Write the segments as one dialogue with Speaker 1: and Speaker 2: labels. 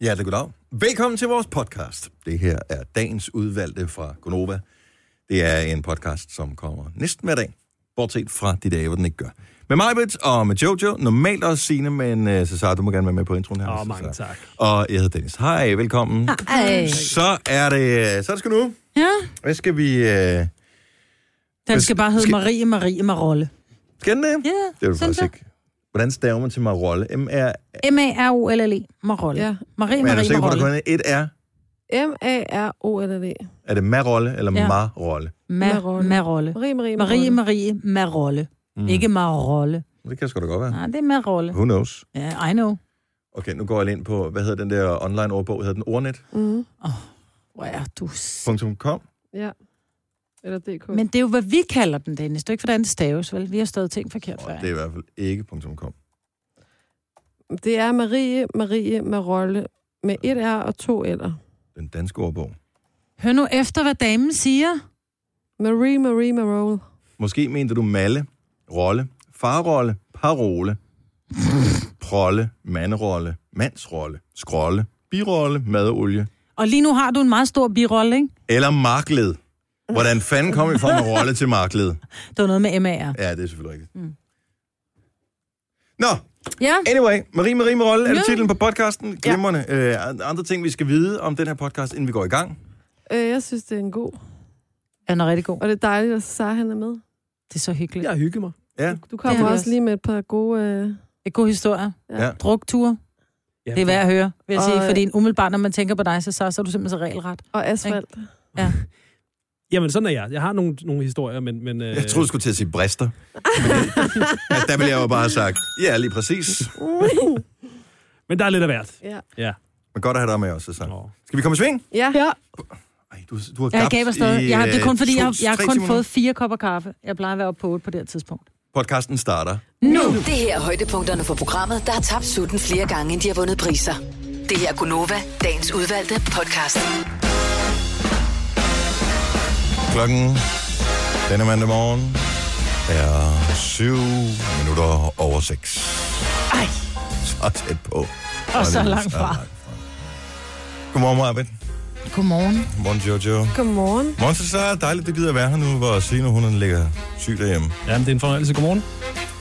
Speaker 1: Hjertelig goddag. Velkommen til vores podcast. Det her er dagens udvalgte fra Gonova. Det er en podcast, som kommer næsten hver dag, bortset fra de dage, hvor den ikke gør. Med mig, Britt, og med Jojo. Normalt også Signe, men uh, Cesar, du må gerne være med på introen her.
Speaker 2: Åh,
Speaker 1: Cesar.
Speaker 2: mange tak.
Speaker 1: Og jeg hedder Dennis. Hej, velkommen.
Speaker 3: Ej.
Speaker 1: Så er det... øh, Så er det sgu nu.
Speaker 3: Ja,
Speaker 1: Hvad skal vi... Uh...
Speaker 3: den skal bare hedde
Speaker 1: Skal-
Speaker 3: Marie Marie Marolle.
Speaker 1: Skal den det?
Speaker 3: Ja,
Speaker 1: det er du
Speaker 3: sådan
Speaker 1: faktisk
Speaker 3: der.
Speaker 1: ikke. Hvordan staver man til Marolle? M-R...
Speaker 3: M-A-R-O-L-L-E. E. Marolle.
Speaker 4: Ja.
Speaker 3: Marie
Speaker 1: Men er du
Speaker 3: Marie
Speaker 1: sikker på, at der
Speaker 3: Marolle.
Speaker 1: kun er et R?
Speaker 4: M-A-R-O-L-L-E.
Speaker 1: Er det Marolle eller
Speaker 3: Ja.
Speaker 1: Marolle?
Speaker 3: Ma-
Speaker 4: E. Marolle.
Speaker 3: Marolle.
Speaker 4: Marie, Marie,
Speaker 3: Marie Marie Marolle.
Speaker 1: Mm.
Speaker 3: Ikke Marolle.
Speaker 1: Det kan sgu da godt være.
Speaker 3: Nej, det er Marolle.
Speaker 1: Who knows?
Speaker 3: Ja, I know.
Speaker 1: Okay, nu går jeg lige ind på, hvad hedder den der online ordbog? Hedder den ordnet.com?
Speaker 4: Mm.
Speaker 3: Hvor er du... s-
Speaker 4: Ja. Eller DK.
Speaker 3: Men det er jo, hvad vi kalder den, Dennis. Det er ikke, hvordan det staves, vel? Vi har stået ting forkert
Speaker 1: Og
Speaker 3: før.
Speaker 1: det er i hvert fald ikke .com.
Speaker 4: Det er Marie, Marie Marolle med et R og to L'er.
Speaker 1: Den danske ordbog.
Speaker 3: Hør nu efter, hvad damen siger.
Speaker 4: Marie, Marie Marolle.
Speaker 1: Måske mente du malle, rolle, farrolle, parole, prolle, manderolle, mandsrolle, skrolle, birolle, madolie
Speaker 3: Og lige nu har du en meget stor birolle, ikke?
Speaker 1: eller markled. Hvordan fanden kom vi fra med rolle til markled?
Speaker 3: Det var noget med MAR.
Speaker 1: Ja, det er selvfølgelig rigtigt. Mm.
Speaker 3: Mm.
Speaker 1: Nå,
Speaker 3: Ja.
Speaker 1: anyway, Marie Marie Marolle er det
Speaker 3: Ja.
Speaker 1: titlen på podcasten. Glimrende. Ja. Øh, andre ting, vi skal vide om den her podcast, inden vi går i gang.
Speaker 4: Øh, jeg synes, det er en god.
Speaker 3: Den er rigtig god.
Speaker 4: Og det er dejligt, at Sara han er med.
Speaker 3: Det er så hyggeligt.
Speaker 2: Jeg
Speaker 3: Ja.
Speaker 2: har hygget mig.
Speaker 1: Ja.
Speaker 4: Du
Speaker 3: Det har
Speaker 4: kommer
Speaker 3: vi
Speaker 4: også
Speaker 3: også.
Speaker 4: lige med et par gode... Øh...
Speaker 3: Et god historie.
Speaker 1: Ja.
Speaker 4: Ja.
Speaker 3: Drukture.
Speaker 2: Ja,
Speaker 3: Det er værd at høre, vil jeg
Speaker 4: Og-
Speaker 3: sige. Fordi en umiddelbart, når man tænker på dig, så, så, så er du simpelthen så regelret.
Speaker 4: Og asfalt.
Speaker 2: Jamen, sådan er jeg. Jeg har nogle, nogle historier, men... men øh,
Speaker 1: Jeg troede, du skulle til at sige brister. Men, ja, der ville jeg jo bare have sagt, ja, lige præcis.
Speaker 2: Men der er lidt af hvert.
Speaker 4: ja.
Speaker 2: Ja.
Speaker 1: Men godt at have dig med også, så.
Speaker 2: Nå.
Speaker 1: Skal vi komme i sving?
Speaker 4: ja. ja.
Speaker 1: Ej, du, du har
Speaker 3: Jeg
Speaker 1: gabt
Speaker 3: gav dig stadig.
Speaker 1: i,
Speaker 3: Jeg har, det er kun
Speaker 1: øh,
Speaker 3: fordi,
Speaker 1: to-
Speaker 3: jeg, har- jeg har
Speaker 1: tre
Speaker 3: kun
Speaker 1: timer nu.
Speaker 3: fået fire kopper kaffe. Jeg plejer at være oppe på otte på det her tidspunkt.
Speaker 1: Podcasten starter.
Speaker 5: Nu! Det her er højdepunkterne for programmet, der har tabt sutten flere gange, end de har vundet priser. Det her er Gunova, dagens udvalgte podcast.
Speaker 1: Klokken denne mandag morgen er 7 minutter over 6.
Speaker 3: Ej.
Speaker 1: Så tæt på.
Speaker 3: Og så
Speaker 1: det er
Speaker 3: langt fra.
Speaker 1: Godmorgen, Marvind.
Speaker 3: Godmorgen.
Speaker 1: Godmorgen, Jojo.
Speaker 4: Godmorgen.
Speaker 1: Morgen, så er dejligt, du gider være her nu, hvor Signe, hun ligger syg derhjemme.
Speaker 2: Jamen, det er en fornøjelse. Godmorgen.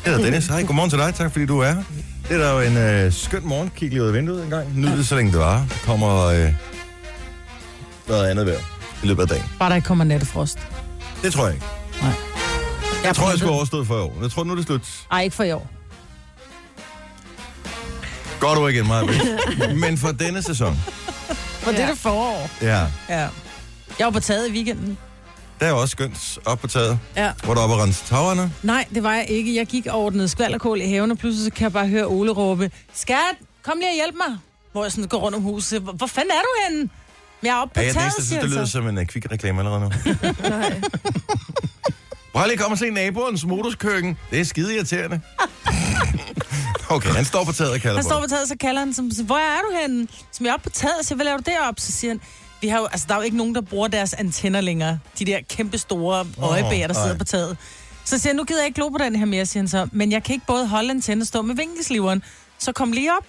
Speaker 1: Jeg hedder Dennis. Hej, godmorgen til dig. Tak fordi du er her. Det er da jo en øh, skøn morgen. Kig lige ud af vinduet en gang. Nyd det, så længe det var. Der kommer øh, noget andet vejr i løbet af dagen.
Speaker 3: Bare der ikke kommer nattefrost.
Speaker 1: Det tror jeg ikke.
Speaker 3: Jeg,
Speaker 1: Jeg tror, jeg skulle overstået for i år. Jeg tror, nu er det slut.
Speaker 3: Ej, ikke for i år.
Speaker 1: Godt ord igen, Maja. Men for denne sæson,
Speaker 3: For ja. det er det forår.
Speaker 1: ja,
Speaker 3: Ja. Jeg var på taget i weekenden.
Speaker 1: der er også skønt op på taget,
Speaker 3: Ja.
Speaker 1: hvor du er oppe og renser taverne.
Speaker 3: Nej, det var jeg ikke. Jeg gik og ordnede skvalderkål i haven, og pludselig så kan jeg bare høre Ole råbe, Skat, kom lige og hjælp mig. Hvor jeg sådan går rundt om huset. og siger, Hvor hvor fanden er du henne? Men jeg er oppe på
Speaker 1: Er jeg den
Speaker 3: taget,
Speaker 1: eneste, der synes,
Speaker 3: siger
Speaker 1: det lyder
Speaker 3: jeg så.
Speaker 1: som en uh, kvik reklame allerede nu?
Speaker 4: Nej.
Speaker 1: Prøv lige at komme og se naboens motorskøkken. Det er skide irriterende. okay, han står på taget og kalder
Speaker 3: Han
Speaker 1: på
Speaker 3: står på taget, så kalder han, som, hvor er du henne? Som jeg er oppe på taget, så hvad laver du deroppe? Så siger han, vi har jo, altså, der er jo ikke nogen, der bruger deres antenner længere. De der kæmpe store øjebæger, der
Speaker 1: nej.
Speaker 3: sidder på taget. Så siger han, nu gider jeg ikke glo på den her mere, siger han så. Men jeg kan ikke både holde antennen og stå med vinkelsliveren. Så kom lige op.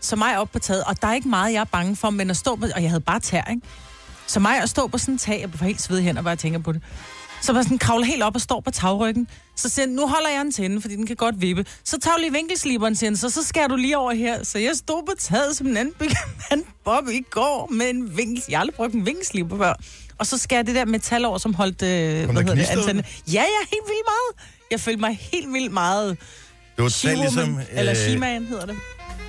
Speaker 3: Så mig op på taget, og der er ikke meget, jeg er bange for, men at stå på, og jeg havde bare tær, ikke? Så mig at stå på sådan en tag, jeg blev helt sved hen, og bare tænker på det. Så var sådan kravler helt op og står på tagryggen. Så siger han, nu holder jeg antænden, fordi den kan godt vippe. Så tager du lige vinkelsliberen, siger han, så, så skærer du lige over her. Så jeg stod på taget som en anden mand Bob i går med en vinkel. Jeg har aldrig brugt en vinkelsliber før. Og så skærer jeg det der metal over, som holdt øh, hvad hedder det,
Speaker 1: gnistede
Speaker 3: antænden. Ja, ja, helt vildt meget. Jeg følte mig helt vildt meget
Speaker 1: Det var totalt
Speaker 3: She-Woman,
Speaker 1: ligesom,
Speaker 3: eller
Speaker 1: øh,
Speaker 3: She-Man hedder det.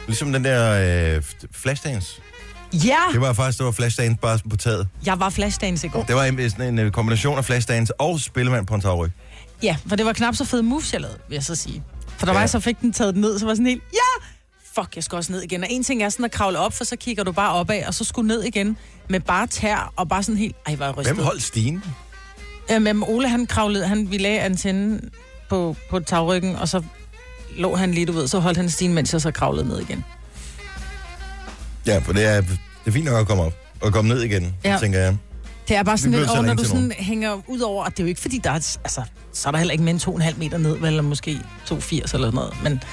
Speaker 1: ligesom den der øh, flashdance.
Speaker 3: Ja,
Speaker 1: Det var faktisk, det var flashdance bare på taget.
Speaker 3: jeg var flashdance i går.
Speaker 1: Det var en, sådan en øh, kombination af flashdance og spillemand på en tagryg.
Speaker 3: Ja, for det var knap så fed moves, jeg lavede, vil jeg så sige. For
Speaker 1: Ja.
Speaker 3: der var jeg så fik den taget ned, så var jeg sådan helt, ja, fuck, jeg skal også ned igen. Og en ting er sådan at kravle op, for så kigger du bare opad, og så skulle ned igen med bare tær og bare sådan helt, ej, var jeg rystet.
Speaker 1: Hvem holdt stigen?
Speaker 3: Øhm, øhm, Ole, han kravlede, han ville lagde antennen på, på tagryggen, og så lå han lige, du ved, så holdt han stigen, mens jeg så kravlede ned igen.
Speaker 1: Ja, for det er, det er fint nok at komme op og komme ned igen, ja.
Speaker 3: Ja.
Speaker 1: tænker jeg.
Speaker 3: Det er bare sådan
Speaker 1: Vi
Speaker 3: lidt,
Speaker 1: bliver
Speaker 3: og
Speaker 1: nødt
Speaker 3: når
Speaker 1: til
Speaker 3: du
Speaker 1: at ringe
Speaker 3: sådan hænger ud over, og det er jo ikke fordi, der er, altså, så er der heller ikke mere end 2,5 meter ned, vel, eller måske 2,80 eller noget, men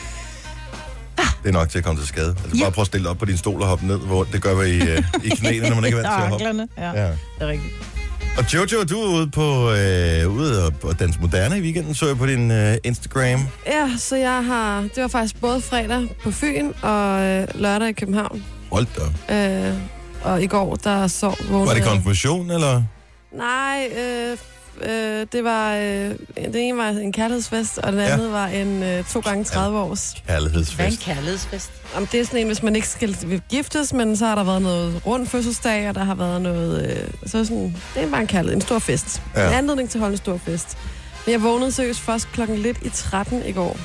Speaker 3: ah,
Speaker 1: Det er nok til at komme til skade. Altså
Speaker 3: Ja.
Speaker 1: bare prøv at stille op på din stol og hoppe ned, hvor det gør vi i, øh, i knæene, når man ikke er vant til at hoppe.
Speaker 3: anklerne, ja. ja.
Speaker 1: Ja.
Speaker 3: Det er rigtigt.
Speaker 1: Og Jojo, du er ude på øh, ude og, og danse moderne i weekenden, så jeg på din øh, Instagram.
Speaker 4: Ja, så jeg har... Det var faktisk både fredag på Fyn og øh, lørdag i København.
Speaker 1: Hold da. op.
Speaker 4: Øh, og i går, der sov vågnede...
Speaker 1: Var det
Speaker 4: jeg-
Speaker 1: konfirmation, eller?
Speaker 4: Nej, øh, øh, det var... Øh, den ene var en kærlighedsfest, og den
Speaker 1: Ja.
Speaker 4: anden var en øh, to gange 30 års.
Speaker 3: Hvad er
Speaker 1: Kærlighedsfest.
Speaker 3: en kærlighedsfest?
Speaker 4: Om det er sådan en, hvis man ikke skal giftes, men så har der været noget rundt fødselsdag, og der har været noget... Øh, så sådan, det er bare en kærlighed, en stor fest.
Speaker 1: Ja.
Speaker 4: Ja. En anledning til at holde en stor fest. Men jeg vågnede seriøst først klokken lidt i 13 i går.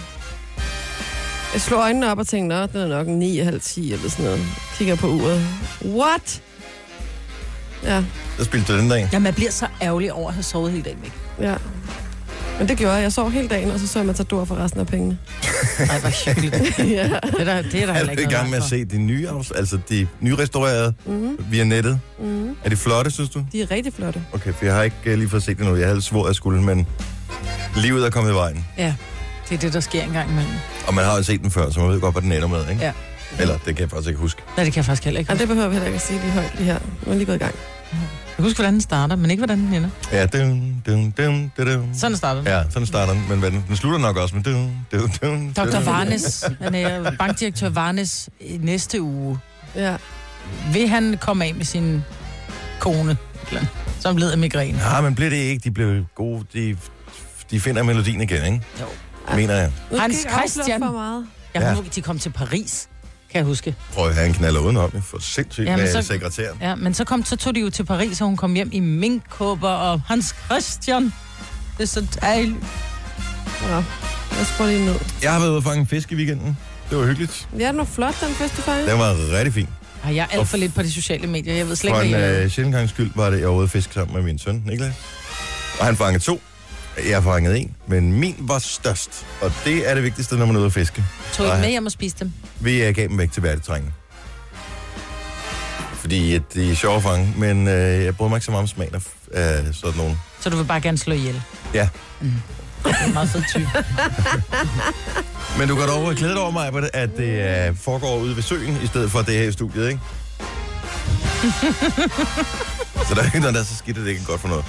Speaker 4: Jeg slog øjnene op og tænkte, nå, den er nok 9, halv 10 eller sådan noget. Kigger på uret. What? Ja,
Speaker 1: Der spilte du den dag.
Speaker 3: Ja, man bliver så ærgerlig over at have sovet hele dagen væk.
Speaker 4: ja. Men det gjorde jeg. Jeg sov hele dagen, og så så jeg Matador for resten af pengene.
Speaker 3: Nej, hvor hyggeligt.
Speaker 4: ja.
Speaker 3: Det er der, det
Speaker 1: Er
Speaker 3: er der heller
Speaker 1: du
Speaker 3: ikke
Speaker 1: i gang
Speaker 3: noget
Speaker 1: med at
Speaker 3: for.
Speaker 1: se de nye, afs- altså de nye restaurerede
Speaker 4: Mm-hmm.
Speaker 1: via nettet?
Speaker 4: Mm-hmm.
Speaker 1: Er de flotte, synes du?
Speaker 4: De er rigtig flotte.
Speaker 1: Okay, for jeg har ikke øh, lige fået set det nu. Jeg havde svoret, at jeg skulle, men livet er kommet i vejen.
Speaker 3: Ja, det er det, der sker en gang imellem.
Speaker 1: Og man har jo set den før, så man ved godt, hvad den ender med, ikke?
Speaker 3: Ja.
Speaker 1: Eller, det kan jeg faktisk ikke huske.
Speaker 3: Nej, det kan jeg faktisk heller ikke.
Speaker 4: Og
Speaker 3: huske.
Speaker 4: det behøver vi heller ikke at sige lige højt lige her. Nu er lige gået i gang.
Speaker 3: Jeg kan huske, hvordan den starter, men ikke, hvordan den ender.
Speaker 1: Ja, dun, dun, dun, dun, dun.
Speaker 3: Sådan starter den.
Speaker 1: Ja, sådan starter den, men hvad den, den slutter nok også med dun, dun, dun,
Speaker 3: Dr.
Speaker 1: dun.
Speaker 3: Varnes, han er bankdirektør Varnes i næste uge.
Speaker 4: Ja.
Speaker 3: Vil han komme af med sin kone, eller, som led af migræne?
Speaker 1: Nej, men bliver det ikke. De blev gode. De, de finder melodien igen, ikke?
Speaker 3: Jo.
Speaker 1: Mener jeg.
Speaker 4: Nu
Speaker 3: Hans
Speaker 4: skal jeg ikke afsløre
Speaker 3: Christian.
Speaker 4: For meget.
Speaker 3: Jeg
Speaker 1: Ja.
Speaker 3: ja. de kom til Paris, kan jeg huske.
Speaker 1: Prøv at have en knaller udenom. Jeg får sindssygt
Speaker 3: Jamen,
Speaker 1: med så...
Speaker 3: så-
Speaker 1: sekretæren.
Speaker 3: Ja, men så, kom, så tog de jo til Paris, og hun kom hjem i minkkåber, og Hans Christian, det er så dejligt.
Speaker 4: Nå, jeg spurgte lige ned.
Speaker 1: Jeg har været ude og fange en fisk i weekenden. Det var hyggeligt.
Speaker 4: Ja, den var flot, den første fejl.
Speaker 1: Den var rigtig fin.
Speaker 3: Ej, jeg er alt for lidt på de sociale medier, jeg ved slet
Speaker 1: For
Speaker 3: ikke,
Speaker 1: en
Speaker 3: hvad jeg
Speaker 1: øh, sjældent gangs skyld var det, jeg var ude og fiske sammen med min søn, Niklas. Og han fangede to. Jeg fangede en, men min var størst. Og det er det vigtigste, når man er ude at fiske.
Speaker 3: tog I
Speaker 1: nej.
Speaker 3: dem med hjem og spiste dem.
Speaker 1: Vi øh, gav dem væk til værtetrængene. Fordi at de er sjove at fange, men øh, jeg bryder mig ikke så meget om smagen af øh, sådan nogen.
Speaker 3: Så du vil bare gerne slå ihjel?
Speaker 1: Ja.
Speaker 3: Mm. Det er en meget fed type.
Speaker 1: Men du kan dog glæde dig over mig, Britt, at det øh, foregår ude ved søen, i stedet for det her i studiet, ikke? så der er ikke noget, der er så skidt, at det ikke er godt for noget.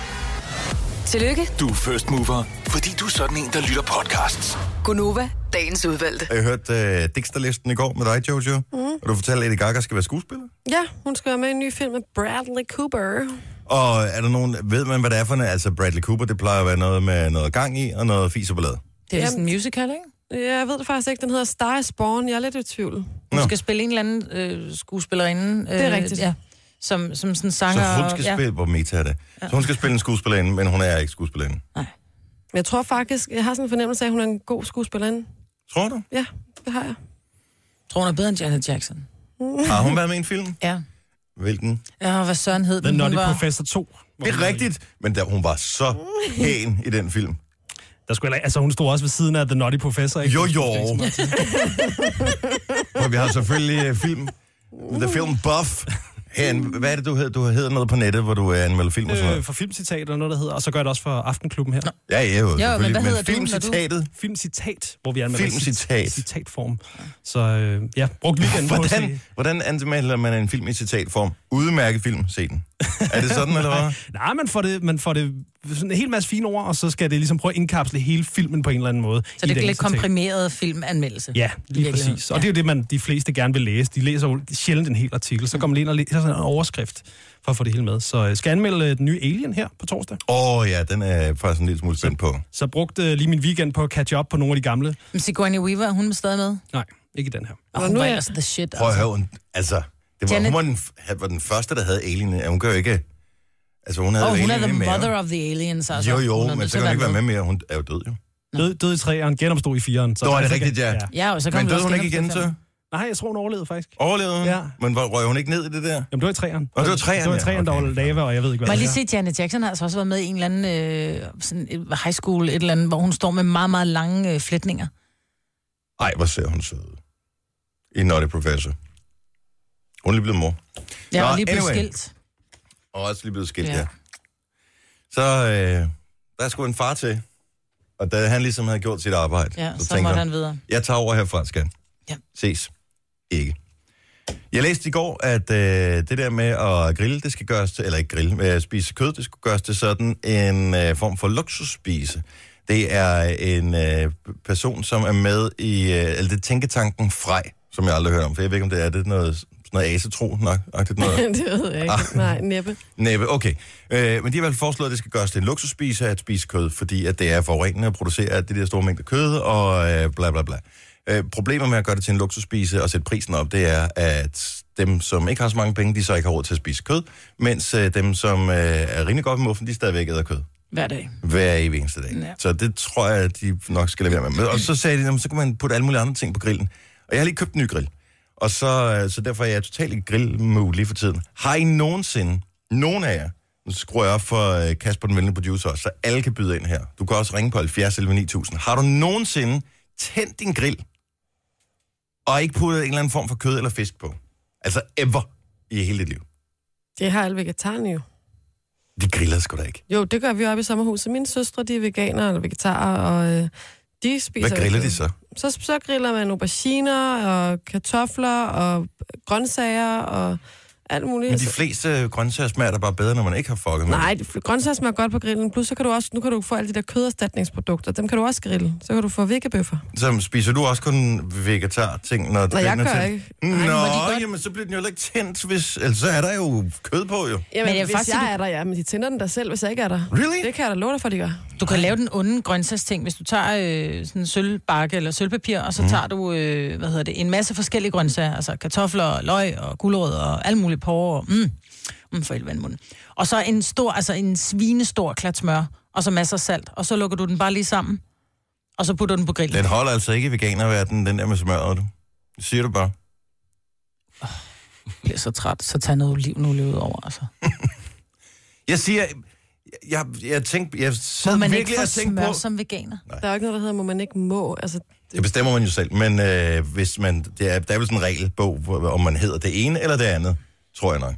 Speaker 5: Tillykke,
Speaker 6: Du er first mover, fordi du er sådan en, der lytter podcasts.
Speaker 5: Gunova, dagens udvalgte.
Speaker 1: Jeg hørte øh, Dexterlisten i går med dig, Jojo, mm. og du fortalte, at Lady Gaga skal være skuespiller.
Speaker 4: Mhm. Ja, hun skal være med i en ny film med Bradley Cooper.
Speaker 1: Og er der nogen, ved man, hvad det er for en? Altså Bradley Cooper, det plejer at være noget med noget gang i og noget fis og ballade.
Speaker 3: Det er vist en
Speaker 4: Jamen.
Speaker 3: musical, ikke?
Speaker 4: Ja, Jeg ved det faktisk ikke, den hedder Star is Born. Jeg er lidt i tvivl.
Speaker 3: Hun
Speaker 1: Nå.
Speaker 3: skal spille en eller anden øh, skuespillerinde. Øh,
Speaker 4: Det er rigtigt.
Speaker 3: Ja, som, som sådan
Speaker 1: Så
Speaker 3: sanger.
Speaker 1: hun
Speaker 3: og-
Speaker 1: skal
Speaker 3: ja.
Speaker 1: spille, hvor meta er det. Så hun skal spille en skuespillerinde, men hun er ikke skuespillerinde.
Speaker 4: Men jeg tror faktisk, jeg har sådan en fornemmelse af, at hun er en god skuespillerinde.
Speaker 1: Tror du?
Speaker 4: Ja, det har jeg.
Speaker 3: Tror hun er bedre end Janet Jackson?
Speaker 1: Har hun været med i en film?
Speaker 3: Ja.
Speaker 1: Hvilken?
Speaker 3: Ja, og hvad søren hed
Speaker 2: The
Speaker 3: den? Hun
Speaker 2: Nutty
Speaker 3: var...
Speaker 2: Professor 2. hvor
Speaker 1: Det er
Speaker 2: hun- Uh.
Speaker 1: rigtigt, men der, hun var så pæn i den film.
Speaker 2: Der skulle heller, altså, hun stod også ved siden af The Nutty Professor, ikke?
Speaker 1: Jo, jo. Og vi har selvfølgelig øh, film, The Film Buff. Herinde, hvad er det, du hedder? Du hedder noget på nettet, hvor du øh, anmelder film og sådan
Speaker 2: Øh,
Speaker 1: noget.
Speaker 2: for filmcitater og noget, der hedder, og så gør jeg det også for Aftenklubben her.
Speaker 1: Ja, ja, jo, selvfølgelig.
Speaker 3: men hvad hedder du, når du-
Speaker 1: filmcitatet,
Speaker 2: Filmcitat, hvor vi anmelder
Speaker 1: Filmcitat.
Speaker 2: cit- citatform. Så øh, ja, brugt weekenden på at
Speaker 1: hvordan,
Speaker 2: se.
Speaker 1: hvordan anmelder man en film i citatform? Udmærket film, se den. Er det sådan, eller hvad?
Speaker 2: Nej, man får, det, man får det sådan en hel masse fine ord, og så skal det ligesom prøve at indkapsle hele filmen på en eller anden måde.
Speaker 3: Så
Speaker 2: i et
Speaker 3: det er lidt
Speaker 2: enkelt citat.
Speaker 3: komprimeret filmanmeldelse.
Speaker 2: Ja, lige
Speaker 3: virkeligheden.
Speaker 2: præcis. Og det er jo det, man de fleste gerne vil læse. De læser jo sjældent en hel artikel. Så kommer
Speaker 3: Mm.
Speaker 2: man ind og læser sådan en overskrift for at få det hele med. Så øh, skal jeg anmelde øh, den nye Alien her på torsdag.
Speaker 1: Åh oh, ja, den er jeg faktisk en lille smule spændt på.
Speaker 2: Så brugte øh, lige min weekend på at catch up på nogle af de gamle.
Speaker 3: Men Sigourney Weaver, er hun er stadig med.
Speaker 2: Nej, ikke i den her.
Speaker 3: Og
Speaker 4: nu
Speaker 3: hun var
Speaker 4: er-
Speaker 3: ellers the shit.
Speaker 1: Prøv at
Speaker 3: altså.
Speaker 1: høre, hun, altså, det var,
Speaker 3: Janet-
Speaker 1: hun var den, f- var den første, der havde Alien. Ja, Hun gør jo ikke... Altså, hun havde
Speaker 3: Og
Speaker 1: jo
Speaker 3: hun er
Speaker 1: Alien
Speaker 3: the
Speaker 1: i maven.
Speaker 3: mother of the aliens. Altså.
Speaker 1: Jo,
Speaker 3: Hun
Speaker 1: jo,
Speaker 3: er
Speaker 1: men
Speaker 3: nødt
Speaker 1: så kan
Speaker 3: til
Speaker 1: hun
Speaker 3: at
Speaker 1: ikke være med mere. Hun er jo død, jo.
Speaker 2: Død, død i træeren, genopstod i fireren. Så
Speaker 1: Nå, er det
Speaker 2: altså,
Speaker 1: rigtigt, ja.
Speaker 3: Ja, og så kom
Speaker 1: Men
Speaker 3: vi
Speaker 1: døde
Speaker 3: også
Speaker 1: hun ikke igen,
Speaker 3: genopstå
Speaker 1: så?
Speaker 2: Nej, jeg tror, hun overlevede faktisk.
Speaker 1: Overlevede hun?
Speaker 2: Ja.
Speaker 1: Men var- røg hun ikke ned i det der?
Speaker 2: Jamen, det var i træeren.
Speaker 1: Nå, det var i træeren,
Speaker 2: Det var i
Speaker 1: ja.
Speaker 2: træeren,
Speaker 1: Okay.
Speaker 2: der var lava, og jeg ved ikke,
Speaker 3: Må
Speaker 2: hvad
Speaker 3: jeg lige se, Janet Jackson har altså også været med i en eller anden øh, sådan øh, high school, et eller andet, hvor hun står med meget, meget lange øh, flætninger.
Speaker 1: Ej, hvor ser hun sød ud. I Naughty Professor. Hun er lige blevet mor.
Speaker 3: Ja,
Speaker 1: Nå,
Speaker 3: og lige blev
Speaker 1: anyway.
Speaker 3: skilt.
Speaker 1: Og også lige blevet skilt, ja.
Speaker 3: Ja.
Speaker 1: ja. Så øh, der skulle en far til. Og da han ligesom havde gjort sit arbejde,
Speaker 3: Ja,
Speaker 1: så
Speaker 3: så, så måtte
Speaker 1: tænkte han,
Speaker 3: han videre.
Speaker 1: jeg tager over herfra, skat.
Speaker 3: Ja.
Speaker 1: Ses. ikke. Jeg læste i går, at øh, det der med at grille, det skal gøres til, eller ikke grille, men at spise kød, det skal gøres til sådan en øh, form for luksusspise. Det er en øh, person, som er med i, øh, eller det er tænketanken Frej, som jeg aldrig har hørt om, for jeg ved ikke, om det er det er noget, sådan noget asetro nok, agtigt noget.
Speaker 4: det ved jeg
Speaker 1: Ah.
Speaker 4: ikke. Nej, næppe.
Speaker 1: Næppe, okay. Øh, men de har i hvert fald foreslået, at det skal gøres til en luksusspise at spise kød, fordi at det er forurenende at producere alt det der store mængder kød og øh, bla bla bla. Øh, problemet med at gøre det til en luksusspise og sætte prisen op, det er, at dem, som ikke har så mange penge, de så ikke har råd til at spise kød, mens øh, dem, som øh, er rimelig godt med muffen, de stadigvæk æder kød
Speaker 3: hver dag.
Speaker 1: hver evig eneste dag. Ja.
Speaker 3: Ja.
Speaker 1: Så det tror jeg, at de nok skal lade være med. Men- Og så sagde de, "Nå, men så kunne man putte alle mulige andre ting på grillen. Og jeg har lige købt en ny grill. Og så, øh, så derfor er jeg totalt i grillmode lige for tiden. Har I nogensinde, nogen af jer, nu skruer jeg op for øh, Kasper, den venlige producer, så alle kan byde ind her. Du kan også ringe på 70 11 9000. Har du nogensinde tændt din grill, og ikke puttet en eller anden form for kød eller fisk på? Altså ever i hele dit liv.
Speaker 4: Det har alle vegetarerne jo.
Speaker 1: De griller sgu da ikke.
Speaker 4: Jo, det gør vi oppe i sommerhuset. Mine søstre, de er veganere eller vegetarer, og øh, de spiser...
Speaker 1: Hvad griller
Speaker 4: ikke
Speaker 1: de
Speaker 4: kød.
Speaker 1: så?
Speaker 4: så? Så griller man auberginer og kartofler og grønsager og alt muligt.
Speaker 1: Men de fleste grøntsager smager da bare bedre, når man ikke har fucket med.
Speaker 4: Nej, de- grøntsager smager godt på grillen. Plus, så kan du også, nu kan du få alle de der køderstatningsprodukter. Dem kan du også grille. Så kan du få vegebøffer.
Speaker 1: Så spiser du også kun vegetar-ting, når
Speaker 4: Nej, jeg
Speaker 1: grillen er
Speaker 4: gør
Speaker 1: tændt?
Speaker 4: ikke.
Speaker 1: Nå,
Speaker 4: Ej, må de
Speaker 1: Ej,
Speaker 4: godt-
Speaker 1: jamen så bliver den jo heller ikke tændt, hvis... Ellers så er der jo kød på, jo.
Speaker 4: Jamen,
Speaker 3: Men jeg vil
Speaker 4: hvis
Speaker 3: faktisk
Speaker 4: jeg
Speaker 3: sige,
Speaker 4: er der, ja. Men de tænder den der selv, hvis jeg ikke er der.
Speaker 1: Really?
Speaker 4: Det kan jeg da love dig for, de gør.
Speaker 3: Du kan lave den onde grøntsagsting, hvis du tager øh, sådan en sølvbakke eller sølvpapir, og så mm. tager du øh, hvad hedder det, en masse forskellige grøntsager, altså kartofler og løg og gulerød og alle mulige porre og mm, mm for helvede en mund. Og så en stor, altså en svinestor klat smør, og så masser af salt, og så lukker du den bare lige sammen, og så putter du den på grillen.
Speaker 1: Den holder altså ikke i veganerverdenen, den der med smøret, du. Det siger du bare.
Speaker 3: Jeg bliver så træt, så tag noget olivenolie ud over, altså.
Speaker 1: Jeg siger... Jeg, jeg tænkte... Jeg sad
Speaker 3: Må man ikke
Speaker 1: virkelig
Speaker 3: få
Speaker 1: og tænkte
Speaker 3: smør
Speaker 1: på...
Speaker 3: som veganer?
Speaker 4: Der er jo ikke noget, der hedder, må man ikke må. Altså,
Speaker 1: Det bestemmer man jo selv, men øh, hvis man, det er, der er vel sådan en regelbog, hvor- om man hedder det ene eller det andet, tror jeg nok.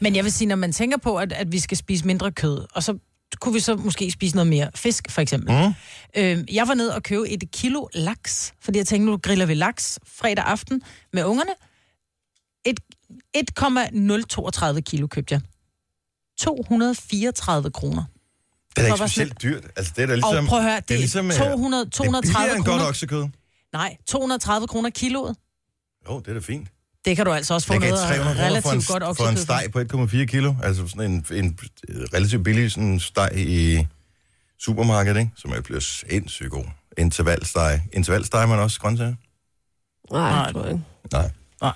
Speaker 3: Men jeg vil sige, når man tænker på, at, at vi skal spise mindre kød, og så kunne vi så måske spise noget mere fisk, for eksempel. Mm. Øhm, jeg var nede og købe et kilo laks, fordi jeg tænkte, nu griller vi laks fredag aften med ungerne. Et- 1,032 kilo købte jeg. 234 kroner.
Speaker 1: Det er da
Speaker 3: var
Speaker 1: ikke
Speaker 3: bare
Speaker 1: specielt dyrt. Altså, det er da ligesom...
Speaker 3: Og prøv at høre, det,
Speaker 1: det er ligesom, øh,
Speaker 3: er 200,
Speaker 1: det er billigere
Speaker 3: 230
Speaker 1: end godt
Speaker 3: kroner.
Speaker 1: oksekød.
Speaker 3: Nej, 230 kroner kiloet.
Speaker 1: Jo, det er da fint.
Speaker 3: Det kan du altså også få
Speaker 1: Jeg gav
Speaker 3: noget
Speaker 1: 300 kroner for en,
Speaker 3: relativt godt
Speaker 1: for en steg
Speaker 3: oksekød.
Speaker 1: på 1,4 kilo. Altså sådan en, en øh, relativt billig sådan steg i supermarkedet, ikke? som er bliver sindssygt god. Intervalsteg. Intervalsteg, man også grøntsager?
Speaker 4: nej,
Speaker 3: Nej.
Speaker 4: nej. Tror jeg ikke.
Speaker 1: Nej.
Speaker 3: Nej.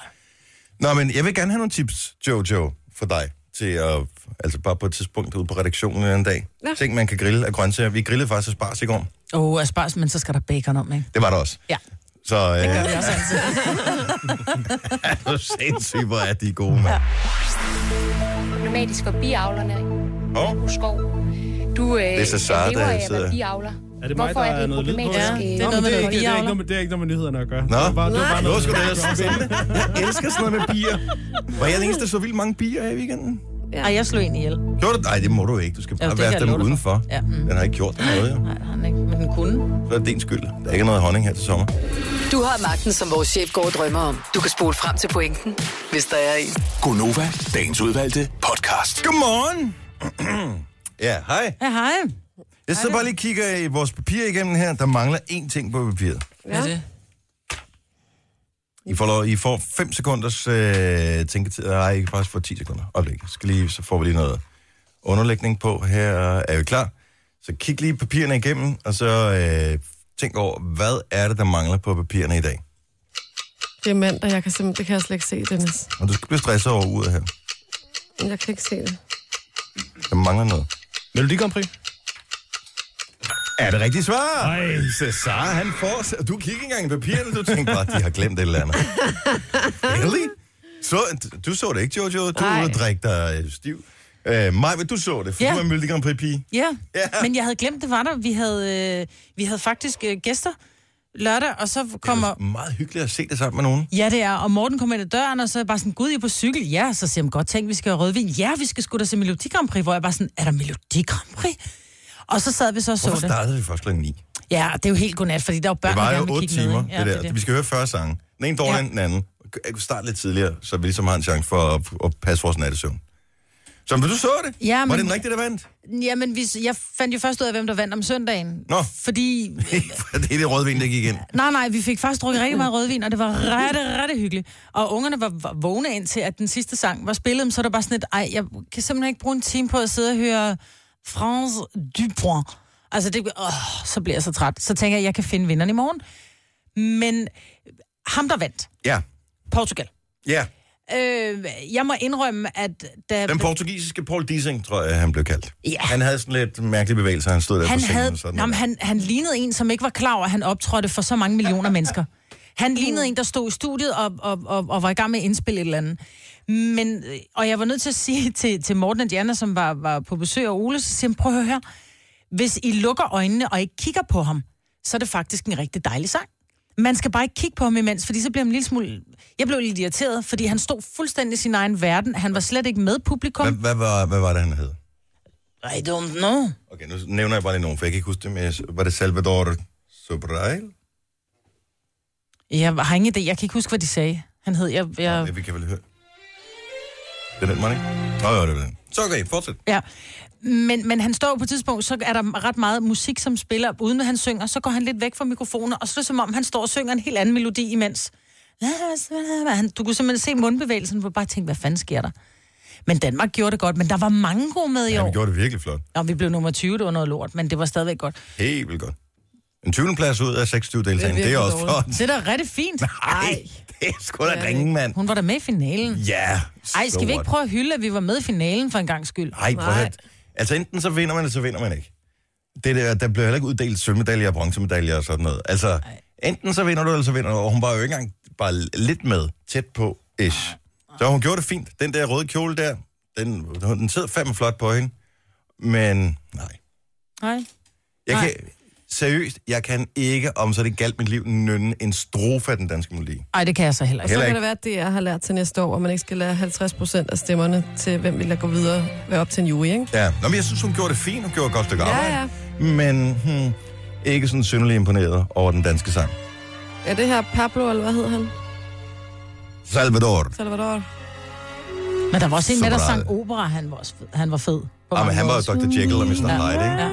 Speaker 1: Nå, men jeg vil gerne have nogle tips, Jojo, for dig til at, altså bare på et tidspunkt ude på redaktionen en dag. Ja.
Speaker 4: Ja.
Speaker 1: Ting, man kan grille af grøntsager. Vi grillede faktisk spars i går.
Speaker 3: Åh, oh, asparges, men så skal der bacon om, ikke?
Speaker 1: Det var der også.
Speaker 3: Ja.
Speaker 1: Så øh, det
Speaker 3: Det er også altid.
Speaker 1: er jo sindssygt, hvor er de gode, mand.
Speaker 7: Normalt i skorbiavlerne
Speaker 1: Hov,
Speaker 7: på skov. Du øh,
Speaker 1: Det er så Sara,
Speaker 7: lever
Speaker 1: der
Speaker 7: af at
Speaker 1: sidder-
Speaker 7: være biavler.
Speaker 2: Er det mig,
Speaker 7: Hvorfor
Speaker 2: der
Speaker 7: er
Speaker 2: er
Speaker 7: det
Speaker 2: noget lyd på?
Speaker 7: problematisk?
Speaker 2: Ja,
Speaker 7: øh,
Speaker 3: det er noget med
Speaker 2: det, er ikke, det,
Speaker 3: noget
Speaker 2: er ikke
Speaker 3: biavler.
Speaker 2: noget, med- det er ikke noget med nyhederne at gøre.
Speaker 1: Nå,
Speaker 2: det var bare, det var bare
Speaker 1: nu
Speaker 2: noget,
Speaker 1: skal det være spændende. Jeg elsker sådan noget med bier. Var jeg den eneste, der så vildt mange bier af i weekenden?
Speaker 3: Ej, jeg slog en ihjel.
Speaker 1: Gjorde du? Nej, det må du ikke. Du skal bare
Speaker 3: det kan
Speaker 1: være
Speaker 3: jeg
Speaker 1: dem
Speaker 3: love dig for.
Speaker 1: udenfor.
Speaker 3: Ja, mm.
Speaker 1: Den har ikke gjort dig noget, jo.
Speaker 3: Nej, det har han ikke, men den kunne.
Speaker 1: Så er det din skyld. Der er ikke noget honning her til sommer.
Speaker 5: Du har magten, som vores chef går og drømmer om. Du kan spole frem til pointen, hvis der er en.
Speaker 6: Gonova, dagens udvalgte podcast.
Speaker 1: Godmorgen! ja, hej.
Speaker 3: Ja, hej.
Speaker 1: Jeg sidder bare lige og kigger i vores papir igennem her. Der mangler én ting på papiret.
Speaker 3: Ja. Det?
Speaker 1: I får, lov, I får 5 sekunders øh, tænketid. Nej, I kan faktisk få 10 sekunder. Øjeblik. Jeg Skal lige, så får vi lige noget underlægning på. Her er vi klar. Så kig lige papirerne igennem, og så øh, tænk over, hvad er det, der mangler på papirerne i dag?
Speaker 4: Det er mandag, jeg kan simpelthen, det kan jeg slet ikke se, Dennis.
Speaker 1: Og du skal blive stresset over uret her.
Speaker 4: Jeg kan ikke se det.
Speaker 1: Der mangler noget.
Speaker 2: Melodi Grand Prix.
Speaker 1: Er det rigtigt svar?
Speaker 2: Ej.
Speaker 1: Cesar, han får... Du kiggede ikke engang i papirerne, du tænkte bare, de har glemt et eller andet. really? Så, du så det ikke, Jojo? Du
Speaker 4: Nej.
Speaker 1: Nej. drikke dig øh, stiv. Øh, Maj, men du så det, for
Speaker 3: Ja.
Speaker 1: du var en Melodi Grand Prix pige.
Speaker 3: Ja.
Speaker 1: Ja.
Speaker 3: ja, men jeg havde glemt, det var der. Vi havde, øh, vi havde faktisk øh, gæster lørdag, og så kommer...
Speaker 1: Det er meget hyggeligt at se det sammen med nogen.
Speaker 3: Ja, det er. Og Morten kommer ind ad døren, og så er jeg bare sådan, gud, I er på cykel? Ja, så siger han, godt tænk, vi skal have rødvin. Ja, vi skal sgu da se Melodi Grand Prix, hvor jeg bare sådan, er der Melodi Grand Prix? Og så sad vi så og så
Speaker 1: Hvorfor
Speaker 3: det.
Speaker 1: startede vi først kl. 9?
Speaker 3: Ja, og det er jo helt godnat, fordi der var børn,
Speaker 1: Det var
Speaker 3: der
Speaker 1: jo
Speaker 3: gerne vil
Speaker 1: 8
Speaker 3: kigge
Speaker 1: timer,
Speaker 3: med.
Speaker 1: det der. Vi skal høre 40 sange. Den ene dårligere
Speaker 3: Ja.
Speaker 1: end den anden. starte lidt tidligere, så vi ligesom har en chance for at, at passe vores nattesøvn. Så men du så det?
Speaker 3: Ja,
Speaker 1: Var
Speaker 3: men-
Speaker 1: det den rigtige, der vandt?
Speaker 3: Jamen, vi, jeg fandt jo først ud af, hvem der vandt om søndagen.
Speaker 1: Nå.
Speaker 3: Fordi,
Speaker 1: det er det rødvin, der gik ind.
Speaker 3: nej, nej, vi fik faktisk drukket rigtig meget rødvin, og det var rette, rette hyggeligt. Og ungerne var, var vågne indtil, at den sidste sang var spillet, men så er der bare sådan et, ej, jeg kan simpelthen ikke bruge en time på at sidde og høre France Dupont. Altså, det, åh, så bliver jeg så træt. Så tænker jeg, jeg kan finde vinderen i morgen. Men ham, der vandt,
Speaker 1: Ja,
Speaker 3: Portugal.
Speaker 1: ja.
Speaker 3: Øh, jeg må indrømme, at da...
Speaker 1: Den portugisiske Paul Dissing, tror jeg, han blev kaldt.
Speaker 3: Ja.
Speaker 1: Han havde sådan lidt mærkelige bevægelser, han stod der
Speaker 3: han
Speaker 1: på scenen.
Speaker 3: havde,
Speaker 1: og sådan
Speaker 3: jamen,
Speaker 1: noget.
Speaker 3: han, han lignede en, som ikke var klar over, at han optrådte for så mange millioner mennesker. Han lignede en, der stod i studiet og, og, og, og var i gang med at indspille et eller andet. Men, øh, og jeg var nødt til at sige til, til Morten og Diana, som var, var på besøg og Ole, så siger han, prøv at høre her. Hvis I lukker øjnene og ikke kigger på ham, så er det faktisk en rigtig dejlig sang. Man skal bare ikke kigge på ham imens, fordi så bliver man en lille smule... Jeg blev lidt irriteret, fordi han stod fuldstændig i sin egen verden. Han var slet ikke med publikum.
Speaker 1: Hvad, hvad, var, hvad var det, han hed?
Speaker 3: I don't know.
Speaker 1: Okay, nu nævner jeg bare lige nogen, for jeg kan ikke huske det, men jeg- var det Salvador Sobral?
Speaker 3: Jeg har ingen idé. Jeg kan ikke huske, hvad de sagde. Han hed... Jeg, jeg,
Speaker 1: Ja, vi kan vel høre. Det er den, man ikke? Nå, jo, det er den. Så okay, fortsæt.
Speaker 3: Ja, men, men han står jo på et tidspunkt, så er der ret meget musik, som spiller, uden at han synger, så går han lidt væk fra mikrofoner, og så er det som om, han står og synger en helt anden melodi imens. Han, du kunne simpelthen se mundbevægelsen, hvor bare tænkte, hvad fanden sker der? Men Danmark gjorde det godt, men der var mange gode med i
Speaker 1: Ja, vi
Speaker 3: år.
Speaker 1: gjorde det virkelig flot.
Speaker 3: Nå, vi blev nummer 20, det var noget lort, men det var stadigvæk godt.
Speaker 1: Helt vildt godt. En 20. plads ud af 26 deltagere, det,
Speaker 4: Det er
Speaker 1: det er
Speaker 4: virkelig
Speaker 1: også flot.
Speaker 3: Det er da rigtig fint.
Speaker 1: Nej, det er sgu da ringe, mand.
Speaker 3: Hun var da med i finalen.
Speaker 1: Ja,
Speaker 3: Ej, skal vi ikke
Speaker 1: stort.
Speaker 3: prøve at hylde, at vi var med i finalen for en gang skyld?
Speaker 1: Ej, prøv at høre. Altså, enten så vinder man, eller så vinder man ikke. Det der, der bliver heller ikke uddelt sølvmedaljer og bronzemedaljer og sådan noget. Altså, enten så vinder du, eller så vinder du. Og hun var jo ikke engang bare lidt med, tæt på, ish. Så hun gjorde det fint. Den der røde kjole der, den, den sidder fandme flot på hende. Men nej.
Speaker 3: Nej.
Speaker 1: Jeg
Speaker 3: Nej.
Speaker 1: kan, seriøst, jeg kan ikke, om så det galt mit liv, nynne en strofe af den danske melodi.
Speaker 3: Ej, det kan jeg så heller
Speaker 4: Så
Speaker 3: ikke.
Speaker 1: Heller
Speaker 4: kan
Speaker 1: ikke.
Speaker 4: det være, at det jeg har lært til næste år, at man ikke skal lade 50 procent af stemmerne til, hvem vil der gå videre, være op til en jury, ikke?
Speaker 1: Ja, Nå, men jeg synes, hun gjorde det fint. Hun gjorde et godt stykke
Speaker 4: Ja,
Speaker 1: arbejde. Ja. Men hmm, ikke sådan synderligt imponeret over den danske sang.
Speaker 4: Er det her Pablo, eller hvad hed han?
Speaker 1: Salvador.
Speaker 4: Salvador?
Speaker 3: Men der var også en
Speaker 1: Så
Speaker 3: med, der
Speaker 1: var der-
Speaker 3: sang opera, han var, også fed. han var fed. på
Speaker 1: Ah,
Speaker 3: mange
Speaker 1: men han var jo
Speaker 3: måder.
Speaker 1: Dr. Jekyll og Mr.
Speaker 3: Ja.
Speaker 1: Hyde, ikke?
Speaker 3: Ja.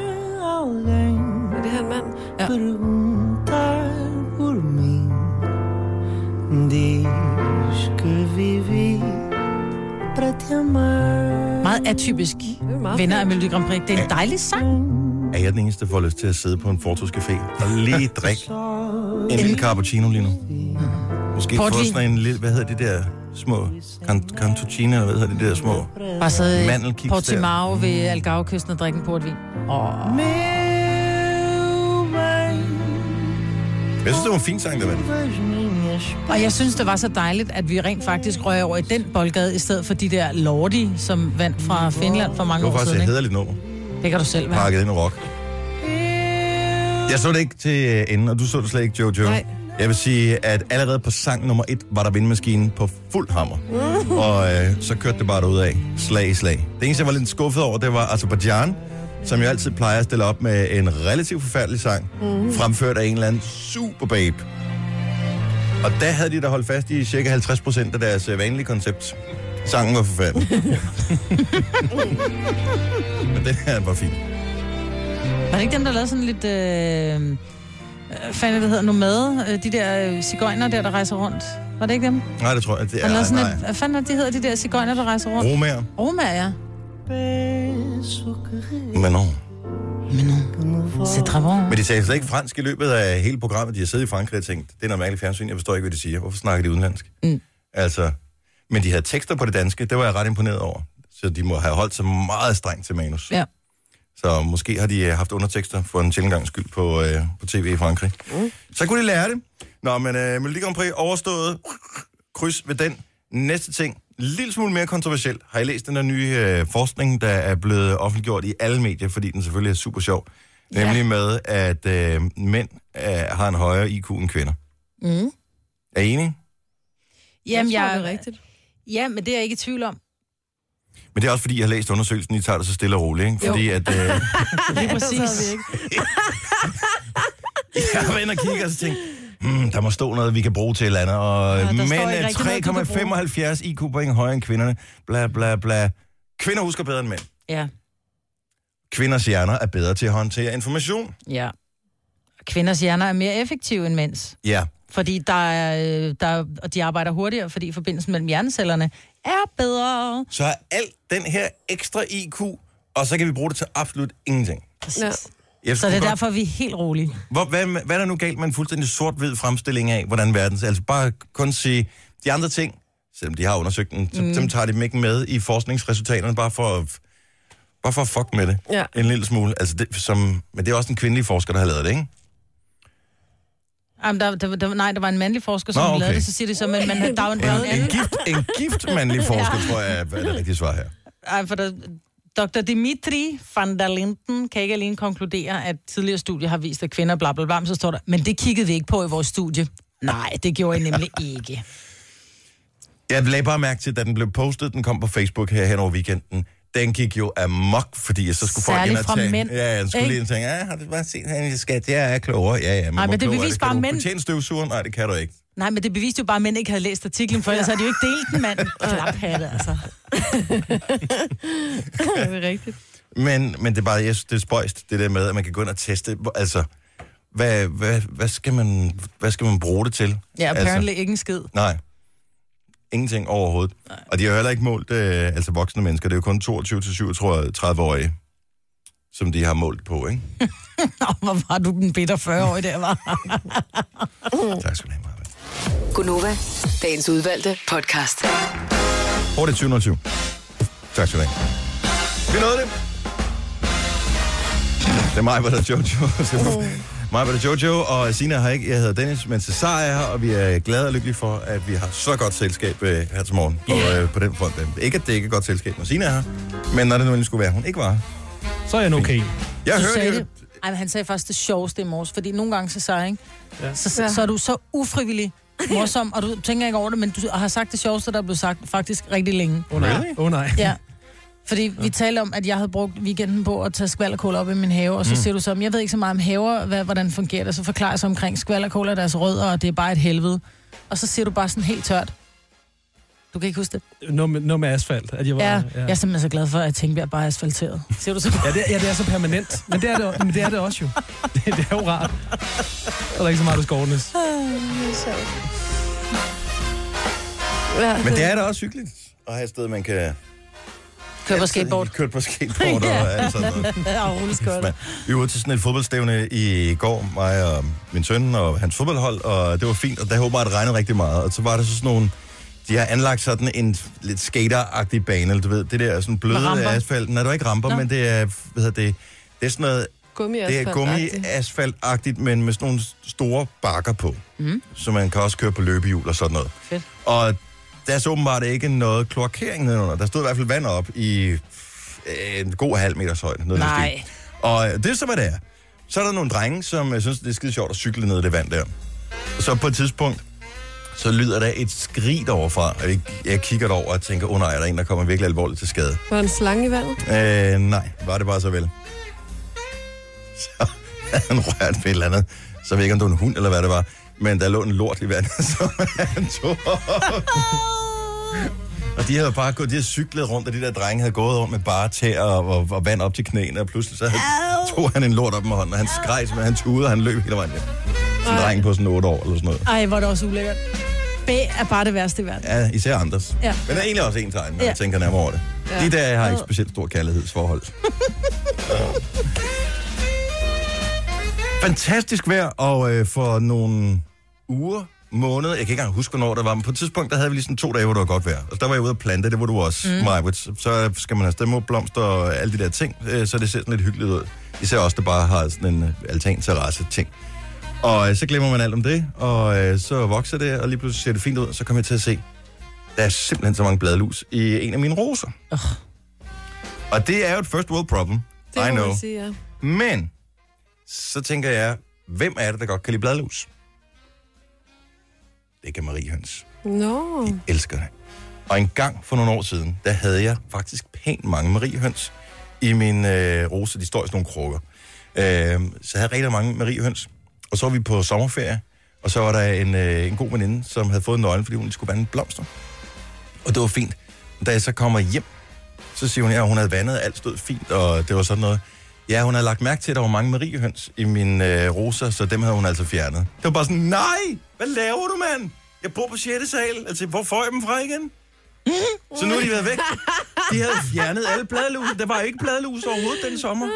Speaker 4: Er det her en mand?
Speaker 3: Meget atypisk
Speaker 4: Det er meget
Speaker 3: vinder af Melodi Grand Prix. Det er en dejlig sang.
Speaker 1: Er jeg den eneste, der får lyst til at sidde på en fortorskafé og lige drikke en lille cappuccino lige nu? Måske få
Speaker 3: Portvin.
Speaker 1: sådan en lille, hvad hedder de der små can- cantuccine, eller hvad hedder de der små?
Speaker 3: Bare sidde i
Speaker 1: Mandelkiks
Speaker 3: Portimao ved Algarvekysten og drikke en portvin. Åh,
Speaker 1: Jeg synes, det var en fin sang, der var det.
Speaker 3: Og jeg synes, det var så dejligt, at vi rent faktisk røg over i den boldgade, i stedet for de der lordi, som vandt fra Finland for mange
Speaker 1: Det var
Speaker 3: år
Speaker 1: faktisk
Speaker 3: siden.
Speaker 1: et
Speaker 3: Ikke?
Speaker 1: hederligt nummer.
Speaker 3: Det kan du selv være.
Speaker 1: pakket ind i rock. Jeg så det ikke til øh, enden, og du så det slet ikke, Jojo.
Speaker 4: Nej.
Speaker 1: Jeg vil sige, at allerede på sang nummer et var der vindmaskinen på fuld hammer. Og øh, så kørte det bare af, slag i slag. Det eneste, jeg var lidt skuffet over, det var Azerbaijan, som jeg altid plejer at stille op med en relativt forfærdelig sang,
Speaker 3: Mhm.
Speaker 1: mm. fremført af en eller anden superbabe. Og der havde de da holdt fast i cirka 50 procent af deres øh, vanlige koncept. Sangen var forfærdelig. Men den her var fin.
Speaker 3: Var det ikke dem, der lavede sådan lidt... Øh, øh, fanden, det hedder nu med? Øh, De der øh, cigøjner der, der rejser rundt. Var det ikke dem?
Speaker 1: Nej, det tror jeg. Det er,
Speaker 3: Han lavede sådan
Speaker 1: nej.
Speaker 3: et, hvad fanden er det, de hedder, de der cigøjner, der rejser rundt?
Speaker 1: Romager.
Speaker 3: Roma, ja.
Speaker 1: Men, no.
Speaker 3: Men nu, c'est très bon.
Speaker 1: Men de taler slet ikke fransk i løbet af hele programmet. De har siddet i Frankrig og tænkt, det er noget mærkeligt fjernsyn, jeg forstår ikke, hvad de siger. Hvorfor snakker de udenlandsk?
Speaker 3: Mm.
Speaker 1: Altså, men de havde tekster på det danske, det var jeg ret imponeret over. Så de må have holdt sig meget strengt til manus.
Speaker 3: Ja.
Speaker 1: Så måske har de øh, haft undertekster for en sjældent gang skyld på, øh, på tv i Frankrig. Mm. Så kunne de lære det. Nå, men øh, Melodi Grand Prix overstået. Kryds ved den. Næste ting. Lille smule mere kontroversielt. Har I læst den der nye øh, forskning, der er blevet offentliggjort i alle medier, fordi den selvfølgelig er super sjov. Ja. Nemlig med, at øh, mænd øh, har en højere IQ end kvinder.
Speaker 3: Mm.
Speaker 1: Er I enige?
Speaker 3: Jamen,
Speaker 4: jeg
Speaker 3: jeg,
Speaker 4: tror, det er rigtigt.
Speaker 3: Ja, men det er jeg ikke i tvivl om.
Speaker 1: Men det er også fordi, jeg har læst undersøgelsen, I tager det så stille og roligt, ikke?
Speaker 3: Jo.
Speaker 1: Fordi at... Øh,
Speaker 3: Det er præcis.
Speaker 1: jeg var inde og kigge, og så tænkte, hmm, der må stå noget, vi kan bruge til et eller andet. Og ja,
Speaker 3: der står
Speaker 1: mænd
Speaker 3: ikke rigtig noget, du kan
Speaker 1: er 3,75 IQ-point højere end kvinderne. Bla, bla, bla. Kvinder husker bedre end mænd.
Speaker 3: Ja,
Speaker 1: Kvinders hjerner er bedre til at håndtere information.
Speaker 3: ja. Kvinders hjerner er mere effektive end mænds.
Speaker 1: Ja.
Speaker 3: Fordi der er, øh, der, er- og de arbejder hurtigere, fordi forbindelsen mellem hjernecellerne er bedre.
Speaker 1: Så er alt den her ekstra IQ, og så kan vi bruge det til absolut ingenting.
Speaker 4: Ja.
Speaker 1: Jeg
Speaker 3: Så det
Speaker 1: kunne
Speaker 3: er
Speaker 1: godt-
Speaker 3: derfor, vi er helt rolige.
Speaker 1: Hvor, hvad, hvad er der nu galt med en fuldstændig sort-hvid fremstilling af, hvordan verden ser? Altså bare kun sige, de andre ting, selvom de har undersøgt den, mm. dem tager de dem ikke med i forskningsresultaterne, bare for at, bare for at fuck med det.
Speaker 4: Ja.
Speaker 1: En lille smule. Altså det, som, men det er også en kvindelig forsker, der har lavet det, ikke?
Speaker 3: Jamen, der, der, der, nej, der var en mandlig forsker, som
Speaker 1: Nå,
Speaker 3: Nå, okay.
Speaker 1: okay.
Speaker 3: lavede det, så siger de så, men man, der er jo en, der er jo en
Speaker 1: En, en,
Speaker 3: anden.
Speaker 1: gift, en gift mandlig forsker, tror jeg, er det rigtige svar her.
Speaker 3: Ej, for der, Dr. Dimitri van der Linden kan ikke alene konkludere, at tidligere studier har vist, at kvinder bla bla bla, men så står der, men det kiggede vi ikke på i vores studie. Nej, det gjorde jeg nemlig ikke.
Speaker 1: Jeg lagde bare mærke til, da den blev postet, den kom på Facebook her hen over weekenden, den gik jo amok, fordi så skulle folk
Speaker 3: Særligt
Speaker 1: ind og
Speaker 3: fra
Speaker 1: tage...
Speaker 3: mænd,
Speaker 1: Ja, den skulle
Speaker 3: ikke?
Speaker 1: lige ind og tænke, ja, har du bare set, at jeg skat, jeg er klogere. Ja, ja, men,
Speaker 3: Ej,
Speaker 1: hvor
Speaker 3: men det
Speaker 1: klog er
Speaker 3: beviser
Speaker 1: Kan
Speaker 3: bare
Speaker 1: du
Speaker 3: mænd.
Speaker 1: Betjene støvsugeren? Nej, det kan du ikke.
Speaker 3: Nej, men det beviste jo bare, at mænd ikke havde læst artiklen, for ellers havde de jo ikke delt den, mand. Klaphatte, altså.
Speaker 4: Ja, det er rigtigt.
Speaker 1: Men, men det er bare, jeg synes, det er spøjst, det der med, at man kan gå ind og teste, hvor- altså, hvad, hvad, hvad, skal, man, hvad skal man bruge det til?
Speaker 3: Ja, apparently
Speaker 1: altså,
Speaker 3: altså. ikke en skid.
Speaker 1: Nej. Ingenting overhovedet. Nej. Og de har heller ikke målt, øh, altså voksne mennesker, det er jo kun 22-37-årige, som de har målt på, ikke?
Speaker 3: Nå, hvor var du den bitter 40-årige der, var?
Speaker 1: Tak skal du have, Marvind.
Speaker 5: Gunova, dagens udvalgte podcast.
Speaker 1: 28.20. Tak skal du have. Vi nåede det. Det er mig, hvor der er Jojo. Mig, hvor der er Jojo, og Sina har ikke. Jeg hedder Dennis, men Cesar er her, og vi er glade og lykkelige for, at vi har så godt selskab øh, her til morgen. Og, øh, på den front. øh, Ikke, at det ikke er godt selskab, når Sina er her, men når det nu endelig skulle være, hun ikke var her.
Speaker 2: Så er jeg en okay.
Speaker 1: Jeg
Speaker 3: Du sagde
Speaker 1: hørte jo...
Speaker 3: det. Ej, men han sagde faktisk det sjoveste i morges, fordi nogle gange så sagde jeg, ikke? Ja. Så, så, så er du så ufrivillig morsom, og du tænker ikke over det, men du har sagt det sjoveste, der blev sagt faktisk rigtig længe.
Speaker 2: Åh oh, nej. Åh oh, nej.
Speaker 3: Ja. Fordi vi talte om, at jeg havde brugt weekenden på at tage skvalderkål op i min have, og så mm. siger du så, "Men jeg ved ikke så meget om haver, hvad, hvordan fungerer det, så forklarer jeg så omkring skvalderkål og deres rødder, og det er bare et helvede. Og så siger du bare sådan helt tørt. Du kan ikke huske det.
Speaker 2: Noget med, noget med asfalt. At jeg var,
Speaker 3: Ja, ja. jeg er simpelthen så glad for, at Tingbjerg bare er asfalteret. Siger du så
Speaker 2: Ja, det, ja, det er så permanent. Men det er det, men det, er det også jo. Det, det er jo rart. Så er der ikke så meget, der skal ordnes.
Speaker 4: Ja.
Speaker 1: Men det er da også hyggeligt at have et sted, man kan...
Speaker 3: køber på skateboard.
Speaker 1: Kørt på skateboard og alt sådan noget.
Speaker 3: Ja, og rulleskøjter.
Speaker 1: Man, vi var til sådan et fodboldstævne i går, mig og min søn og hans fodboldhold, og det var fint, og der håber at det regnede rigtig meget. Og så var der så sådan nogle, de har anlagt sådan en lidt skateragtig bane, eller du ved, det der sådan bløde
Speaker 3: Med ramper.
Speaker 1: af asfalten. Nej, det var ikke ramper,
Speaker 3: Nå.
Speaker 1: men det er, hvad hedder det, det er sådan noget,
Speaker 4: Gummi
Speaker 1: det er gummi-asfaltagtigt, men med sådan nogle store bakker på. Mm. Så man kan også køre på løbehjul og sådan noget.
Speaker 3: Fedt.
Speaker 1: Og der er så åbenbart ikke noget kloakering nedenunder. Der stod i hvert fald vand op i øh, en god halv meters højde. Noget i den
Speaker 3: Nej.
Speaker 1: stil. Og øh, det er så, hvad det er. Så er der nogle drenge, som øh, synes, det er skide sjovt at cykle ned i det vand der. Så på et tidspunkt, så lyder der et skrig derovre og jeg, jeg kigger derover og tænker, åh oh, nej, er der en, der kommer virkelig alvorligt til skade?
Speaker 4: Var der en slange i vandet?
Speaker 1: Øh, nej, var det bare så vel. Så havde han rørt ved et eller andet. Så ved jeg ikke, om det var en hund eller hvad det var. Men der lå en lort i vandet, som han tog op. Og de havde bare gået, de havde cyklet rundt, og de der drenge havde gået rundt med bare tæer og, og, og vand op til knæene, og pludselig så havde, tog han en lort op med hånden, og han skreg, men han tudede, og han løb hele vejen hjem. Sådan en dreng på sådan 8 år eller sådan noget.
Speaker 3: Ej, hvor er det også ulækkert. B er bare det værste i verden.
Speaker 1: Ja, især Anders.
Speaker 3: Ja.
Speaker 1: Men der er egentlig også en tegn, når ja.
Speaker 3: Ja.
Speaker 1: jeg tænker nærmere over det. Ja. De der har ikke specielt stor kærlighedsforhold. Fantastisk vejr, og øh, for nogle uger, måneder, jeg kan ikke engang huske, hvornår det var, men på et tidspunkt, der havde vi lige sådan to dage, hvor det var godt vejr. Og der var jeg ude og plante, det var du også, mm. Så, så skal man have stemme blomster og alle de der ting, øh, så det ser sådan lidt hyggeligt ud. Især også, der bare har sådan en øh, altan-terrasse-ting. Og øh, så glemmer man alt om det, og øh, så vokser det, og lige pludselig ser det fint ud, og så kommer jeg til at se, der er simpelthen så mange bladlus i en af mine roser. Oh. Og det er jo et first world problem,
Speaker 4: Det
Speaker 1: I
Speaker 4: må
Speaker 1: know.
Speaker 4: man sige, ja.
Speaker 1: Men så tænker jeg, hvem er det, der godt kan lide bladlus? Det kan Marie Høns.
Speaker 4: Nå,
Speaker 1: De elsker det. Og en gang for nogle år siden, der havde jeg faktisk pænt mange mariehøns i min øh, rose. Øhm, De står i sådan nogle krukker. Øh, så jeg havde rigtig mange mariehøns. Og så var vi på sommerferie, Og så var der en, øh, en god veninde, som havde fået nøglen, fordi hun skulle vande blomster. Og det var fint. Da jeg så kommer hjem, så siger hun, ja, hun havde vandet, alt stod fint, og det var sådan noget. Ja, hun havde lagt mærke til, at der var mange mariehøns i min øh, roser, så dem havde hun altså fjernet. Det var bare sådan, nej, hvad laver du, mand? Jeg bor på 6. sal. Altså, hvor får jeg dem fra igen? Så nu er de været væk. De havde fjernet alle bladlus. Der var ikke bladlus overhovedet den sommer.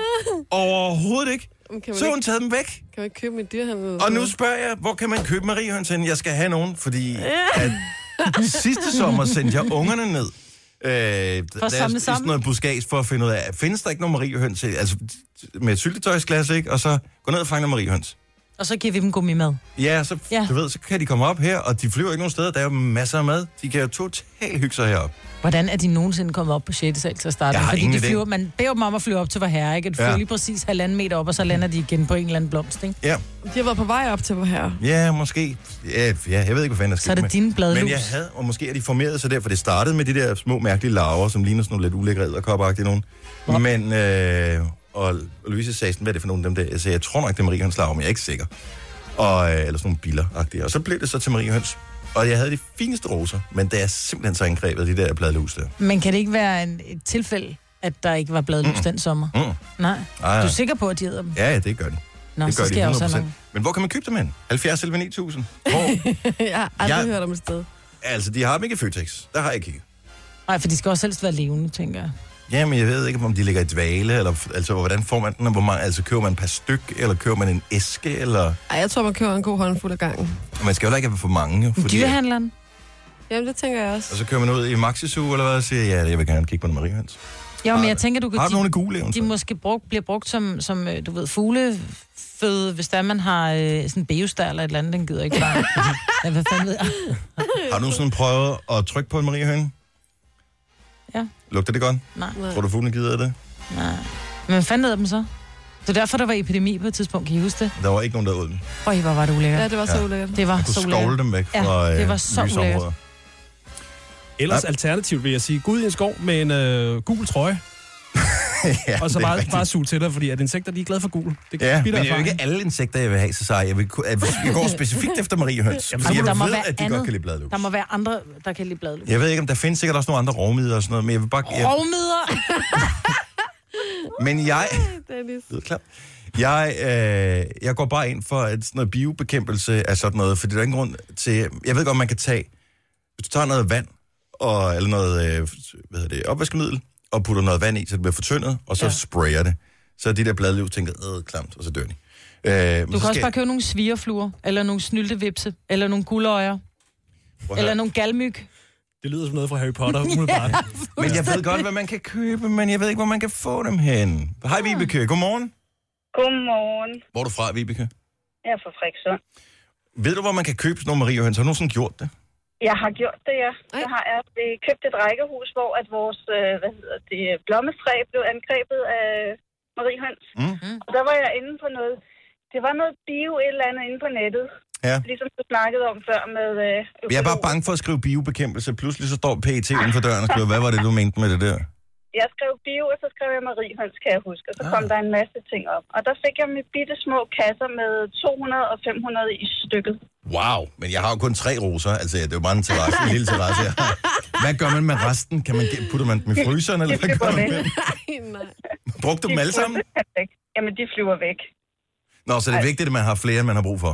Speaker 1: Overhovedet ikke.
Speaker 4: Men kan man
Speaker 1: Så har hun
Speaker 4: ikke-
Speaker 1: taget dem væk.
Speaker 4: Kan man ikke købe dem i dyrhandel?
Speaker 1: Og nu spørger jeg, hvor kan man købe mariehøns henne? Jeg skal have nogen, fordi at sidste sommer sendte jeg ungerne ned. Øh, for
Speaker 3: at samle sammen?
Speaker 1: Sådan noget buskage for at finde ud af, findes der ikke nogen mariehøns? Altså med et syltetøjsglas, ikke? Og så gå ned og fange noget mariehøns.
Speaker 3: Og så giver vi dem gummi med.
Speaker 1: Ja, så, ja.
Speaker 3: Ja.
Speaker 1: Du ved, så kan de komme op her, og de flyver ikke nogen steder. Der er jo masser af mad. De kan jo totalt hygge sig heroppe.
Speaker 3: Hvordan er de nogensinde kommet op på 6. sal til at starte?
Speaker 1: Jeg
Speaker 3: med?
Speaker 1: har
Speaker 3: Fordi
Speaker 1: ingen
Speaker 3: de
Speaker 1: idé.
Speaker 3: flyver, man beder dem om at flyve op til vor herre, ikke? De flyver
Speaker 1: Ja.
Speaker 3: lige præcis halvanden meter op, og så lander de igen på en eller anden blomst, ikke?
Speaker 1: Ja,
Speaker 4: De har været på vej op til vor her.
Speaker 1: ja måske. Ja, ja, jeg ved ikke, hvad fanden der
Speaker 3: Så er det
Speaker 1: med-
Speaker 3: dine bladlus.
Speaker 1: Men jeg havde, og måske er de formeret sig derfor. Det startede med de der små mærkelige larver, som ligner sådan nogle lidt ulækre æderkopperagtige nogen. Men, øh, og Louise sagde sådan, hvad er det for nogle af dem der? Jeg sagde, jeg tror nok, det er Marie Høns larver, men jeg er ikke sikker. Og, øh, eller sådan nogle biller Og så blev det så til Marie Høns. Og jeg havde de fineste roser, men det er simpelthen så angrebet af de der bladlus der.
Speaker 3: Men kan det ikke være en, et tilfælde, at der ikke var bladlus mm. den sommer?
Speaker 1: Mm.
Speaker 3: Nej.
Speaker 1: Ej.
Speaker 3: Du er sikker på, at de æder dem?
Speaker 1: Ja, ja, det gør de.
Speaker 3: Nå,
Speaker 1: det gør
Speaker 3: så skal
Speaker 1: de
Speaker 3: jeg også
Speaker 1: 100%.
Speaker 3: have nogle.
Speaker 1: Men hvor kan man købe dem hen? 70 eller 9000? Hvor?
Speaker 4: Jeg har aldrig
Speaker 1: Jeg-
Speaker 4: hørt om et sted.
Speaker 1: altså, de har dem ikke i Føtex. Der har jeg kigget.
Speaker 3: Nej, for de skal også helst være levende, tænker jeg.
Speaker 1: Jamen, jeg ved ikke, om de ligger i dvale, eller altså, hvordan får man den, og hvor mange, altså, køber man per styk, eller køber man en æske, eller...
Speaker 4: Ej, jeg tror, man køber en god håndfuld af gangen.
Speaker 1: Man skal jo heller ikke have for mange, jo, fordi...
Speaker 3: Dyrehandleren?
Speaker 4: Jamen, det tænker jeg også.
Speaker 1: Og så kører man ud i Maxisu, eller hvad, og siger, ja, jeg vil gerne kigge på noget mariehøns.
Speaker 3: Jo,
Speaker 1: Har-
Speaker 3: men jeg tænker, du kan...
Speaker 1: Har du
Speaker 3: de-
Speaker 1: nogle af gule,
Speaker 3: de
Speaker 1: eventuelt?
Speaker 3: måske brugt, bliver brugt som, som øh, du ved, fugleføde, hvis der man har øh, sådan en beostær eller et eller andet, den gider ikke bare. ja, hvad fanden ved jeg?
Speaker 1: Har du sådan prøvet at trykke på en mariehøne?
Speaker 3: Ja.
Speaker 1: Lugter det godt?
Speaker 3: Nej,
Speaker 4: Nej.
Speaker 1: Tror du, fuglene gider det?
Speaker 3: nej. Men hvad fanden hedder dem så? Det er derfor, der var epidemi på et tidspunkt, kan I huske det?
Speaker 1: Der var ikke nogen, der åd dem.
Speaker 3: Øj, hvor var det ulækkert.
Speaker 4: Ja, det var så
Speaker 1: Ja.
Speaker 4: ulækkert.
Speaker 3: Det var
Speaker 1: Man
Speaker 3: så
Speaker 1: kunne skovle
Speaker 3: ulækkert.
Speaker 1: dem væk
Speaker 3: Ja,
Speaker 1: fra
Speaker 3: det
Speaker 1: øh,
Speaker 3: var så
Speaker 1: lysområder.
Speaker 3: ulækkert.
Speaker 2: Ellers
Speaker 1: Ja.
Speaker 2: alternativt vil jeg sige, gå ud i en skov med en øh, gul trøje,
Speaker 1: ja,
Speaker 2: og så
Speaker 1: det er
Speaker 2: bare,
Speaker 1: rigtigt.
Speaker 2: bare suge til dig, fordi at insekter, de er glade for gul. Det
Speaker 1: Ja, men
Speaker 2: bitter
Speaker 1: det er jo
Speaker 2: erfaring.
Speaker 1: ikke alle insekter, jeg vil have, så sej. Jeg, vil, ku- jeg, jeg går specifikt efter mariehøns. Jamen,
Speaker 2: så må
Speaker 1: jeg
Speaker 2: der
Speaker 1: ved,
Speaker 3: må
Speaker 1: at
Speaker 3: være
Speaker 1: de godt
Speaker 3: andet.
Speaker 1: kan lide bladlus.
Speaker 3: Der må være andre, der kan lide bladlus.
Speaker 1: Jeg ved ikke, om der findes sikkert også nogle andre rovmider og sådan noget, men jeg vil bare... Jeg,
Speaker 3: Rovmider!
Speaker 1: men jeg...
Speaker 4: Dennis.
Speaker 1: Det er klart. Jeg, øh, jeg går bare ind for at sådan noget biobekæmpelse af sådan noget, fordi der er ingen grund til... Jeg ved godt, man kan tage... Hvis du tager noget vand, og, eller noget øh, hvad hedder det, opvaskemiddel, og putter noget vand i, så det bliver fortyndet, og så ja. sprayer det. Så er de der bladløv tænker, øh, klamt, og så dør de. Øh,
Speaker 3: Du kan også bare købe nogle svigerfluer, eller nogle snyltevipse, eller nogle guldøjer, eller nogle galmyg.
Speaker 2: Det lyder som noget fra Harry Potter, umiddelbart.
Speaker 1: Men jeg ved godt, hvad man kan købe, men jeg ved ikke, hvor man kan få dem hen.
Speaker 3: Ah.
Speaker 1: Hej, Vibeke. Godmorgen.
Speaker 8: Godmorgen.
Speaker 1: Hvor er du fra, Vibeke?
Speaker 8: Jeg er fra Frederikssund.
Speaker 1: Ved du, hvor man kan købe sådan nogle mariehøns? Har du nogensinde gjort det?
Speaker 8: Jeg har gjort det, ja.
Speaker 4: Ej.
Speaker 8: Jeg har jeg øh, købt et rækkehus, hvor at vores øh, hvad hedder det, blommetræ blev angrebet af mariehøns.
Speaker 1: Mm.
Speaker 8: Og der var jeg inde på noget. Det var noget bio et eller andet inde på nettet.
Speaker 1: Ja.
Speaker 8: Ligesom du snakkede om før med... Øh,
Speaker 1: Jeg er bare
Speaker 8: økologer.
Speaker 1: bange for at skrive biobekæmpelse. Pludselig så står PET uden for døren og skriver, hvad var det, du mente med det der?
Speaker 8: Jeg skrev bio, og så skrev jeg mariehøns, kan jeg huske. Og så
Speaker 1: Ah.
Speaker 8: kom der en masse ting op. Og der fik jeg med bitte små kasser med 200 og 500 i stykket.
Speaker 1: Wow, men jeg har jo kun tre roser. Altså, det er jo bare en terrasse, en lille terrasse, jeg har. Hvad gør man med resten? Kan man, ge- putter man dem i fryseren, eller hvad gør man med dem?
Speaker 4: Ej, nej.
Speaker 1: Brugte du dem alle sammen?
Speaker 8: Væk. Jamen, de flyver væk.
Speaker 1: Nå, så det er vigtigt, at man har flere, end man har brug for.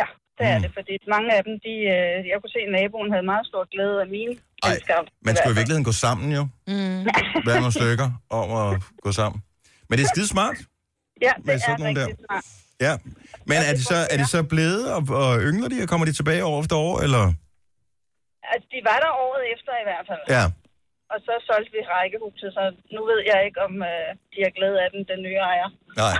Speaker 8: Ja, det
Speaker 1: Mm.
Speaker 8: er det, fordi mange af dem, de, øh, jeg kunne se, at naboen havde meget stor glæde af mine.
Speaker 1: Ej,
Speaker 8: Den skam.
Speaker 1: Man skulle i virkeligheden gå sammen, jo. Mm. Være nogle stykker om at gå sammen. Men det er skide smart.
Speaker 8: Ja,
Speaker 1: med
Speaker 8: det
Speaker 1: sådan
Speaker 8: er
Speaker 1: nogle
Speaker 8: rigtig
Speaker 1: der.
Speaker 8: smart.
Speaker 1: Ja. Men er de så, er de så blevet, og, og yngler de, og kommer de tilbage år efter år, eller?
Speaker 8: Altså, de var der året efter i hvert fald. Ja.
Speaker 1: Ja.
Speaker 8: Og så solgte vi rækkehuset, så nu ved jeg ikke, om øh, de har glæde af den, den nye ejer.
Speaker 1: Nej.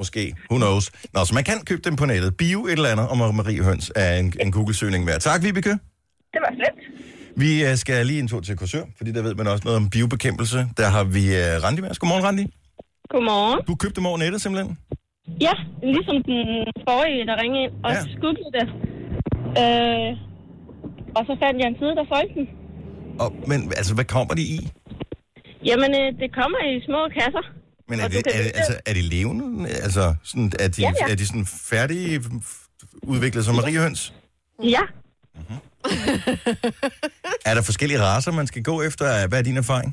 Speaker 1: Måske. Who knows. Nå, så man kan købe dem på nettet. Bio et eller andet, og Marie Høns er en, en Google-søgning værd. Tak, Vibeke.
Speaker 8: Det var slet.
Speaker 1: Vi øh, skal lige en tur til Korsør, fordi der ved man også noget om biobekæmpelse. Der har vi øh, Randi med os. Godmorgen, Randi.
Speaker 8: Godmorgen.
Speaker 1: Du købte dem over nettet simpelthen.
Speaker 8: Ja, ligesom den forrige, der ringede ind og
Speaker 1: Ja.
Speaker 8: skubbede det. Øh, og så fandt jeg en side, der solgte den.
Speaker 1: Og, men altså, hvad kommer de i?
Speaker 8: Jamen, øh, det kommer i små kasser.
Speaker 1: Men er,
Speaker 8: Og du
Speaker 1: det,
Speaker 8: kan
Speaker 1: er, det,
Speaker 8: vælge-
Speaker 1: altså, er de levende? Altså, sådan, er, de, ja,
Speaker 8: Ja,
Speaker 1: ja.
Speaker 8: ja.
Speaker 1: er de sådan færdige f- f- udviklet som mariehøns?
Speaker 9: Ja,
Speaker 1: Er der forskellige raser, man skal gå efter? Hvad er din erfaring?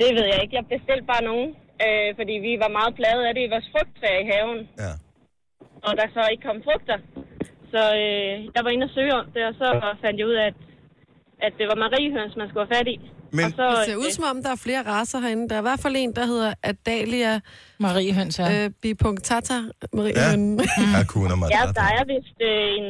Speaker 9: det ved jeg ikke. Jeg bestilte bare nogen, øh, fordi vi var meget plade af det i vores frugttræ i haven,
Speaker 1: Ja.
Speaker 9: og der så ikke kom frugter. Så øh, jeg var inde og søge om det, og så fandt jeg ud af, at, at det var mariehøns, man skulle have fat i.
Speaker 1: Men-
Speaker 9: og så, øh,
Speaker 4: Det ser ud som om, der er flere raser herinde. Der er i hvert fald en, der hedder Adalia
Speaker 3: Marie Høns her.
Speaker 4: øh, Bipunctata Marie.
Speaker 1: Ja.
Speaker 4: Ja.
Speaker 1: Hakuna
Speaker 9: Ja, der
Speaker 1: Matata.
Speaker 9: er vist øh, en...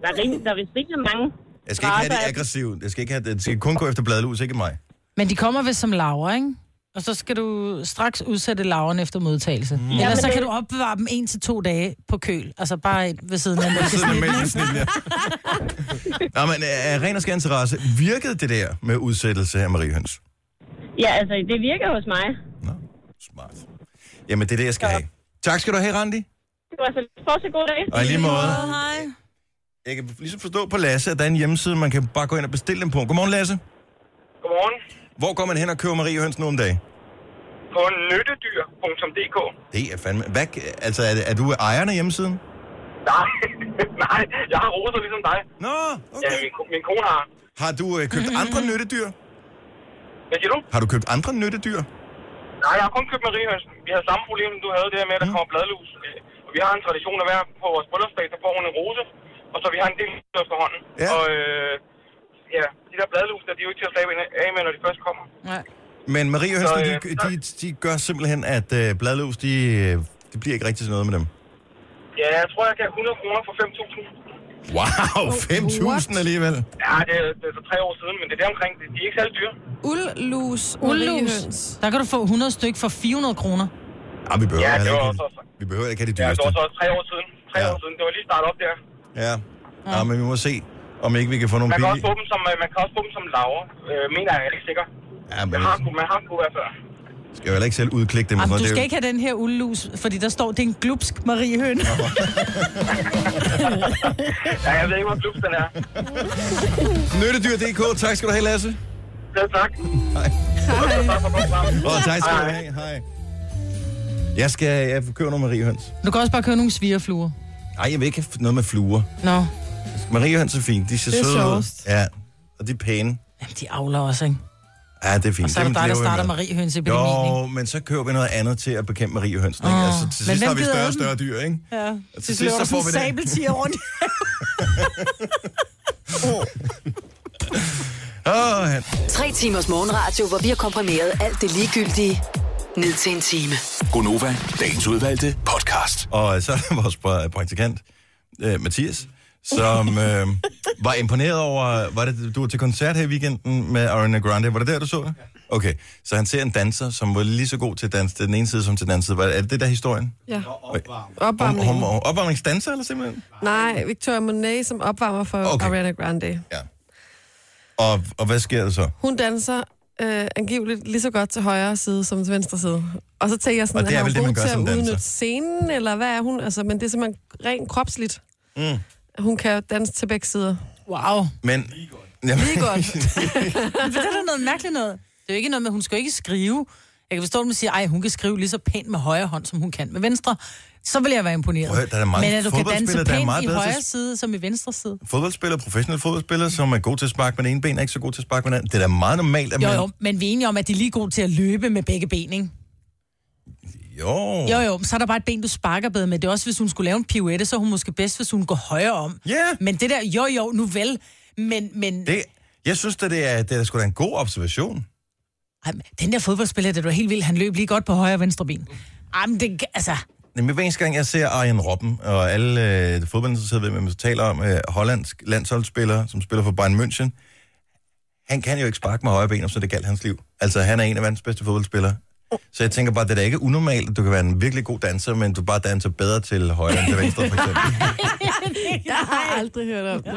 Speaker 9: Der er, rim, der er vist rigtig mange.
Speaker 1: Jeg skal ikke have
Speaker 9: raser
Speaker 1: det
Speaker 9: af-
Speaker 1: aggressivt. Jeg skal, ikke have det. Jeg skal kun gå efter bladlus, ikke mig.
Speaker 3: Men de kommer vist som laver, ikke? Og så skal du straks udsætte laveren efter modtagelse. Mm.
Speaker 9: Ja,
Speaker 3: Ellers
Speaker 9: men
Speaker 3: så kan
Speaker 9: det-
Speaker 3: du opbevare dem en til to dage på køl. Altså bare ved siden af
Speaker 1: Jeg sidder med
Speaker 3: mælkesnitten.
Speaker 1: en snit, ja. Nå, men uh, ren og skær interesse. Virkede det der med udsættelse af mariehøns?
Speaker 9: Ja, altså, det virker hos mig.
Speaker 1: Nå, smart. Jamen, det er det, jeg skal have. Tak skal du have, Randi.
Speaker 9: Det var så for så god dag.
Speaker 1: Og i lige måde.
Speaker 3: Hej.
Speaker 1: Jeg kan ligesom forstå på Lasse, at der er en hjemmeside, man kan bare gå ind og bestille dem på. Godmorgen, Lasse.
Speaker 10: Godmorgen.
Speaker 1: Hvor går man hen og køber mariehøns nu om dagen?
Speaker 10: På nyttedyr.dk.
Speaker 1: Det er fandme... Hvad, altså, er, det, er du ejeren af hjemmesiden?
Speaker 10: Nej, nej, jeg har roser ligesom dig.
Speaker 1: Nå,
Speaker 10: Ja,
Speaker 1: okay.
Speaker 10: min, ko- min kone har.
Speaker 1: Har du øh, købt andre nyttedyr?
Speaker 10: Hvad siger du?
Speaker 1: Har du købt andre nyttedyr?
Speaker 10: Nej, jeg har kun købt mariehøns. Vi har samme problem, som du havde, det her med,
Speaker 1: Mm.
Speaker 10: at der kommer bladlus. Øh, Og vi har en tradition at være på vores bryllupsdag, der får hun en rose. Og så vi har en del efterhånden.
Speaker 1: Ja.
Speaker 10: Og øh, ja, de der bladlus, der, de er jo ikke til at slappe af med, når de først kommer.
Speaker 3: Nej.
Speaker 1: Men mariehøns,
Speaker 10: Så,
Speaker 1: de,
Speaker 10: øh,
Speaker 1: de, de, de gør simpelthen, at øh, bladløs, de, øh, det bliver ikke rigtig til noget med dem.
Speaker 10: Ja, jeg tror, jeg gav 100 kroner for 5.000.
Speaker 1: Wow, 5.000 alligevel.
Speaker 10: Ja, det er, det er så tre år siden, men det er deromkring. De de er ikke særlig dyre.
Speaker 4: Ullus
Speaker 3: Ullus. Der kan du få 100 styk for 400 kroner.
Speaker 1: Ja, Ah, vi behøver,
Speaker 10: Ja, det
Speaker 1: heller
Speaker 10: var
Speaker 1: ikke,
Speaker 10: også-
Speaker 1: vi behøver ikke have de
Speaker 10: Ja,
Speaker 1: dyreste.
Speaker 10: det var så tre år siden. Tre
Speaker 1: Ja.
Speaker 10: år siden. Det var lige startet op der.
Speaker 1: Ja, ja. men vi må se, om ikke vi kan få nogle
Speaker 10: Man kan også
Speaker 1: billige...
Speaker 10: få dem som, øh, man kan også få dem som laver. Øh, mener jeg, jeg er ikke sikker.
Speaker 1: Ja,
Speaker 10: Jeg
Speaker 1: men
Speaker 10: har, kunnet- man har kunnet være før.
Speaker 1: skal jo heller ikke selv udklikke dem. og
Speaker 3: Jamen,
Speaker 1: sådan
Speaker 3: Altså, du
Speaker 1: noget.
Speaker 3: skal
Speaker 1: Det er jo-
Speaker 3: ikke have den her ullus, fordi der står, det er en glupsk mariehøn.
Speaker 10: Ja, jeg ved ikke, hvor klubs den er.
Speaker 1: Nyttedyr.dk, tak skal du have, Lasse.
Speaker 10: Selv tak. Hej. Tak for godt sammen.
Speaker 1: Og tak skal du have. Hej. Jeg skal jeg købe nogle mariehøns.
Speaker 3: Du kan også bare købe nogle svigerfluer.
Speaker 1: Nej, jeg vil ikke have noget med fluer.
Speaker 3: Nå,
Speaker 1: Mariehøns er fint. De ser
Speaker 4: Det er
Speaker 1: søde ud.
Speaker 4: sjovest.
Speaker 1: Ja, og de er pæne.
Speaker 3: Jamen, de avler også, ikke?
Speaker 1: Ja, det er fint.
Speaker 3: Og så er det
Speaker 1: Dem
Speaker 3: dig, der
Speaker 1: lever jeg
Speaker 3: starter
Speaker 1: med.
Speaker 3: mariehønsepidemien, ikke?
Speaker 1: Jo, men så køber vi noget andet til at bekæmpe mariehønsen, ikke?
Speaker 3: Åh,
Speaker 1: Altså, til
Speaker 3: men
Speaker 1: sidst
Speaker 3: hvem
Speaker 1: har vi
Speaker 3: gider
Speaker 1: større og
Speaker 3: dem?
Speaker 1: større dyr, ikke?
Speaker 3: Ja.
Speaker 1: Og til sidst, så får vi det.
Speaker 3: sabeltiger rundt.
Speaker 1: Åh, han.
Speaker 5: Tre timers morgenradio, hvor vi har komprimeret alt det ligegyldige ned til en time.
Speaker 11: Gonova, dagens udvalgte podcast.
Speaker 1: Og så er der vores pra- praktikant, øh, Mathias, som øh, var imponeret over... Var det, du var til koncert her i weekenden med Ariana Grande. Var det der, du så det? Okay, så han ser en danser, som var lige så god til at danse til den ene side som til den anden side. Var det, er det det der er historien?
Speaker 4: Ja.
Speaker 1: Om,
Speaker 4: Opvarmning.
Speaker 1: om, om, opvarmningsdanser, eller simpelthen?
Speaker 4: Nej, Victoria Monet, som opvarmer for
Speaker 1: Okay.
Speaker 4: okay. Ariana Grande.
Speaker 1: Ja. Og, og hvad sker der så?
Speaker 4: Hun danser øh, angiveligt lige så godt til højre side som til venstre side. Og så tænker jeg sådan,
Speaker 1: Og det er
Speaker 4: er
Speaker 1: vel
Speaker 4: hun
Speaker 1: det,
Speaker 4: god
Speaker 1: man gør
Speaker 4: til at
Speaker 1: som danser.
Speaker 4: udnytte scenen, eller hvad er hun? Altså, men det er simpelthen rent kropsligt. Mm. Hun kan danse til begge sider.
Speaker 3: Wow.
Speaker 1: Men... Jamen,
Speaker 4: Lige godt.
Speaker 3: Men det er da noget mærkeligt noget. Det er jo ikke noget med, hun skal jo ikke skrive. Jeg kan forstå, at man siger, at hun kan skrive lige så pænt med højre hånd, som hun kan med venstre. Så vil jeg være imponeret.
Speaker 1: Prøv at høre, der er mange
Speaker 3: Men at du kan danse
Speaker 1: fodboldspillere,
Speaker 3: pænt
Speaker 1: der er meget
Speaker 3: i
Speaker 1: bedre til-
Speaker 3: højre side som i venstre side.
Speaker 1: fodboldspillere, professionelle fodboldspillere, som er god til at sparke med den ene ben, er ikke så god til at sparke med den anden. Det er da meget normalt, at
Speaker 3: Jo,
Speaker 1: man...
Speaker 3: jo, men vi er enige om, at de er lige gode til at løbe med begge ben, ikke?
Speaker 1: Jo.
Speaker 3: Jo, jo, men så er der bare et ben, du sparker bedre med. Det er også, hvis hun skulle lave en pirouette, så er hun måske bedst, hvis hun går højere om.
Speaker 1: Ja.
Speaker 3: Men det der, jo, jo, nu vel. Men, men det...
Speaker 1: Det, jeg synes, da, det er, det er da sgu da en god observation.
Speaker 3: ej, men den der fodboldspiller, det var helt vildt. Han løb lige godt på højre og venstre ben. Ej, men det, altså,
Speaker 1: Jamen, hver eneste gang, jeg ser Arjen Robben og alle øh, fodboldinteresserede, ved, hvem man taler om, øh, hollandsk landsholdsspiller, som spiller for Bayern München, han kan jo ikke sparke med højre ben, så det galt hans liv. Altså, han er en af verdens bedste fodboldspillere. Så jeg tænker bare, det er da ikke unormalt, at du kan være en virkelig god danser, men du bare danser bedre til højre end til venstre, for eksempel.
Speaker 4: Jeg har aldrig hørt om det.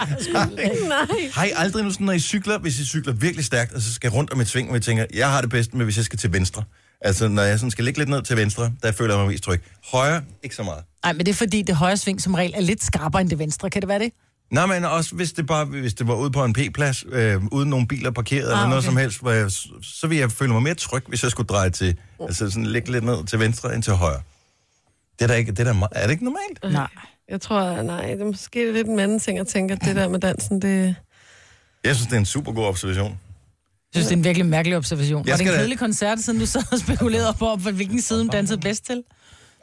Speaker 4: Nej.
Speaker 1: Har I aldrig nu sådan, når I cykler, hvis I cykler virkelig stærkt, og så skal rundt om et sving, hvor I tænker, jeg har det bedst med, hvis jeg skal til venstre. Altså, når jeg sådan skal ligge lidt ned til venstre, der føler jeg mig mest tryg. Højre, ikke så meget.
Speaker 3: Nej, men det er fordi, det højre sving som regel er lidt skarpere end det venstre. Kan det være det?
Speaker 1: Nej, men også hvis det bare hvis det var ude på en P-plads, øh, uden nogen biler parkeret ah, eller noget
Speaker 3: okay.
Speaker 1: som helst, hvor jeg, så- så ville jeg føle mig mere tryg, hvis jeg skulle dreje til, altså sådan ligge lidt ned til venstre end til højre. Det er da ikke, det er, da, me- er det ikke normalt?
Speaker 3: Nej.
Speaker 4: Jeg tror, at nej, det er måske lidt en anden ting at tænke, at det der med dansen, det...
Speaker 1: Jeg synes, det er en super god observation.
Speaker 3: Jeg synes, det er en virkelig mærkelig observation.
Speaker 1: Jeg
Speaker 3: Var det en
Speaker 1: skal da-
Speaker 3: kedelig koncert, siden du sad og spekulerede på, hvor- hvilken side hun dansede bedst til?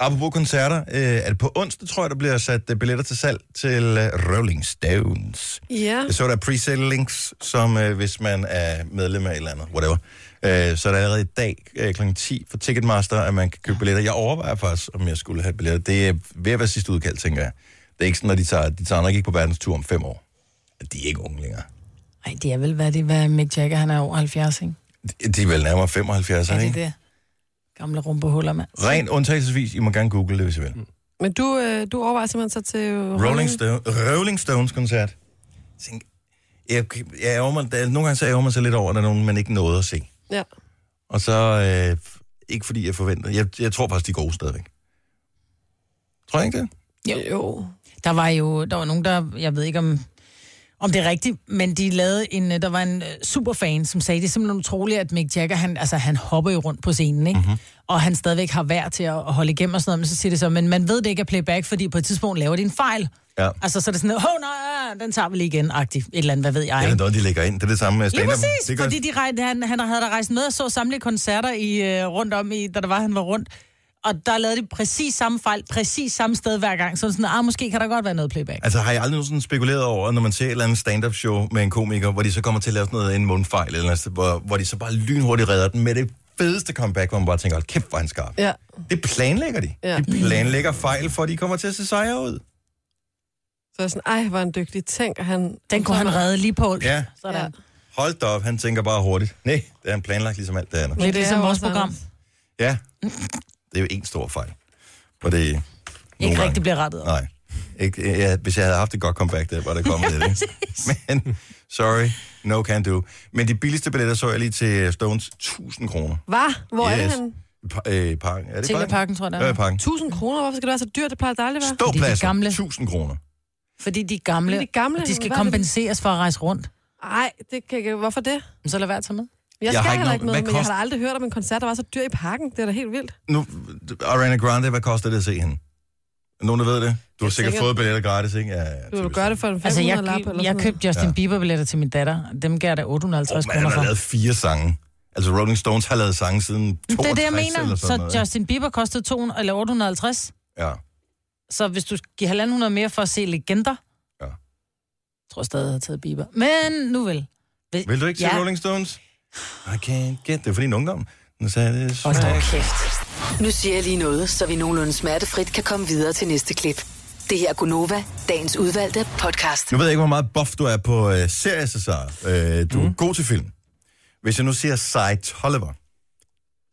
Speaker 1: Apropos koncerter, øh, er det på onsdag, tror jeg, der bliver sat øh, billetter til salg til øh, Rolling Stones.
Speaker 4: Ja,
Speaker 1: Jeg så, der er pre-sale links, som øh, hvis man er medlem af et eller andet, whatever. Øh, så er der allerede i dag øh, kl. 10 for Ticketmaster, at man kan købe billetter. Jeg overvejer faktisk, om jeg skulle have billetter. Det er ved at være sidste udkald, tænker jeg. Det er ikke sådan, at de tager, de tager nok ikke på verdenstur om fem år. De er ikke unge længere.
Speaker 3: Nej, det er vel, hvad det hvad Mick Jagger, han er over 70, ikke?
Speaker 1: De- De er vel nærmere 75,
Speaker 3: Er
Speaker 1: ikke?
Speaker 3: det det? Gamle rumpehuller, mand.
Speaker 1: Rent undtagelsesvis, I må gerne google det, hvis I vil. Mm.
Speaker 4: men du, øh, du overvejer simpelthen så til...
Speaker 1: Rolling, Stone, Rolling Stones-koncert. Jeg tænker, Jeg, jeg ærger mig, der, nogle gange så ærger man sig lidt over, at der er nogen, man ikke nåede at se.
Speaker 4: Ja.
Speaker 1: Og så, øh, ikke fordi jeg forventer, jeg, jeg tror faktisk, de er gode stadigvæk. Tror jeg ikke det?
Speaker 4: Jo. jo.
Speaker 3: Der var jo, der var nogen, der, jeg ved ikke om, om det er rigtigt, men de lavede en, øh, der var en øh, superfan, som sagde, det er simpelthen utroligt, at Mick Jagger, han, altså, han hopper jo rundt på scenen, ikke?
Speaker 1: Mhm.
Speaker 3: Mm-hmm. Og han stadigvæk har værd til at, at holde igennem og sådan noget, men så siger det så, men man ved det ikke er playback, fordi på et tidspunkt laver de en fejl.
Speaker 1: Ja.
Speaker 3: Altså, så er det sådan noget, åh nej, ah, den tager vi lige igen, agtigt. Et eller andet, hvad ved jeg,
Speaker 1: Eller
Speaker 3: ikke?
Speaker 1: noget, de lægger ind. Det er det samme med
Speaker 3: Lige
Speaker 1: stand-up.
Speaker 3: præcis,
Speaker 1: det
Speaker 3: det
Speaker 1: gør,
Speaker 3: fordi de rejde, han, han havde da rejst med og så samtlige koncerter i, øh, rundt om, i, da der var, han var rundt. Og der lavede de præcis samme fejl, præcis samme sted hver gang. Så sådan, ah, måske kan der godt være noget playback.
Speaker 1: Altså har jeg aldrig nogensinde spekuleret over, når man ser et eller andet stand-up show med en komiker, hvor de så kommer til at lave sådan noget, en mundfejl, eller noget, hvor, hvor de så bare lynhurtigt redder den med det fedeste comeback, hvor man bare tænker, hold kæft, hvor er han skarp.
Speaker 4: Ja. Mm.
Speaker 1: Det planlægger de.
Speaker 4: Ja.
Speaker 1: De planlægger fejl, for de kommer til at se sejre ud.
Speaker 4: Så er jeg sådan, ej, var en dygtig ting, og han...
Speaker 3: Den kunne han redde lige på.
Speaker 1: Ja.
Speaker 4: Ja.
Speaker 3: Sådan.
Speaker 1: Hold da op, han tænker bare hurtigt. Nej, det er han planlagt ligesom alt det andet.
Speaker 3: Lidt
Speaker 4: det er
Speaker 3: ligesom
Speaker 4: jo
Speaker 3: vores
Speaker 4: også
Speaker 3: program.
Speaker 4: Anders.
Speaker 1: Ja, det er jo en stor fejl. Og det er nogle
Speaker 3: Ikke
Speaker 1: gange-
Speaker 3: rigtig bliver rettet.
Speaker 1: Nej. Ikke, ja, hvis jeg havde haft et godt comeback, der var det kommet lidt. ikke? Men, sorry, no can do. Men de billigste billetter så jeg lige til Stones 1000 kroner.
Speaker 4: Hvad? Hvor yes. er
Speaker 1: Yes.
Speaker 4: det han?
Speaker 1: Pa- øh, parken. Er det
Speaker 3: Til parken, tror jeg,
Speaker 1: Ja,
Speaker 3: der.
Speaker 1: i parken.
Speaker 4: 1000 kroner? Hvorfor skal det være så dyrt? Det plejer det aldrig at være.
Speaker 3: Fordi de er
Speaker 1: Ståpladser,
Speaker 3: gamle.
Speaker 1: 1000 kroner.
Speaker 3: Fordi de
Speaker 4: Fordi
Speaker 3: er gamle,
Speaker 4: de er gamle,
Speaker 3: og de skal
Speaker 4: hvad er det?
Speaker 3: kompenseres for at rejse rundt.
Speaker 4: Nej, det kan ikke. Hvorfor det?
Speaker 3: Men Så lad være at tage med.
Speaker 4: Jeg,
Speaker 1: har
Speaker 4: skal
Speaker 1: ikke
Speaker 4: heller ikke
Speaker 1: noget-
Speaker 4: noget,
Speaker 1: hvad
Speaker 4: men jeg har
Speaker 1: kost-
Speaker 4: da aldrig hørt om en koncert, der var så dyr i parken. Det er da helt vildt.
Speaker 1: Nu, Ariana Grande, hvad koster det at se hende? Er Nogen, der ved det? Du har
Speaker 4: Jeg
Speaker 1: sikkert
Speaker 4: tænker-
Speaker 1: fået billetter gratis, ikke? Ja, ja,
Speaker 4: Du vil
Speaker 1: typisk.
Speaker 4: gøre det for en 500
Speaker 3: Altså, jeg,
Speaker 4: lap eller sådan
Speaker 3: jeg
Speaker 4: noget.
Speaker 3: købte Justin Bieber-billetter til min datter. Dem gav jeg da 850
Speaker 1: Man
Speaker 3: kroner
Speaker 1: har
Speaker 3: for.
Speaker 1: da lavet fire sange. Altså Rolling Stones har lavet sange siden 62
Speaker 3: Det er det, jeg
Speaker 1: eller
Speaker 3: mener.
Speaker 1: sådan noget.
Speaker 3: Så Justin Bieber kostede 200 eller 850.
Speaker 1: Ja.
Speaker 3: Så hvis du giver 1500 mere for at se legender,
Speaker 1: Ja.
Speaker 3: jeg tror stadig, jeg havde taget Bieber. Men nu vel.
Speaker 1: Vil du ikke se
Speaker 3: Ja.
Speaker 1: Rolling Stones? I can't get... Det var fordi en ungdom. Nu sagde jeg, det
Speaker 3: Hold da
Speaker 1: smager.
Speaker 3: kæft.
Speaker 5: Nu siger jeg lige noget, så vi nogenlunde smertefrit kan komme videre til næste klip. Det her er Gunova, dagens udvalgte podcast.
Speaker 1: Nu ved jeg ikke, hvor meget buff du er på øh, serier, Cesar. Øh, du mm. er god til film. Hvis jeg nu siger Cy Tolliver,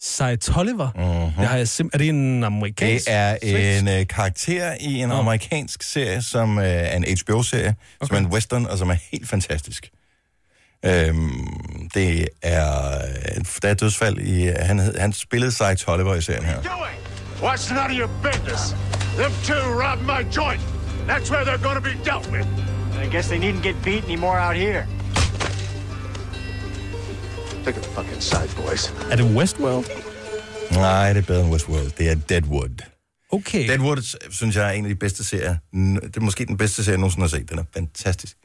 Speaker 2: Cy Tolliver. Uh-huh. Det har jeg sim- er det en
Speaker 1: Mhm. det
Speaker 2: amerikansk?
Speaker 1: er
Speaker 2: svensk?
Speaker 1: en øh, karakter i en amerikansk serie, som øh, er en HBO-serie, okay. som er en western, og som er helt fantastisk. Øhm, det er... Der er et dødsfald i... Han, hed- han spillede Cy Tolliver i serien her.
Speaker 12: doing? What's none of your business? Them two robbed my joint. That's where they're gonna be dealt with.
Speaker 13: I guess they needn't get beat anymore out here.
Speaker 14: Look at the fucking side, boys.
Speaker 2: Er det Westworld?
Speaker 1: Nej, det er bedre end Westworld. Det er Deadwood.
Speaker 2: Okay. Den...
Speaker 1: Deadwood, s- synes jeg, er en af de bedste serier. N- Det er måske den bedste serie, jeg nogensinde har set. Den er fantastisk.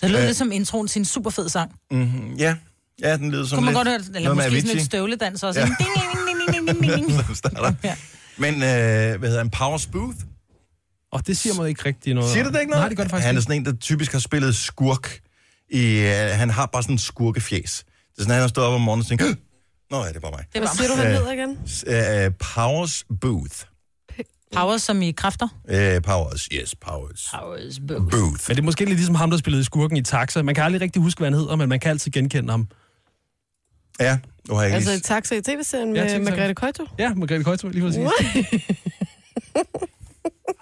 Speaker 3: Det lød lidt som introen til en super fed sang.
Speaker 1: Mm-hmm. Ja, ja den lyder som
Speaker 3: Kunne man
Speaker 1: lidt...
Speaker 3: godt høre, eller
Speaker 1: noget med
Speaker 3: måske sådan lidt
Speaker 1: Avicii.
Speaker 3: støvledans også.
Speaker 1: Ja.
Speaker 3: Ja. Ding, ding, ding, ding, ding, ding, ding.
Speaker 1: som starter.
Speaker 3: Ja.
Speaker 1: Men, øh, hvad hedder han, Powers Booth?
Speaker 2: Og det siger mig ikke rigtig noget.
Speaker 1: Siger det det ikke noget?
Speaker 2: Nej, det gør det faktisk
Speaker 1: Han er
Speaker 2: ikke.
Speaker 1: sådan en, der typisk har spillet skurk. I, øh, han har bare sådan en skurkefjes. Det er sådan, han har stået op om morgenen og tænkt, "Åh! Nå ja, det er bare mig.
Speaker 3: Det
Speaker 4: Hvad
Speaker 3: var
Speaker 4: siger du, han
Speaker 1: Øh.
Speaker 4: hedder igen?
Speaker 1: S- Øh, Powers Booth.
Speaker 3: power som i kræfter.
Speaker 1: Øh, Powers, yes, Powers.
Speaker 3: Powers
Speaker 1: Booth.
Speaker 2: Men det er måske lidt ligesom ham, der spillede i Skurken i Taxa. Man kan aldrig rigtig huske, hvad han hedder, men man kan altid genkende ham.
Speaker 1: Ja, nu har jeg ikke
Speaker 4: Altså,
Speaker 1: lige...
Speaker 4: taxa i tv-serien
Speaker 3: øh,
Speaker 4: med
Speaker 2: Ja,
Speaker 4: ja,
Speaker 2: TV-serien.
Speaker 4: Margrethe Køjto.
Speaker 2: Ja, Margrethe Køjtrup, lige præcis.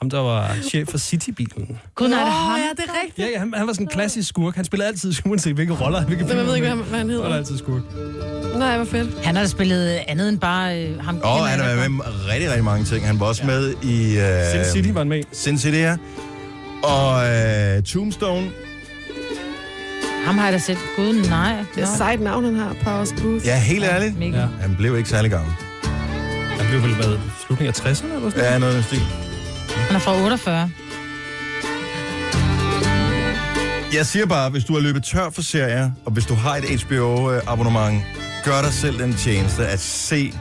Speaker 2: ham, der var chef for Citybilen.
Speaker 3: Gud, nej, det er ham.
Speaker 4: ja, det er rigtigt.
Speaker 2: Ja, ja han, han, var sådan en klassisk skurk. Han spillede altid, uanset hvilke roller, hvilke
Speaker 4: Men
Speaker 2: film.
Speaker 4: jeg ved ikke, hvad han- hvad han
Speaker 2: Han var
Speaker 4: hedder.
Speaker 2: altid skurk.
Speaker 4: Nej, hvor fedt.
Speaker 3: Han har da spillet andet end bare øh, ham.
Speaker 1: Åh, oh,
Speaker 3: kender
Speaker 1: han har
Speaker 3: jeg da
Speaker 1: været med i rigtig, rigtig mange ting. Han var også med i... Øh,
Speaker 2: Sin City var han med. i.
Speaker 1: Sin City, ja. Og øh, Tombstone.
Speaker 3: godt. Ham har jeg da set. Gud, nej.
Speaker 4: Det er
Speaker 3: Nå.
Speaker 4: sejt navn, han har. Powers Booth.
Speaker 1: Ja, helt ærligt.
Speaker 3: Mega.
Speaker 2: Ja.
Speaker 1: Han blev ikke særlig gammel.
Speaker 2: Han blev vel med i slutningen af 60'erne eller sådan noget.
Speaker 1: Ja, noget af den stil.
Speaker 3: Han er fra 48.
Speaker 1: Jeg siger bare, hvis du har løbet tør for serier, og hvis du har et HBO-abonnement, gør dig selv den tjeneste at se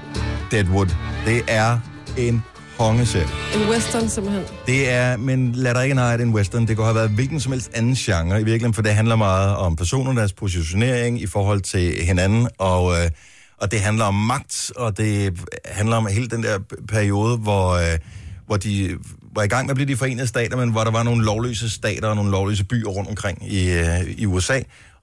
Speaker 1: Deadwood. Det er en kongeserie.
Speaker 4: En western simpelthen.
Speaker 1: Det er, men lad dig ikke nej, det er en western. Det kunne have været hvilken som helst anden genre i virkeligheden, for det handler meget om personerne, deres positionering i forhold til hinanden, og, øh, og det handler om magt, og det handler om hele den der periode, hvor, øh, hvor de var i gang med at blive de forenede stater, men hvor der var nogle lovløse stater og nogle lovløse byer rundt omkring i, øh, i USA.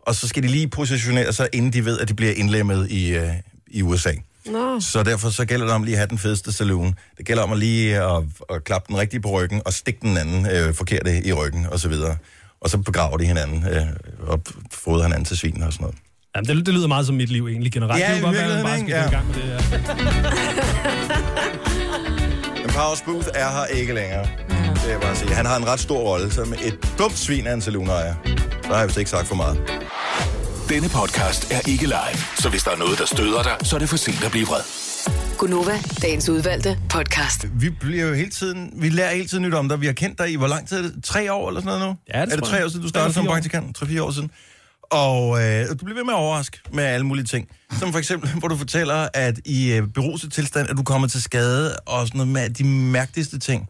Speaker 1: Og så skal de lige positionere sig, inden de ved, at de bliver indlemmet i, øh, i USA.
Speaker 4: Nå.
Speaker 1: Så derfor så gælder det om lige at have den fedeste saloon. Det gælder om at lige at, at klappe den rigtige på ryggen, og stikke den anden øh, forkerte i ryggen, og så videre. Og så begraver de hinanden, øh, og fodrer hinanden til svin og sådan noget.
Speaker 2: Jamen, det, det lyder meget som mit liv egentlig generelt.
Speaker 1: Ja,
Speaker 2: det
Speaker 1: i
Speaker 2: kunne godt være, at man bare skal
Speaker 1: virkeligheden,
Speaker 2: ja.
Speaker 1: ikke?
Speaker 2: i gang med det. Ja.
Speaker 1: Men Powers Booth er her ikke længere. Det vil jeg bare sige. Han har en ret stor rolle som et dumt svin af en saloonejer. Så har jeg vist ikke sagt for meget.
Speaker 6: Denne podcast er ikke live, så hvis der er noget, der støder dig, så er det for sent at blive vred.
Speaker 5: Gunova, dagens udvalgte podcast.
Speaker 1: Vi bliver jo hele tiden, vi lærer hele tiden nyt om dig. Vi har kendt dig i hvor lang tid? Er det? Tre år eller sådan noget nu?
Speaker 2: Ja, det
Speaker 1: er det
Speaker 2: tror
Speaker 1: tre
Speaker 2: jeg.
Speaker 1: år siden, du
Speaker 2: Tre
Speaker 1: startede
Speaker 2: eller
Speaker 1: som
Speaker 2: fire år.
Speaker 1: praktikant? Tre-fire år siden. Og øh, du bliver ved med at overraske med alle mulige ting. Som for eksempel, hvor du fortæller, at i øh, beruset tilstand er du kommet til skade, og sådan noget med de mærkeligste ting.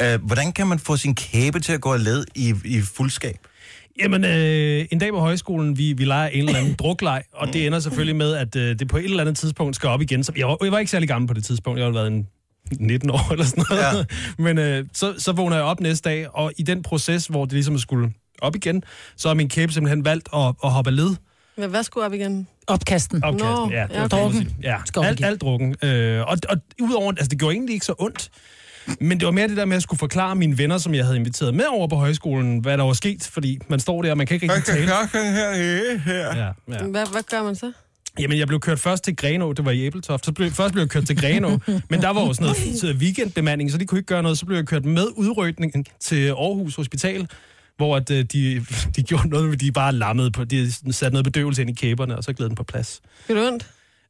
Speaker 1: Øh, hvordan kan man få sin kæbe til at gå af led i, i fuldskab?
Speaker 2: Jamen, øh, en dag på højskolen, vi, vi leger en eller anden drukleg, og det ender selvfølgelig med, at øh, det på et eller andet tidspunkt skal op igen. Så jeg, var, jeg var ikke særlig gammel på det tidspunkt, jeg har været en 19 år eller sådan noget. Ja. Men øh, så, så vågner jeg op næste dag, og i den proces, hvor det ligesom skulle op igen, så har min kæbe simpelthen valgt at, at hoppe af led.
Speaker 4: Men hvad skulle op igen?
Speaker 3: Opkasten.
Speaker 2: Opkasten,
Speaker 4: Nå,
Speaker 2: ja.
Speaker 4: ja,
Speaker 2: det kan man
Speaker 3: drukken.
Speaker 2: sige. Ja,
Speaker 3: Skal op
Speaker 2: alt,
Speaker 3: igen.
Speaker 2: alt drukken. Øh, og, og udover, altså det gjorde egentlig ikke så ondt, men det var mere det der med, at jeg skulle forklare mine venner, som jeg havde inviteret med over på højskolen, hvad der var sket, fordi man står der, og man kan ikke rigtig tale.
Speaker 1: her, her.
Speaker 2: Ja, ja.
Speaker 4: Hvad, hvad gør man så?
Speaker 2: Jamen, jeg blev kørt først til Grenå, det var i Æbletoft. Så blev, først blev jeg kørt til Grenå, men der var jo sådan noget så weekendbemanding, så de kunne ikke gøre noget. Så blev jeg kørt med udrykningen til Aarhus Hospital, hvor at, øh, de, de gjorde noget, hvor de bare lammede på. De satte noget bedøvelse ind i kæberne, og så gled den på plads.
Speaker 4: Gør det ondt?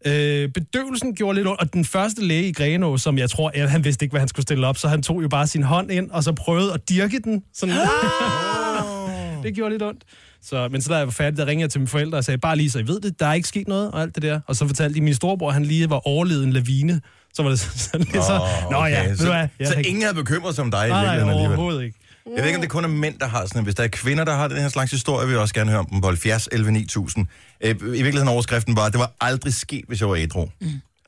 Speaker 2: Øh, bedøvelsen gjorde lidt ondt, og den første læge i Grenå, som jeg tror, ja, han vidste ikke, hvad han skulle stille op, så han tog jo bare sin hånd ind, og så prøvede at dirke den. Sådan,
Speaker 1: Ah!
Speaker 2: det gjorde lidt ondt. Så, men så da jeg var færdig, der ringede jeg til mine forældre og sagde, bare lige så I ved det, der er ikke sket noget og alt det der. Og så fortalte de, at min storebror, han lige var overlevet en lavine. Så var det sådan lidt så, nå ja, ved du hvad?
Speaker 1: så,
Speaker 2: Jeg
Speaker 1: så
Speaker 2: tænkte,
Speaker 1: ingen havde bekymret sig om dig i
Speaker 2: nej,
Speaker 1: virkeligheden
Speaker 2: nej,
Speaker 1: alligevel.
Speaker 2: overhovedet ikke.
Speaker 1: Jeg ved ikke, om det kun er mænd, der har sådan en. Hvis der er kvinder, der har den her slags historie, vil jeg også gerne høre om dem på 70 11 9000. Øh, I virkeligheden overskriften var, det var aldrig sket, hvis jeg var ædru.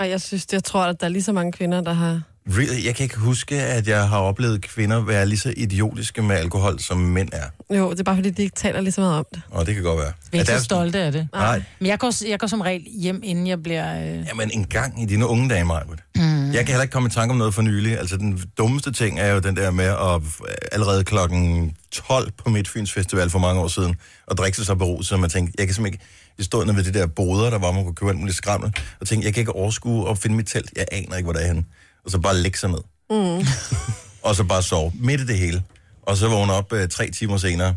Speaker 4: Ej, jeg synes, jeg tror, at der er lige så mange kvinder, der har...
Speaker 1: Really? Jeg kan ikke huske, at jeg har oplevet kvinder være lige så idiotiske med alkohol, som mænd er.
Speaker 4: Jo, det er bare fordi, de ikke taler lige så meget om det.
Speaker 1: Og det kan godt være.
Speaker 3: Vi er
Speaker 1: At
Speaker 3: ikke
Speaker 1: der
Speaker 3: så stolte af det.
Speaker 1: Nej,
Speaker 3: Men jeg går, jeg går som regel hjem, inden jeg bliver... Øh...
Speaker 1: Jamen, en gang i dine unge dage, Marvind. Mm. Jeg kan heller ikke komme i tanke om noget for nylig. Altså, den dummeste ting er jo den der med at øh, allerede klokken 12 på Midtfyns Festival for mange år siden, og drikke sig så beruset, og man tænkte, jeg kan simpelthen ikke... Vi stod nede ved det der boder, der var, man kunne købe alt muligt skrammel, og tænkte, jeg kan ikke overskue at finde mit telt. Jeg aner ikke, hvor det er henne. Og så bare lægge sig ned. Mm. og så bare sove midt i det hele. Og så vågne op øh, tre timer senere.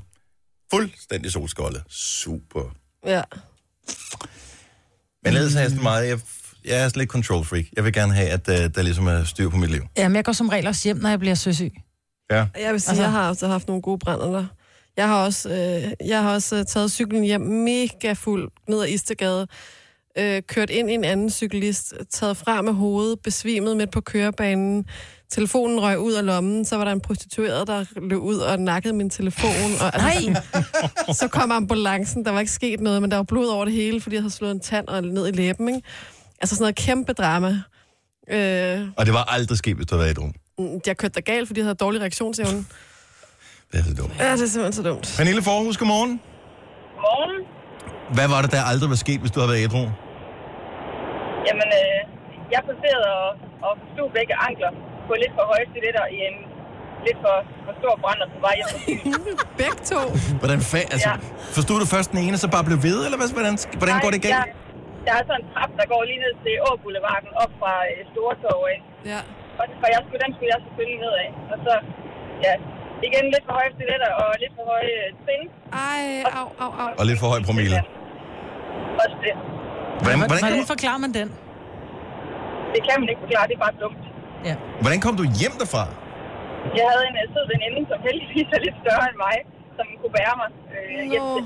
Speaker 1: Fuldstændig solskoldet. Super.
Speaker 4: Ja.
Speaker 1: Men ellers er jeg sådan meget, jeg, jeg er sådan lidt control freak. Jeg vil gerne have, at uh, der ligesom er styr på mit liv.
Speaker 3: Jamen, jeg går som regel også hjem, når jeg bliver søsyg.
Speaker 1: Ja.
Speaker 4: Jeg vil sige,
Speaker 3: Altså-
Speaker 4: altså... jeg har altså haft nogle gode brænder der. Jeg har også, øh, jeg har også øh, taget cyklen hjem mega fuld ned ad Istegade, øh, kørt ind i en anden cyklist, taget fra med hovedet, besvimet midt på kørebanen. Telefonen røg ud af lommen, så var der en prostitueret, der løb ud og nakkede min telefon. Og, altså, så kom ambulancen, der var ikke sket noget, men der var blod over det hele, fordi jeg havde slået en tand og ned i læben. Ikke? Altså sådan noget kæmpe drama. Øh,
Speaker 1: Og det var aldrig sket, hvis du havde været i
Speaker 4: Mm, jeg kørte der galt, fordi jeg havde dårlig reaktionsevne.
Speaker 1: Det er så dumt.
Speaker 4: Ja, det er simpelthen så dumt.
Speaker 1: Pernille Forhus, godmorgen.
Speaker 8: Morgen.
Speaker 1: Hvad var det, der aldrig var sket, hvis du havde været ædru?
Speaker 8: Jamen, øh, jeg passerede og, og stod begge ankler på lidt for høje stiletter i en lidt for, for stor brænder på vej hjem. fra byen.
Speaker 4: Begge to.
Speaker 1: Hvordan fa- altså,
Speaker 8: Ja.
Speaker 1: Forstod du først den ene, og så bare blev ved, eller hvad, hvordan, hvordan går det
Speaker 8: Nej,
Speaker 1: galt?
Speaker 8: Jeg, der er sådan en trap, der går lige ned til Åboulevarden op fra øh, Stortorv af.
Speaker 4: Ja.
Speaker 8: Og, og jeg skulle, den skulle jeg selvfølgelig ned af. Og så, ja, igen lidt for høje stiletter og lidt for høje øh, trin.
Speaker 4: Ej, au, au, au.
Speaker 1: Og lidt for høj promille.
Speaker 8: Også det.
Speaker 1: Hvordan, hvordan,
Speaker 3: Hvordan
Speaker 1: kom,
Speaker 3: forklarer man den?
Speaker 8: Det kan man ikke forklare, det er bare dumt.
Speaker 3: Ja.
Speaker 1: hvordan kom du hjem derfra?
Speaker 8: Jeg havde en øh, sød veninde, som heldigvis er lidt større end mig, som kunne bære mig. Øh, øh, hjem til,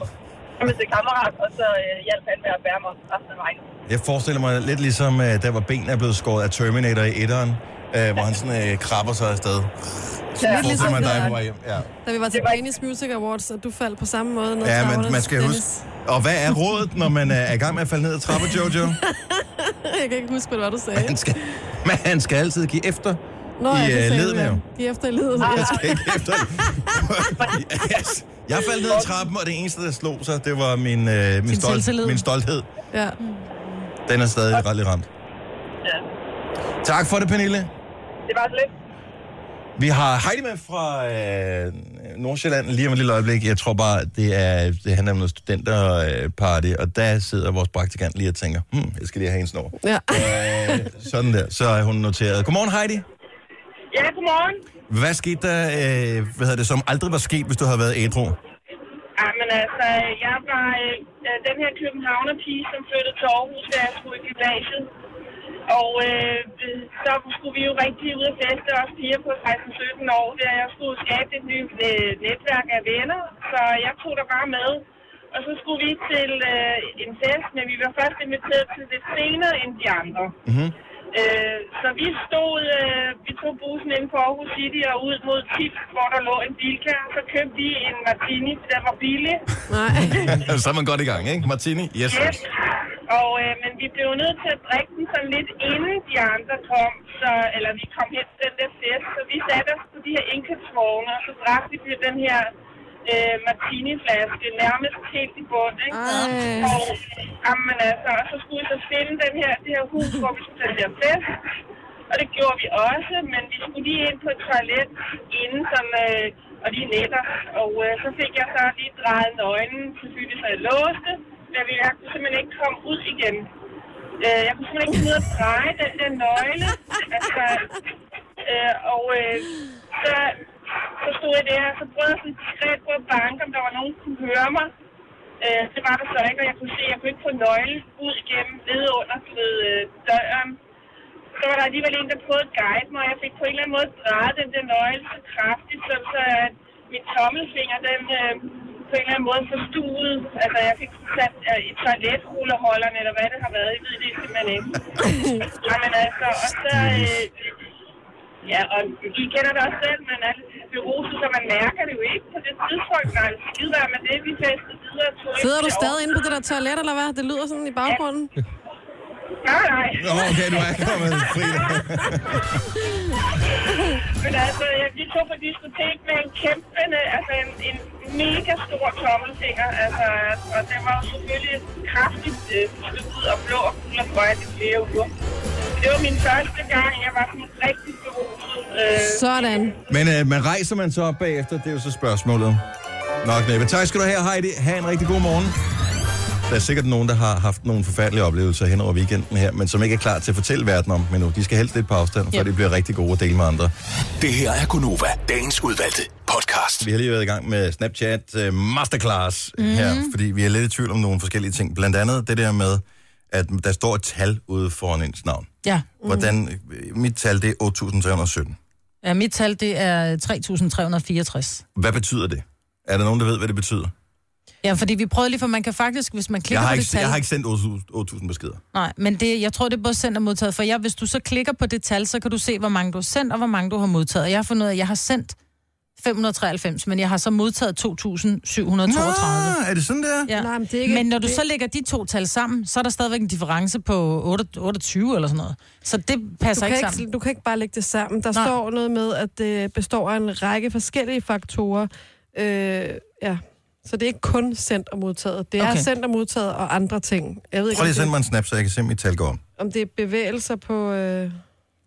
Speaker 8: hjem til kammerat, og så øh, hjalp han med at bære mig resten af vejen.
Speaker 1: Jeg forestiller mig lidt ligesom, øh, der var benene er blevet skåret af Terminator i etteren, øh, hvor han sådan øh, krabber sig afsted. Så
Speaker 4: lidt ligesom
Speaker 1: man dig
Speaker 4: der-
Speaker 1: på vej hjem. Ja.
Speaker 4: Da vi var til Danish Music Awards, og du faldt på samme måde. ned ad
Speaker 1: ja, men
Speaker 4: trapperne,
Speaker 1: man skal
Speaker 4: Dennis.
Speaker 1: huske... Og hvad er rådet, når man øh, er i gang med at falde ned ad trapper, Jojo?
Speaker 4: Jeg kan ikke huske, hvad det var, du sagde.
Speaker 1: Man skal, man skal altid give efter
Speaker 4: Nå,
Speaker 1: i
Speaker 4: ja, det
Speaker 1: øh,
Speaker 4: sagde du,
Speaker 1: ledene. jo.
Speaker 4: ja. De er efter i ledet.
Speaker 1: Jeg skal ikke efter yes. Jeg faldt ned ad trappen, og det eneste, der slog sig, det var min, øh, min, stolt,
Speaker 3: selvtillid.
Speaker 1: min stolthed.
Speaker 4: Ja.
Speaker 1: Den er stadig ret lidt ramt.
Speaker 8: Ja.
Speaker 1: Tak for det, Pernille.
Speaker 8: Det var så lidt.
Speaker 1: Vi har Heidi med fra øh, Nordsjælland lige om et lille øjeblik. Jeg tror bare, det, er, det handler om noget studenterparty, og der sidder vores praktikant lige og tænker, hmm, jeg skal lige have hendes nummer.
Speaker 4: Ja.
Speaker 1: Øh, sådan der, så er hun noteret. Godmorgen, Heidi.
Speaker 8: Ja, godmorgen.
Speaker 1: Hvad skete der, øh, hvad hedder det, som aldrig var sket, hvis du havde været ædru?
Speaker 8: Ja, men altså, jeg var øh, øh, den her københavnerpige, som flyttede til Aarhus, da jeg skulle i gymnasiet. Og øh, øh, så skulle vi jo rigtig ud og feste, os piger på 16-17 år, der jeg skulle skabe et nyt øh, netværk af venner. Så jeg tog der bare med. Og så skulle vi til øh, en fest, men vi var først inviteret til lidt senere end de andre.
Speaker 1: Mm-hmm.
Speaker 8: Øh, så vi stod, øh, vi tog bussen ind på Aarhus City og ud mod Tips, hvor der lå en bilka. Så købte vi en martini, der var billig.
Speaker 4: Nej.
Speaker 1: så er man godt i gang, ikke? Martini? Yes.
Speaker 8: Yes. Og, øh, men vi blev nødt til at drikke den sådan lidt inden de andre kom, så, eller vi kom hen til den der fest. Så vi satte os på de her indkøbsvogne, og så drak vi den her øh, martiniflaske nærmest helt i bund. Ikke?
Speaker 4: Ej.
Speaker 8: Og, jamen, altså, og så skulle vi så finde den her, det her hus, hvor vi skulle til den her fest. Og det gjorde vi også, men vi skulle lige ind på et toilet inden, som, øh, og lige netter. Og øh, så fik jeg så lige drejet nøglen, selvfølgelig så jeg låste, men vi- jeg kunne simpelthen ikke komme ud igen. Øh, jeg kunne simpelthen ikke finde ud af at dreje den der nøgle. Altså, øh, og øh, så, så stod jeg der, og så prøvede jeg sådan diskret på at banke, om der var nogen, der kunne høre mig. Øh, det var der så ikke, og jeg kunne se, at jeg kunne ikke få nøglen ud igennem nede under du ved, øh, døren. Så var der alligevel en, der prøvede at guide mig, og jeg fik på en eller anden måde drejet den der nøgle så kraftigt, så, så at min tommelfinger, den øh, på en eller anden måde forstuede. Altså, jeg fik sat øh, i toiletrulleholderen, eller hvad det har været, jeg ved det simpelthen ikke. Jamen altså, og så... Øh, ja, og I kender det også selv, men altså, beruset, så man mærker det jo ikke på det tidspunkt, nej, skide være med det, vi festede videre. tog ind
Speaker 4: Sidder du
Speaker 8: til
Speaker 4: stadig inde på det der toilet, eller hvad? Det lyder sådan i baggrunden.
Speaker 8: Aarhus. Nej, nej.
Speaker 1: Nå, okay, du er kommet fri.
Speaker 8: Men altså, jeg- vi tog på diskotek med en kæmpe, altså en, en mega stor tommelfinger, altså, og den var jo selvfølgelig kraftigt øh, forstøvet og blå og gul og grøn i flere uger. Det var min første gang, jeg var sådan rigtig beruset. Øh,
Speaker 4: Sådan.
Speaker 1: Men øh, man rejser man så op bagefter, det er jo så spørgsmålet. Nok næppe. Tak skal du have, Heidi. Ha' en rigtig god morgen. Der er sikkert nogen, der har haft nogle forfærdelige oplevelser hen over weekenden her, men som ikke er klar til at fortælle verden om men nu. De skal helst lidt på afstand, for
Speaker 3: Ja.
Speaker 1: de bliver rigtig gode at dele med andre.
Speaker 6: Det her er Gunova, dagens udvalgte podcast.
Speaker 1: Vi har lige været i gang med Snapchat øh, Masterclass mm. her, fordi vi er lidt i tvivl om nogle forskellige ting. Blandt andet det der med, at der står et tal ude foran ens navn.
Speaker 3: Ja.
Speaker 1: Hvordan, øh, mit tal, det er 8.317.
Speaker 3: ja, mit tal det er 3.364.
Speaker 1: Hvad betyder det? Er der nogen, der ved, hvad det betyder?
Speaker 3: Ja, fordi vi prøvede lige, for man kan faktisk, hvis man
Speaker 1: Jeg
Speaker 3: klikker
Speaker 1: har,
Speaker 3: på
Speaker 1: ikke,
Speaker 3: det tal...
Speaker 1: jeg har ikke sendt 8.000 beskeder.
Speaker 3: Nej, men det, jeg tror, det er både sendt og modtaget. For jeg, hvis du så klikker på det tal, så kan du se, hvor mange du har sendt, og hvor mange du har modtaget. Og jeg har fundet ud af, at jeg har sendt 593, men jeg har så modtaget 2.732.
Speaker 1: Nå, Ah, er det sådan der?
Speaker 3: Ja.
Speaker 4: Nej, men det er ikke-
Speaker 3: men når du
Speaker 4: det-
Speaker 3: så lægger de to tal sammen, så er der stadigvæk en difference på 8, 28 eller sådan noget. Så det
Speaker 4: Du
Speaker 3: passer
Speaker 4: kan,
Speaker 3: ikke sammen.
Speaker 4: ikke, du kan ikke bare lægge det sammen. Der
Speaker 3: Nej.
Speaker 4: står noget med, at det består af en række forskellige faktorer. Øh, ja. Så det er ikke kun sendt og modtaget. Det er
Speaker 3: Okay.
Speaker 4: okay. sendt og modtaget og andre ting. Jeg ved ikke,
Speaker 1: Prøv lige at sende
Speaker 4: om,
Speaker 1: mig en snap, så jeg kan se, om mit tal går om.
Speaker 4: det, om det er bevægelser på... Øh,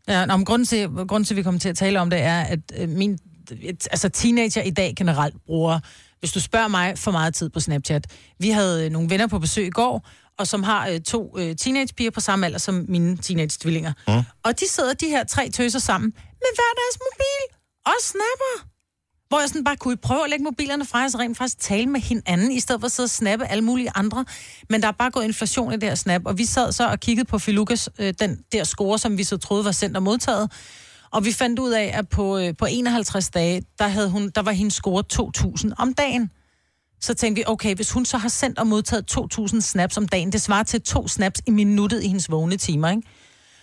Speaker 3: Ja, nå, men grunden til, grunden til, at vi kommer til at tale om det, er, at øh, min, et, altså teenager i dag generelt bruger, hvis du spørger mig, for meget tid på Snapchat. Vi havde øh, nogle venner på besøg i går, og som har øh, to øh, teenagepiger på samme alder som mine teenage-tvillinger. Mm. Og de sidder de her tre tøser sammen med hver deres mobil og snapper. Hvor jeg sådan bare kunne I prøve at lægge mobilerne fra jer, så rent faktisk tale med hinanden, i stedet for at sidde og snappe alle mulige andre. Men der er bare gået inflation i det her snap, og vi sad så og kiggede på Filukas, øh, den der score, som vi så troede var sendt og modtaget. Og vi fandt ud af, at på, øh, på 51 dage, der, havde hun, der var hendes score 2.000 om dagen. Så tænkte vi, okay, hvis hun så har sendt og modtaget 2.000 snaps om dagen, det svarer til to snaps i minuttet i hendes vågne timer, ikke?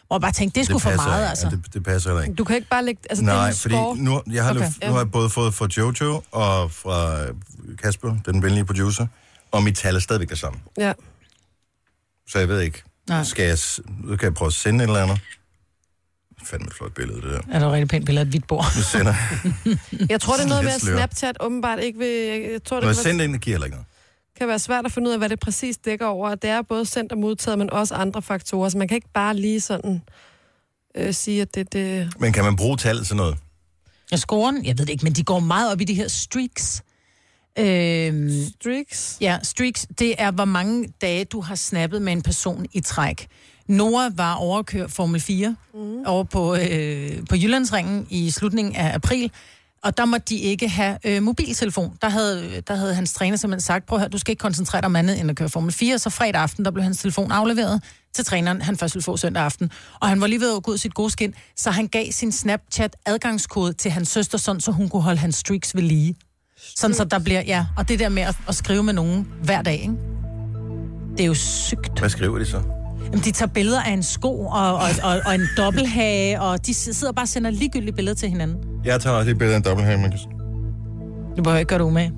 Speaker 3: Og jeg bare tænkte, det skulle for
Speaker 1: passer
Speaker 3: meget,
Speaker 1: ikke.
Speaker 3: altså.
Speaker 1: Ja, det, det passer heller ikke.
Speaker 4: Du kan ikke bare lægge... Altså, det er
Speaker 1: Nej,
Speaker 4: en
Speaker 1: fordi
Speaker 4: score.
Speaker 1: nu, jeg har, okay.
Speaker 3: Okay.
Speaker 1: nu har jeg både fået fra Jojo og fra øh, Kasper, den venlige producer, og mit tal er stadigvæk det samme.
Speaker 4: Ja.
Speaker 1: Så jeg ved ikke,
Speaker 3: Nej.
Speaker 1: skal jeg, s- nu kan jeg prøve at sende et eller andet. Fandme et flot billede, det der.
Speaker 3: Er der rigtig pænt billede af et hvidt bord?
Speaker 1: Nu sender jeg.
Speaker 4: Jeg tror, det er noget med, at
Speaker 1: Slør.
Speaker 4: Snapchat åbenbart ikke vil... Jeg tror,
Speaker 1: Når
Speaker 4: det
Speaker 1: jeg
Speaker 4: kan
Speaker 1: sender
Speaker 4: være,
Speaker 1: ind, det giver heller ikke noget.
Speaker 4: kan være svært at finde ud af, hvad det præcis dækker over. Og Det er både sendt og modtaget, men også andre faktorer. Så man kan ikke bare lige sådan øh, sige, at det... det...
Speaker 1: Men kan man bruge tallet til noget?
Speaker 3: Ja, scoren, jeg ved det ikke, men de går meget op i de her streaks. Øhm,
Speaker 4: Streaks.
Speaker 3: ja, streaks, det er, hvor mange dage du har snappet med en person i træk. Nora var overkørt Formel 4 mm. over på, øh, på Jyllandsringen i slutningen af april, og der måtte de ikke have øh, mobiltelefon. Der havde, der havde hans træner simpelthen sagt, prøv at høre, du skal ikke koncentrere dig om andet end at køre Formel 4, så fredag aften, der blev hans telefon afleveret til træneren, han først ville få søndag aften. Og han var lige ved at gå ud af sit gode skin, så han gav sin Snapchat adgangskode til hans søster, sådan, så hun kunne holde hans streaks ved lige. Sådan så der bliver, ja, og det der med at, at skrive med nogen hver dag, ikke? Det er jo sygt.
Speaker 1: Hvad skriver de så?
Speaker 3: Jamen, de tager billeder af en sko og, og, og, og en dobbelthage, og de sidder bare og sender ligegyldige billeder til hinanden.
Speaker 1: Jeg tager også et billede af en dobbelthage, man kan s-
Speaker 3: Du behøver ikke gøre det umage.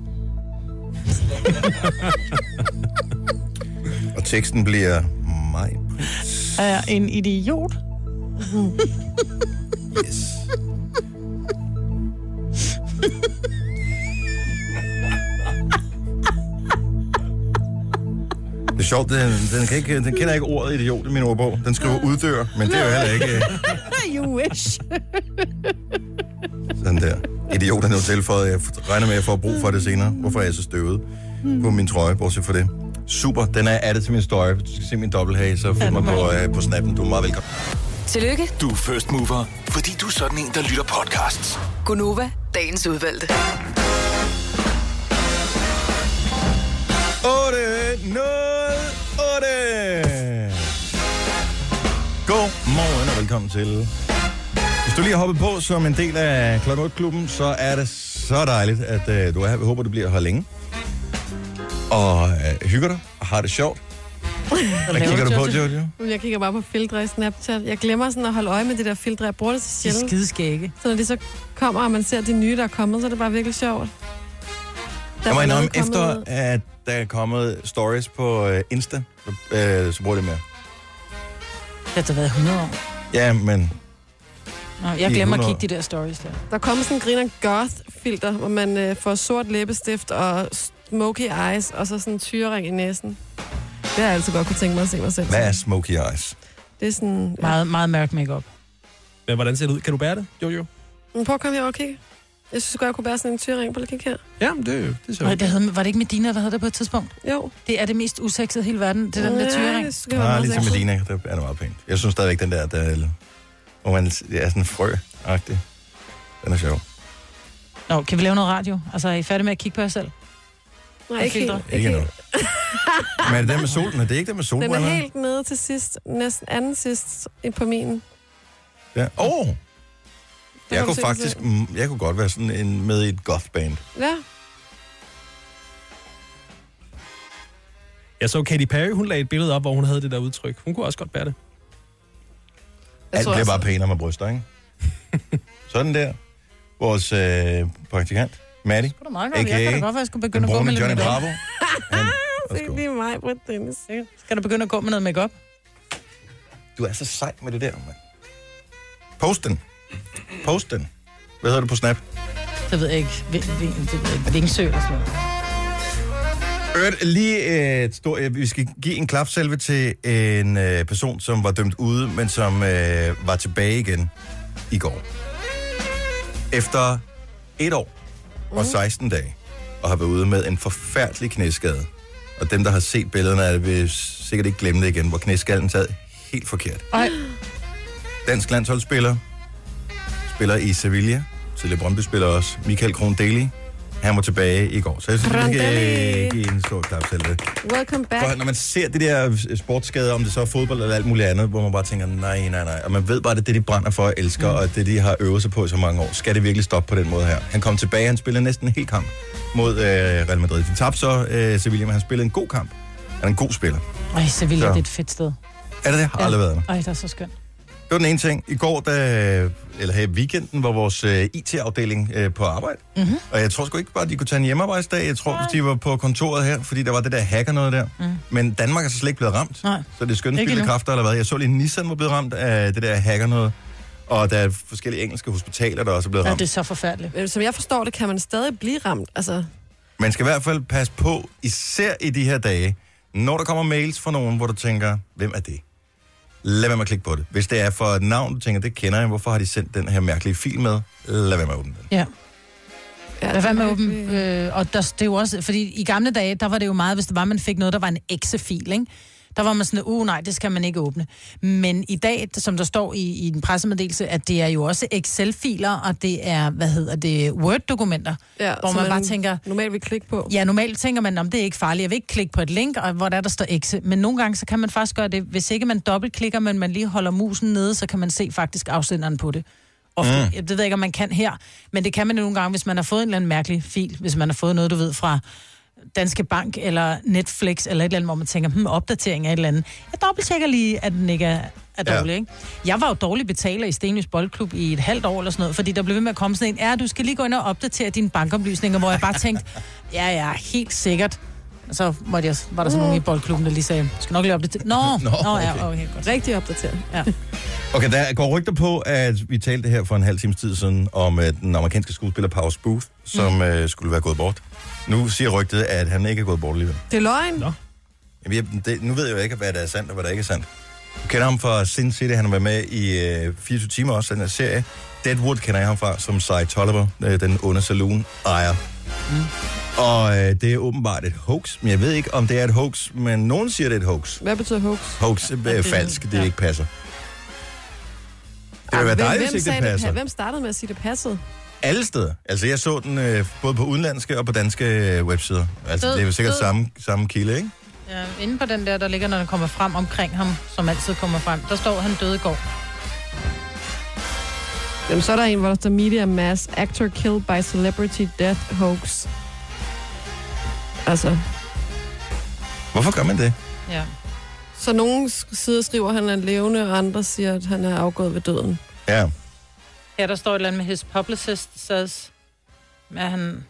Speaker 1: Og teksten bliver mig.
Speaker 3: Er jeg en idiot?
Speaker 1: Yes. Det er sjovt, den, den, kan ikke, den kender ikke ordet idiot i min ordbog. Den skriver uddør, men det er jo heller ikke øh,
Speaker 3: you wish.
Speaker 1: sådan der. Idiot er nu tilføjet. Jeg regner med, at jeg får brug for det senere. Hvorfor er jeg så støvet på min trøje, bortset for det? Super, den er addet til min støje. Du skal se min dobbelthage, så find mig på, øh, på snappen. Du er meget velkommen.
Speaker 5: Tillykke,
Speaker 15: Du er first mover, fordi du er sådan en, der lytter podcasts.
Speaker 5: Gunova, dagens udvalgte.
Speaker 1: 8, 0, 8. Godmorgen og velkommen til. Hvis du lige har hoppet på som en del af Klokken 8-klubben, så er det så dejligt, at øh, du er her. Vi håber, du bliver her længe. Og øh, hygger dig og har det sjovt. Hvad kigger du på, Jojo?
Speaker 4: Men Jeg kigger bare på filtre i Snapchat. Jeg glemmer sådan at holde øje med det der filtre. Jeg bruger det så
Speaker 3: De er
Speaker 4: sjældent.
Speaker 3: skideskægge.
Speaker 4: Så når det så kommer, og man ser de nye, der er kommet, så er det bare virkelig sjovt. Der
Speaker 1: Jeg må
Speaker 4: var
Speaker 1: indrømme,
Speaker 4: noget kommet
Speaker 1: efter
Speaker 4: ud.
Speaker 1: at der er kommet stories på øh, Insta, så, øh, så bruger jeg det mere.
Speaker 3: Det har der været 100 år.
Speaker 1: Ja, men
Speaker 3: Nå,
Speaker 1: er
Speaker 3: jeg glemmer at
Speaker 1: 100
Speaker 3: kigge de der stories der.
Speaker 4: Der kom sådan en griner goth-filter, hvor man øh, får sort læbestift og smoky eyes, og så sådan en tyrering i næsen. Det har jeg altid godt kunne tænke mig at se mig selv.
Speaker 1: hvad er
Speaker 4: som.
Speaker 1: smoky eyes?
Speaker 4: Det er sådan... Ja.
Speaker 3: Meget, meget mørk makeup.
Speaker 2: Men hvordan ser det ud? Kan du bære det, Jojo?
Speaker 4: Men prøv at komme her og kigge. Jeg synes godt, jeg kunne bære sådan en tyrering på at kigge her.
Speaker 2: Ja, men det, det ser
Speaker 3: Var det, havde, var det ikke Medina, hvad hed det på et tidspunkt?
Speaker 4: Jo.
Speaker 3: Det er det mest usexede i hele verden, det der med
Speaker 4: Ja,
Speaker 3: tyring.
Speaker 4: jeg synes, det kan være
Speaker 1: Nej,
Speaker 4: meget
Speaker 1: ligesom
Speaker 4: sexet.
Speaker 1: Medina, der er det meget pænt. Jeg synes stadigvæk, den der, der hvor man det er sådan frø -agtig. Den er sjov.
Speaker 3: Nå, kan vi lave noget radio? Altså, er I færdige med at kigge på jer selv?
Speaker 4: Nej, ikke helt.
Speaker 3: filtre.
Speaker 1: Ikke endnu. Men er det den med solen? Er det ikke den
Speaker 4: Den
Speaker 1: med solbriller?
Speaker 4: er helt nede til sidst, næsten anden sidst i- på min.
Speaker 1: Ja. Oh, jeg
Speaker 4: kan
Speaker 1: kunne
Speaker 4: du se,
Speaker 1: faktisk,
Speaker 4: så-
Speaker 1: mm, jeg kunne godt være sådan en, med i et gothband.
Speaker 4: Ja,
Speaker 2: Jeg så Katy Perry, hun lagde et billede op, hvor hun havde det der udtryk. Hun kunne også godt bære det.
Speaker 4: jeg
Speaker 1: Alt
Speaker 4: tror
Speaker 1: bliver
Speaker 4: også,
Speaker 1: bare pænere med bryster, ikke? sådan der. Vores øh, praktikant, Maddie,
Speaker 3: Det var meget godt.
Speaker 1: AKA,
Speaker 3: Jeg kan da godt være, at jeg skulle
Speaker 1: den
Speaker 3: begynde at gå med
Speaker 1: brune
Speaker 3: lidt
Speaker 1: Johnny
Speaker 3: makeup.
Speaker 1: Bravo. Han,
Speaker 4: det er
Speaker 1: Værsgo.
Speaker 4: lige mig, Britt Dennis.
Speaker 3: Skal du begynde at gå med noget makeup?
Speaker 1: du er så sej med det der, mand. Post den. Post den. Hvad hedder du på Snap?
Speaker 3: Det ved jeg ikke. Ving, ving, det ved jeg ikke. Vingsø eller sådan noget.
Speaker 1: Øvrigt, lige øh, et stort... Øh, vi skal give en klapsalve til en øh, person, som var dømt ude, men som øh, var tilbage igen i går. Efter et år og 16 dage, og har været ude med en forfærdelig knæskade. Og dem, der har set billederne af det, vil sikkert ikke glemme det igen, hvor knæskallen sad helt forkert.
Speaker 3: Ej.
Speaker 1: Dansk landsholdsspiller, spiller i Sevilla, tidligere Brøndby-spiller også, Michael Kron Daly, Han var tilbage i går, så jeg synes, vi skal
Speaker 4: Brandelli.
Speaker 1: give en stor klap selv. det.
Speaker 4: Welcome back.
Speaker 1: For når man ser de der øh, sportsskader, om det så er fodbold eller alt muligt andet, hvor man bare tænker, nej, nej, nej. Og man ved bare, at det, er det de brænder for og elsker, mm. og det, de har øvet sig på i så mange år, skal det virkelig stoppe på den måde her. Han kom tilbage, han spillede næsten en hel kamp mod øh, Real Madrid. De tabte så øh, Sevilla, men han spillede en god kamp. Han er en god spiller.
Speaker 3: Ej, Sevilla,
Speaker 1: Så.
Speaker 3: det er et fedt sted.
Speaker 1: Er det det? Har aldrig været der.
Speaker 3: Ej, det er så skønt.
Speaker 1: Det var den ene ting. I går, da, eller her i weekenden, var vores øh, IT-afdeling øh, på arbejde. Mm-hmm. Og jeg tror sgu ikke bare, at de kunne tage en hjemmearbejdsdag. Jeg tror, de var på kontoret her, fordi der var det der hacker noget der. Mm. Men Danmark er så slet ikke blevet ramt.
Speaker 3: Nej.
Speaker 1: Så det er skønne
Speaker 3: Ikke
Speaker 1: spilde
Speaker 3: endnu.
Speaker 1: kræfter eller hvad. Jeg så lige, Nissan var blevet ramt af det der hacker noget. Og der er forskellige engelske hospitaler, der også er blevet
Speaker 3: Ja,
Speaker 1: ramt.
Speaker 3: det er så forfærdeligt.
Speaker 4: Men Øh, som jeg forstår det, kan man stadig blive ramt. Altså,
Speaker 1: Man skal i hvert fald passe på, især i de her dage, når der kommer mails fra nogen, hvor du tænker, hvem er det? Lad være med at klikke på det. Hvis det er for et navn, du tænker, det kender jeg, hvorfor har de sendt den her mærkelige fil med? Lad være med at åbne den.
Speaker 3: Ja.
Speaker 4: ja,
Speaker 3: Lad være med at
Speaker 4: det-
Speaker 3: åbne. Øh, og der, det er jo også, fordi i gamle dage, der var det jo meget, hvis det var, man fik noget, der var en exe-fil, ikke? Der var man sådan, uh, nej, det skal man ikke åbne. Men i dag, som der står i, i en pressemeddelelse, at det er jo også Excel-filer, og det er, hvad hedder det, Word-dokumenter,
Speaker 4: Ja,
Speaker 3: hvor
Speaker 4: som
Speaker 3: man bare tænker,
Speaker 4: Normalt vil klikke på.
Speaker 3: ja, normalt tænker man, om det er ikke farligt, jeg vil ikke klikke på et link, og hvor der, der står exe. Men nogle gange, så kan man faktisk gøre det, hvis ikke man dobbeltklikker, men man lige holder musen nede, så kan man se faktisk afsenderen på det. Ofte, mm. Det ved jeg ikke, om man kan her, men det kan man jo nogle gange, hvis man har fået en eller anden mærkelig fil, hvis man har fået noget, du ved, fra Danske Bank eller Netflix eller et eller andet, hvor man tænker, hmm, opdatering af et eller andet. Jeg dobbelttjekker lige, at den ikke er, er
Speaker 1: Ja.
Speaker 3: dårlig, ikke? Jeg var jo dårlig betaler i Stenløs Boldklub i et halvt år eller sådan noget, fordi der blev ved med at komme sådan en, ja, du skal lige gå ind og opdatere dine bankoplysninger, hvor jeg bare tænkte, ja, ja, helt sikkert. Og så måtte jeg, var der sådan nogen i boldklubben, der lige sagde, du skal nok lige opdatere. Nå,
Speaker 1: Nå,
Speaker 3: nå, nå
Speaker 1: okay.
Speaker 3: ja, okay, godt.
Speaker 4: Rigtig opdateret.
Speaker 3: Ja.
Speaker 1: Okay, der går rygter på, at vi talte her for en halv times tid siden om øh, den amerikanske skuespiller Powers Booth, som mm. øh, skulle være gået bort. Nu siger rygtet, at han ikke er gået bort alligevel.
Speaker 4: Det er løgn.
Speaker 2: Nå.
Speaker 1: Jamen, jeg, det, nu ved jeg jo ikke, hvad der er sandt og hvad der ikke er sandt. Du kender ham fra Sin City, han har været med i øh, 24 timer også, den her serie. Deadwood kender jeg ham fra, som Cy Tolliver, øh, den onde saloon ejer. Mm. Og øh, det er åbenbart et hoax, men jeg ved ikke, om det er et hoax, men nogen siger, det er et hoax.
Speaker 4: Hvad betyder hoax?
Speaker 1: Hoax øh, er
Speaker 3: det-
Speaker 1: falsk, det
Speaker 3: ja.
Speaker 1: ikke passer. Det ville være
Speaker 4: Hvem-
Speaker 1: dejligt,
Speaker 4: hvem
Speaker 1: hvis ikke
Speaker 4: sagde
Speaker 1: det passer.
Speaker 4: pa- Hvem startede med at sige, det passede?
Speaker 1: Alle steder. Altså, jeg så den øh, både på udenlandske og på danske øh, websider. Altså,
Speaker 3: Død,
Speaker 1: det er jo sikkert
Speaker 3: død.
Speaker 1: samme, samme kilde, ikke?
Speaker 3: ja. Inde på den der, der ligger, når den kommer frem omkring ham, som altid kommer frem, der står, han døde i går.
Speaker 4: Jamen, så er der en, hvor der står Media Mass Actor Killed by Celebrity Death Hoax. Altså,
Speaker 1: Hvorfor gør man det?
Speaker 3: Ja.
Speaker 4: så nogen sider skriver, at han er levende, og andre siger, at han er afgået ved døden.
Speaker 1: Ja.
Speaker 3: Her der står et eller andet med, his publicist says, at han...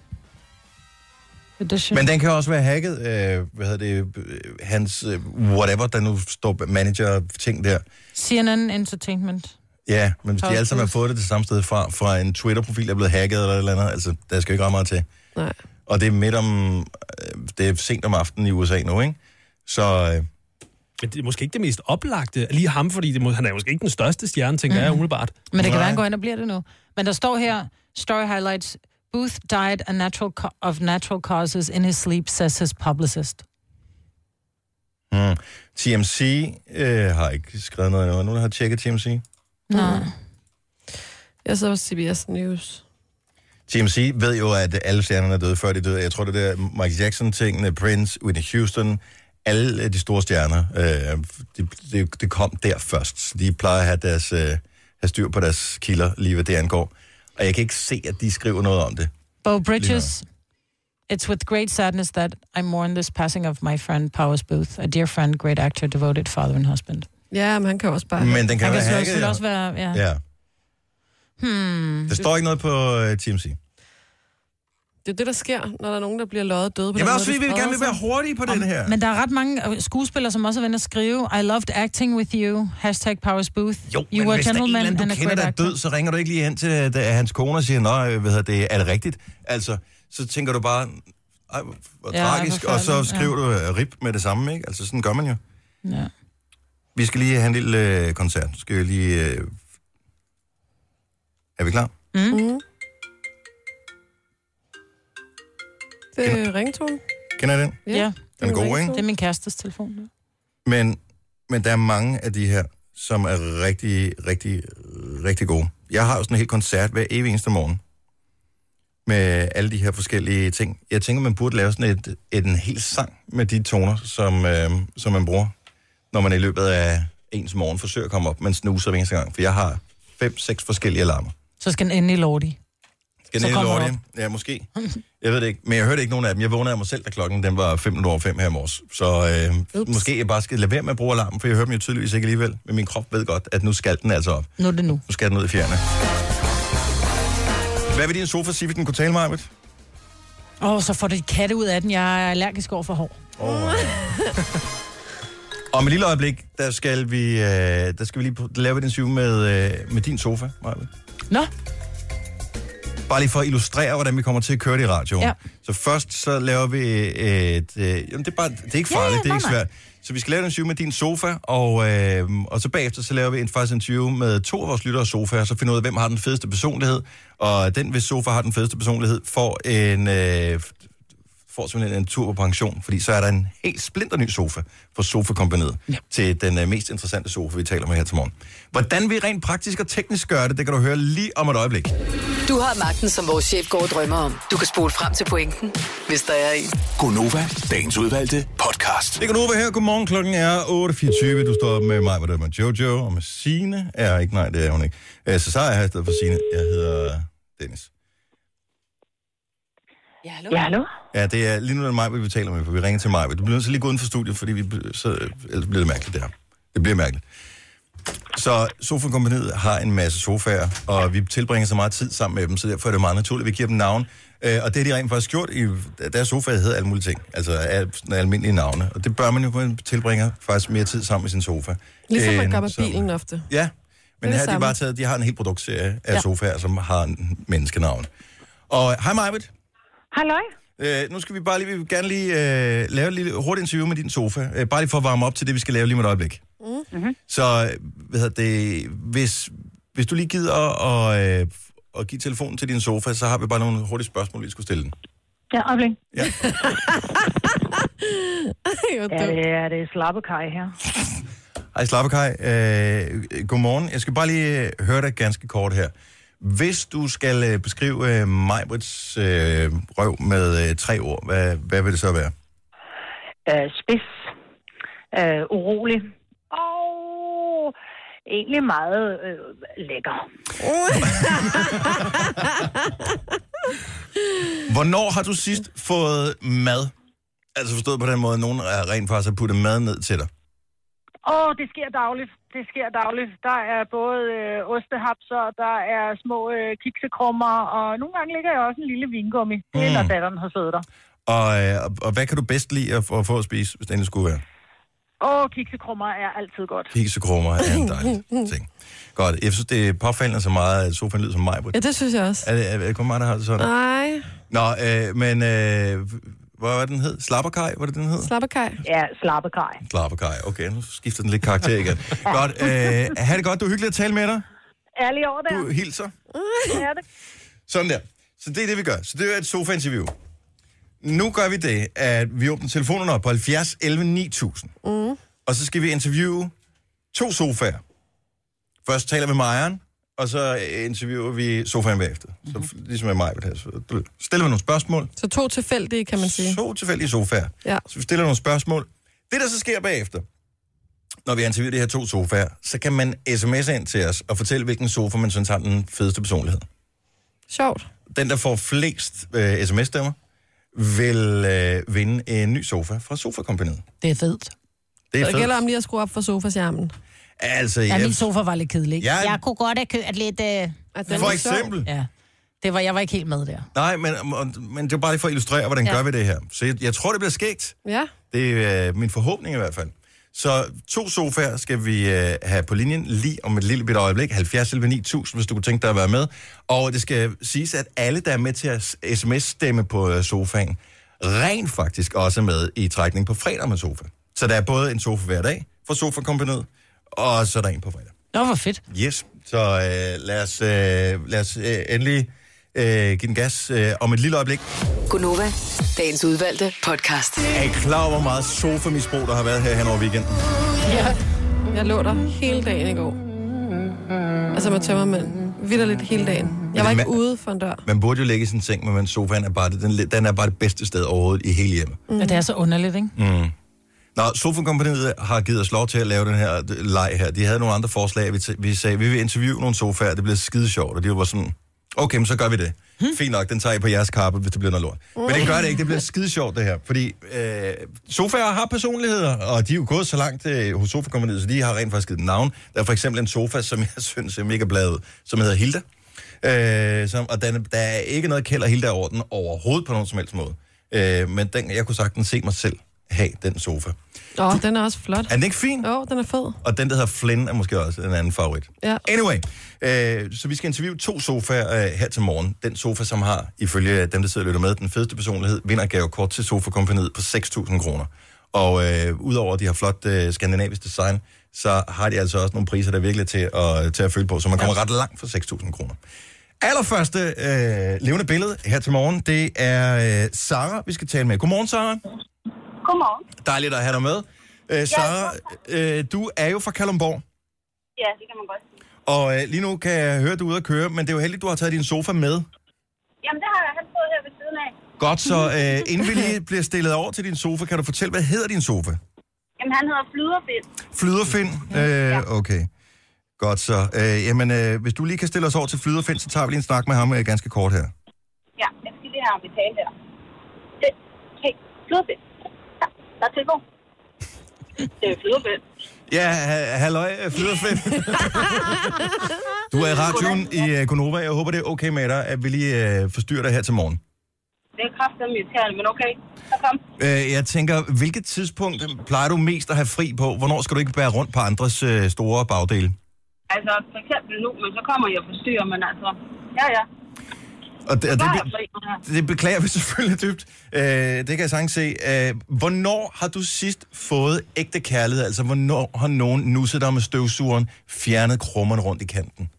Speaker 1: Men den kan også være hacket. Øh, hvad hedder det? øh, Hans øh, whatever, der nu står manager-ting der.
Speaker 3: CNN Entertainment.
Speaker 1: Ja, men hvis de
Speaker 3: Okay.
Speaker 1: alle sammen har fået det det samme sted fra, fra en Twitter-profil, der er blevet hacket eller et eller andet, altså, der skal jo ikke ret meget til.
Speaker 4: Nej.
Speaker 1: Og det er midt om... Øh, det er sent om aftenen i USA nu, ikke? Så øh,
Speaker 2: Men det er måske ikke det mest oplagte af lige ham, fordi det må, han er måske ikke den største stjerne, tænker mm.
Speaker 1: Mhm.
Speaker 2: jeg umiddelbart.
Speaker 3: Men det kan
Speaker 1: Nej.
Speaker 3: være, han går ind og bliver det nu. Men der står her, story highlights, Booth died a natural ca- of natural causes in his sleep, says his publicist.
Speaker 1: hmm. TMC øh, har ikke skrevet noget endnu. Er der Nogen der har tjekket TMC?
Speaker 3: Nej.
Speaker 4: Jeg så på CBS News.
Speaker 1: TMC ved jo, at alle stjernerne er døde, før de døde. Jeg tror, det der Michael Jackson-tingene, Prince, Whitney Houston, alle øh, de store stjerner, øh, det de, de kom der først. Så de plejer at have, deres, øh, have styr på deres kilder, lige hvad det angår. Og jeg kan ikke se, at de skriver noget om det.
Speaker 3: Bo Bridges, it's with great sadness that I mourn this passing of my friend Powers Booth, a dear friend, great actor, devoted father and husband.
Speaker 4: Ja, men han kan også bare...
Speaker 1: Men den kan
Speaker 3: Han
Speaker 1: være
Speaker 3: kan
Speaker 1: hacket.
Speaker 3: selvfølgelig
Speaker 1: jo.
Speaker 3: også være... Ja.
Speaker 1: Ja. Hmm. Der står ikke noget på øh, TMC.
Speaker 4: Det er jo det, der sker, når der er nogen, der bliver løjet døde på
Speaker 1: Jeg vil
Speaker 4: den
Speaker 1: også
Speaker 4: måde,
Speaker 1: sige,
Speaker 4: det
Speaker 1: vi vil gerne
Speaker 4: spreder
Speaker 1: vil være hurtige på den her.
Speaker 3: Men der er ret mange øh, skuespillere, som også er vendt at skrive, I loved acting with you, hashtag Powers Booth.
Speaker 1: Jo,
Speaker 3: you
Speaker 1: men
Speaker 3: were a
Speaker 1: hvis der er en
Speaker 3: gentleman
Speaker 1: eller anden,
Speaker 3: and
Speaker 1: du
Speaker 3: a
Speaker 1: kender,
Speaker 3: great
Speaker 1: der er
Speaker 3: actor.
Speaker 1: død, så ringer du ikke lige hen til øh, da- hans kone og siger, nej, hvad hedder det, er det rigtigt? Altså, så tænker du bare, ej, hvor hvor
Speaker 3: Ja,
Speaker 1: tragisk, og så
Speaker 3: forfærdeligt, ja.
Speaker 1: skriver du øh, rip med det samme, ikke? Altså, sådan gør man jo.
Speaker 3: Ja.
Speaker 1: Vi skal lige have en lille øh, koncert. Skal vi lige... Øh... Er vi klar?
Speaker 16: Mm.
Speaker 4: Det er ringtone.
Speaker 1: Kender I den?
Speaker 4: Ja.
Speaker 3: ja,
Speaker 4: det
Speaker 1: Den er
Speaker 4: en
Speaker 1: god,
Speaker 4: ringtone.
Speaker 3: det er min kærestes telefon.
Speaker 1: Men, men der er mange af de her, som er rigtig, rigtig, rigtig gode. Jeg har jo sådan en hel koncert hver evig eneste morgen. med alle de her forskellige ting. Jeg tænker, man burde lave sådan et, et en hel sang med de toner, som, øh, som man bruger, når man i løbet af ens morgen forsøger at komme op, men snuser hver eneste gang. For jeg har fem, seks forskellige alarmer.
Speaker 16: Så skal den endelig lorti.
Speaker 1: Skal
Speaker 16: Så
Speaker 1: den
Speaker 16: kommer
Speaker 1: lort
Speaker 16: du
Speaker 1: hjem? Ja, måske. Jeg ved det ikke, men jeg hørte ikke nogen af dem. Jeg vågnede af mig selv, da klokken den var 15 over 5 her i morges. Så øh,
Speaker 16: Ups.
Speaker 1: måske jeg bare skal lade være med at bruge alarmen, for jeg hører dem jo tydeligvis ikke alligevel. Men min krop ved godt, at nu skal den altså op.
Speaker 16: Nu er det nu.
Speaker 1: Nu skal den ud i fjerne. Hvad vil din sofa sige, hvis den kunne tale mig, Arbet?
Speaker 16: Åh, oh, så får det katte ud af den. Jeg er allergisk over for hår.
Speaker 1: Om et lille øjeblik, der skal vi, øh, der skal vi lige pr- lave et interview med, øh, med din sofa, Maja.
Speaker 16: Nå,
Speaker 1: Bare lige for at illustrere, hvordan vi kommer til at køre det i radioen.
Speaker 16: Ja.
Speaker 1: Så først så laver vi et... Øh, jamen, det er, bare, det er ikke
Speaker 16: Ja, ja,
Speaker 1: farligt, det er
Speaker 16: nej,
Speaker 1: ikke
Speaker 16: nej.
Speaker 1: svært. Så vi skal lave et interview med din sofa, og, øh, og så bagefter så laver vi en faktisk interview med to af vores lyttere sofaer, så finder ud af, hvem har den fedeste personlighed, og den, hvis sofa har den fedeste personlighed, får en... Øh, får simpelthen en tur på pension, fordi så er der en helt splinter ny sofa for sofakompaniet ja. til den øh, mest interessante sofa, vi taler om her til morgen. Hvordan vi rent praktisk og teknisk gør det, det kan du høre lige om et øjeblik.
Speaker 5: Du har magten, som vores chef går og drømmer om. Du kan spole frem til pointen, hvis der er en.
Speaker 6: Gonova, dagens udvalgte podcast.
Speaker 1: Det kan over her. Godmorgen. Klokken er 8.24. Du står med mig, hvad der med Jojo, og med Signe. Er ikke, nej, det er hun ikke. Øh, Så Sara er her i stedet for Signe. Jeg hedder Dennis.
Speaker 16: Ja, hallo.
Speaker 8: Ja, hallo?
Speaker 1: Ja, det er lige nu, den mig, vi taler med, for vi ringer til mig. Du bliver nødt til lige gå uden for studiet, fordi vi, så, ellers bliver det mærkeligt der. Det bliver mærkeligt. Så Sofakompaniet har en masse sofaer, og vi tilbringer så meget tid sammen med dem, så derfor er det meget naturligt, at vi giver dem navn. Øh, og det har de rent faktisk gjort. I, deres sofa hedder alle mulige ting, altså al, sådan almindelige navne. Og det bør man jo, når man tilbringer faktisk mere tid sammen med sin sofa.
Speaker 4: Ligesom man
Speaker 16: Øhm,
Speaker 1: end
Speaker 4: gør med
Speaker 1: som-
Speaker 4: bilen ofte.
Speaker 1: Ja,
Speaker 4: Det
Speaker 1: men
Speaker 4: er
Speaker 1: her har de
Speaker 4: det samme.
Speaker 1: bare taget, de har en hel produktserie af ja.
Speaker 4: Ja.
Speaker 1: sofaer, som har en menneskenavn. Og hej Majbet.
Speaker 8: Halløj?
Speaker 1: Øh, nu skal vi bare lige, vi vil gerne lige øh, lave et lille hurtigt interview med din sofa. Øh, bare lige for at varme op til det, vi skal lave lige med et øjeblik.
Speaker 4: Mm.
Speaker 8: Mhm.
Speaker 1: Mm-hmm. Så øh, hvad hedder det, hvis, hvis du lige gider at, øh, at give telefonen til din sofa, så har vi bare nogle hurtige spørgsmål, vi skulle stille den.
Speaker 8: Ja, øjeblik.
Speaker 1: Ja.
Speaker 4: Det er jo dumt.
Speaker 8: er det slappekaj her.
Speaker 1: Hej Slappekaj, øh, godmorgen. Jeg skal bare lige øh, høre dig ganske kort her. Hvis du skal øh, beskrive øh, Majbrits øh, røv med øh, tre ord, hvad, hvad vil det så være?
Speaker 8: øh, spids, øh, urolig og egentlig meget øh, lækker.
Speaker 1: Hvornår har du sidst fået mad? Altså forstået på den måde, at nogen er rent faktisk har puttet mad ned til dig.
Speaker 8: Og det sker dagligt. Det sker dagligt. Der er både øh, ostehapser, der er små øh, kiksekrummer, og nogle gange ligger jeg også en lille vingummi. Det er,
Speaker 1: Mm.
Speaker 8: når datteren har siddet der.
Speaker 1: Og, øh, og- og hvad kan du bedst lide at, at få at spise, hvis det endelig skulle være?
Speaker 8: Og kiksekrummer er altid godt.
Speaker 1: Kiksekrummer er en dejlig ting. Godt, jeg synes, det er påfaldende så meget, at sofaen lyder som mig.
Speaker 4: Ja, det synes jeg også.
Speaker 1: Er det, er det kun mig, der har det sådan?
Speaker 4: Nej,
Speaker 1: Nå, øh, men øh, hvad var den hed? Slapperkaj, var det den hed?
Speaker 4: slap af kaj.
Speaker 8: Ja, slappekaj.
Speaker 1: Slapperkaj, okay, nu skifter den lidt karakter igen. Godt, øh, ha' det godt, du er hyggelig at tale med dig.
Speaker 8: Ærlig over der.
Speaker 1: Du hilser.
Speaker 8: Er det?
Speaker 1: Sådan der. Så det er det, vi gør. Så det er et sofa-interview. Nu gør vi det, at vi åbner telefonerne op på 70 11 9000. Mm. Og så skal vi interviewe to sofaer. Først taler vi med ejeren, og så øh, interviewer vi sofaen bagefter. Så f- ligesom med mig. her. Så du- stiller vi nogle spørgsmål.
Speaker 4: Mhm. Så to tilfældige, kan man sige.
Speaker 1: To tilfældige sofaer.
Speaker 4: Ja.
Speaker 1: Så vi stiller nogle spørgsmål. Det, der så sker bagefter, når vi har interviewet de her to sofaer, så kan man sms'e ind til os og fortælle, hvilken sofa man synes har den fedeste personlighed
Speaker 4: Sjovt.
Speaker 1: den, der får flest øh, sms-stemmer, vil øh, vinde en ny sofa fra Sofakompaniet.
Speaker 16: Det er fedt.
Speaker 1: Det er
Speaker 4: Så det gælder
Speaker 1: fedt.
Speaker 4: om lige at skrue op for sofasjermen.
Speaker 1: Altså,
Speaker 16: Ja,
Speaker 1: jeg,
Speaker 16: min sofa var lidt kedelig.
Speaker 1: Ja.
Speaker 16: Ja. Jeg kunne godt have kørt lidt... Øh...
Speaker 4: At den
Speaker 1: for
Speaker 4: er sjov.
Speaker 1: eksempel.
Speaker 16: Ja. Det var, jeg var ikke helt med der.
Speaker 1: Nej, men, og- men det er bare lige for at illustrere, hvordan ja.
Speaker 16: Ja.
Speaker 1: gør vi det her. Så jeg, jeg tror, det bliver skægt.
Speaker 4: Ja.
Speaker 1: Det er øh, min forhåbning i hvert fald. Så to sofaer skal vi øh, have på linjen lige om et lille bitte øjeblik. 70 11 9000, hvis du kunne tænke dig at være med. Og det skal siges, at alle, der er med til at s- sms-stemme på øh, sofaen, rent faktisk også er med i trækning på fredag med sofa. Så der er både en sofa hver dag fra sofakompaniet, og så er der en på fredag.
Speaker 16: Nå, hvor fedt.
Speaker 1: Yes, så øh, lad os, øh, lad os øh, endelig øh, give den gas øh, om et lille øjeblik.
Speaker 5: Gonova, dagens udvalgte podcast.
Speaker 1: Er I klar over, hvor meget sofamisbrug, der har været her hen over weekenden?
Speaker 4: Jeg lå der hele dagen i går. Altså med tømmermænd. vidderligt hele dagen. Jeg var
Speaker 1: Men
Speaker 4: ikke
Speaker 1: man-
Speaker 4: ude for en dør.
Speaker 1: Man burde jo ligge i sin seng, men man- sofaen er bare det, den, den er bare det bedste sted overhovedet i hele hjemmet.
Speaker 16: Mm. Og det er så underligt, ikke?
Speaker 1: Mm. Nå, sofakompaniet har givet os lov til at lave den her øh, leg her. De havde nogle andre forslag. Vi, t- vi sagde, vi vil interviewe nogle sofaer, det bliver skide sjovt. Og de var sådan, okay, men så gør vi det. Hmm. Fint nok, den tager I på jeres karpe, hvis det bliver noget lort. Men det gør det ikke, det bliver skide sjovt det her. Fordi øh, sofaer har personligheder, og de er jo gået så langt øh, hos sofakompaniet, så de har rent faktisk givet dem navn. Der er for eksempel en sofa, som jeg synes er mega bladet, som hedder Hilda. Øh, som, og den, der er ikke noget kælder Hilda over den overhovedet på nogen som helst måde. Øh, men den, jeg kunne sagtens se mig selv have den sofa.
Speaker 4: Åh, den er også flot.
Speaker 1: Er den ikke fin?
Speaker 4: Jo, den er fed.
Speaker 1: Og den, der hedder Flynn, er måske også en anden favorit.
Speaker 4: Ja.
Speaker 1: Anyway, øh, så vi skal interviewe to sofaer øh, her til morgen. Den sofa, som har, ifølge dem, der sidder og lytter med, den fedeste personlighed, vinder et gavekort til sofakompaniet på 6.000 kroner. Og øh, udover at de har flot øh, skandinavisk design, så har de altså også nogle priser, der virkelig er til at, til at føle på. Så man kommer ret langt for 6.000 kroner. Allerførste øh, levende billede her til morgen, det er øh, Sara, vi skal tale med. Godmorgen, Sara.
Speaker 9: Godmorgen.
Speaker 1: Dejligt at have dig med. Øh, Sara, øh, du er jo fra Kalumborg,
Speaker 9: Ja, det kan man godt sige.
Speaker 1: og øh, lige nu kan jeg høre, at du er ude at køre, men det er jo heldigt, du har taget din sofa med.
Speaker 9: Jamen, det har jeg han stået her ved siden af.
Speaker 1: Godt, så øh, inden vi lige bliver stillet over til din sofa, kan du fortælle, hvad hedder din sofa?
Speaker 9: Jamen, han hedder Flyderbind.
Speaker 1: Flyderfind? Øh, okay. Godt så. Øh, jamen, øh, hvis du lige kan stille os over til Flyderfind, så tager vi lige en snak med ham øh, ganske kort her.
Speaker 9: Ja, jeg skal lige have ham i tale her. Det, hey, Flyderbind. Ja, der er telefon. Det er Flyderbind.
Speaker 1: Ja, ha- halløj, øh, Flyderfind. du er i radioen i øh, Gonova. Jeg håber, det er okay med dig, at vi lige øh, forstyrrer dig her til morgen.
Speaker 9: Det er kraftigt irriterende, men okay. Så kom.
Speaker 1: Øh, jeg tænker, hvilket tidspunkt plejer du mest at have fri på? Hvornår skal du ikke bære rundt på andres øh, store bagdele?
Speaker 9: Altså, for eksempel nu, men så kommer jeg og forstyrrer, men altså... Ja, ja.
Speaker 1: Og det, og
Speaker 9: Så
Speaker 1: det,
Speaker 9: er jeg
Speaker 1: be-
Speaker 9: fri nu her.
Speaker 1: det beklager vi selvfølgelig dybt. Øh, det kan jeg sagtens se. Øh, hvornår har du sidst fået ægte kærlighed? Altså, hvornår har nogen nusset dig med støvsugeren, fjernet krummerne rundt i kanten?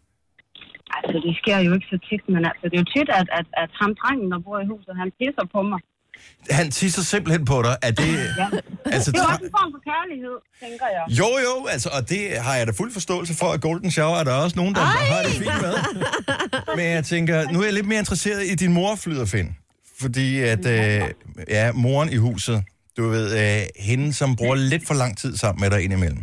Speaker 9: Altså, det sker jo ikke så tit, men altså, det er jo tit, at, at, at ham drengen, der bor i huset, han pisser på mig.
Speaker 1: Han tisser simpelthen på dig. Er det...
Speaker 9: Ja.
Speaker 1: Altså,
Speaker 9: det er jo
Speaker 1: tra-
Speaker 9: også en form for kærlighed, tænker jeg.
Speaker 1: jo, jo, altså, og det har jeg da fuld forståelse for, at Golden Shower er der også nogen, der Ej! har det fint med. Men jeg tænker, nu er jeg lidt mere interesseret i din mor, Flyderfind. Fordi at, øh, ja, moren i huset, du ved, øh, hende, som bruger lidt for lang tid sammen med dig indimellem.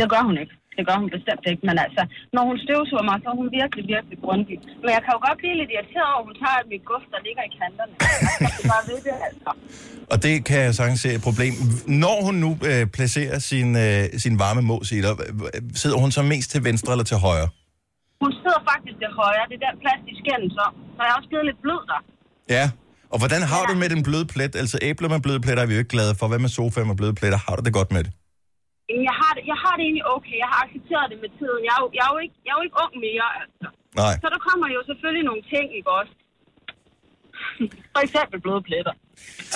Speaker 9: Det gør hun ikke. Det gør hun bestemt ikke, men altså, når hun støvsuger mig, så er hun virkelig, virkelig grundig. Men jeg kan jo godt blive lidt irriteret over, at hun tager mit guf, der ligger i kanterne. Jeg skal bare ved det, altså.
Speaker 1: Og det kan jeg sagtens se er et problem. Når hun nu øh, placerer sin, øh, sin varme mås i dig, øh, sidder hun så mest til venstre eller til højre?
Speaker 9: Hun sidder faktisk det højre. Det er den plads, de skændes om. Så jeg er også blevet lidt blød der.
Speaker 1: Ja. Og hvordan har du det med den bløde plet? Altså æbler med bløde pletter er vi jo ikke glade for. Hvad med sofaer med bløde pletter? Har du det godt med det?
Speaker 9: Jamen, Jeg har, det, jeg har det egentlig okay. Jeg har accepteret det med tiden. Jeg er jo, jeg er jo, ikke, jeg er jo ikke ung mere, altså.
Speaker 1: Nej.
Speaker 9: Så der kommer jo selvfølgelig nogle ting, ikke også? For eksempel bløde pletter.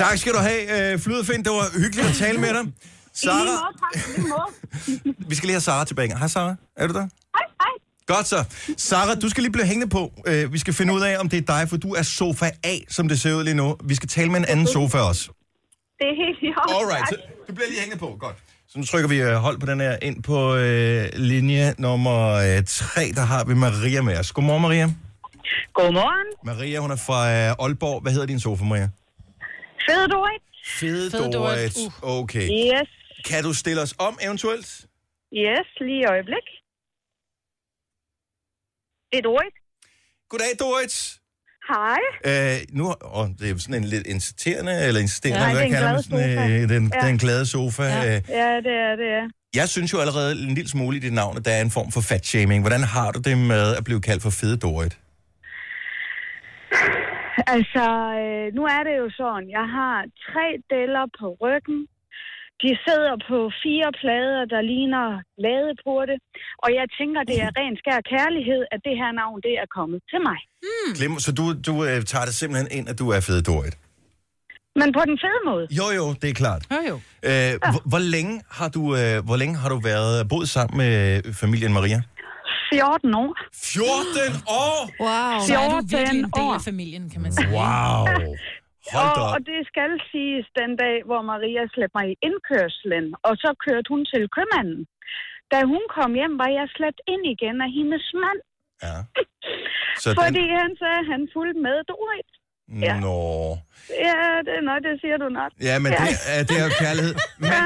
Speaker 1: Tak skal du have, øh, Flydefind. Det var hyggeligt at tale med dig.
Speaker 9: I lige
Speaker 1: Sara,
Speaker 9: måde, tak. I lige måde.
Speaker 1: vi skal lige have Sara tilbage. Hej Sara, er du der?
Speaker 9: Hej, hej.
Speaker 1: Godt så. Sara, du skal lige blive hængende på. Øh, vi skal finde ud af, om det er dig, for du er sofa A, som det ser ud lige nu. Vi skal tale med en anden sofa også.
Speaker 9: Det er helt i orden.
Speaker 1: Alright, så du bliver lige hængende på. Godt. Så nu trykker vi øh, hold på den her ind på øh, linje nummer øh, 3. Der har vi Maria med os. Godmorgen, Maria.
Speaker 9: Godmorgen.
Speaker 1: Maria, hun er fra øh, Aalborg. Hvad hedder din sofa, Maria?
Speaker 9: Fed du ikke?
Speaker 1: Fede Dorit. Okay.
Speaker 9: Yes.
Speaker 1: Kan du stille os om eventuelt?
Speaker 9: Yes, lige et øjeblik. Det er Dorit.
Speaker 1: Goddag, Dorit.
Speaker 9: Hej.
Speaker 1: Øh, nu, og det er sådan en lidt inciterende, eller insisterende,
Speaker 9: Ja,
Speaker 1: hvad
Speaker 9: det er en
Speaker 1: kalder
Speaker 9: glad
Speaker 1: man sådan,
Speaker 9: sofa.
Speaker 1: øh, den,
Speaker 9: Ja.
Speaker 1: ja. den glade sofa. Ja. Øh,
Speaker 9: Ja, det er det. Er.
Speaker 1: jeg synes jo allerede en lille smule i dit navn, at der er en form for fat-shaming. Hvordan har du det med at blive kaldt for fede Dorit?
Speaker 17: Altså, øh, nu er det jo sådan, jeg har tre deller på ryggen. De sidder på fire plader, der ligner ladeporte. Og jeg tænker, det er ren skær kærlighed, at det her navn, det er kommet til mig.
Speaker 9: Hmm.
Speaker 1: Mm. Glem, så du, du øh, tager det simpelthen ind, at du er fede Dorit?
Speaker 17: Men på den fede måde.
Speaker 1: Jo, jo, det er klart.
Speaker 17: Jo, jo.
Speaker 1: Øh, hvor, hvor, længe har du, øh, hvor længe har du været boet sammen med øh, familien Maria?
Speaker 17: 14 år.
Speaker 1: 14 år?
Speaker 4: Wow.
Speaker 3: Så er du
Speaker 17: 14
Speaker 3: virkelig en del
Speaker 17: år.
Speaker 3: af familien, kan man sige.
Speaker 1: Wow. Hold da
Speaker 17: og,
Speaker 1: op.
Speaker 17: og det skal siges den dag, hvor Maria slæbte mig i indkørslen, og så kørte hun til købmanden. Da hun kom hjem, var jeg slæbt ind igen af hendes mand.
Speaker 1: Ja.
Speaker 17: Så Fordi den... han sagde, at han fulgte med Dorit.
Speaker 1: Ja. Nå.
Speaker 17: Ja, det er noget, det siger du nok.
Speaker 1: Ja, men det, er, det er jo kærlighed. Men,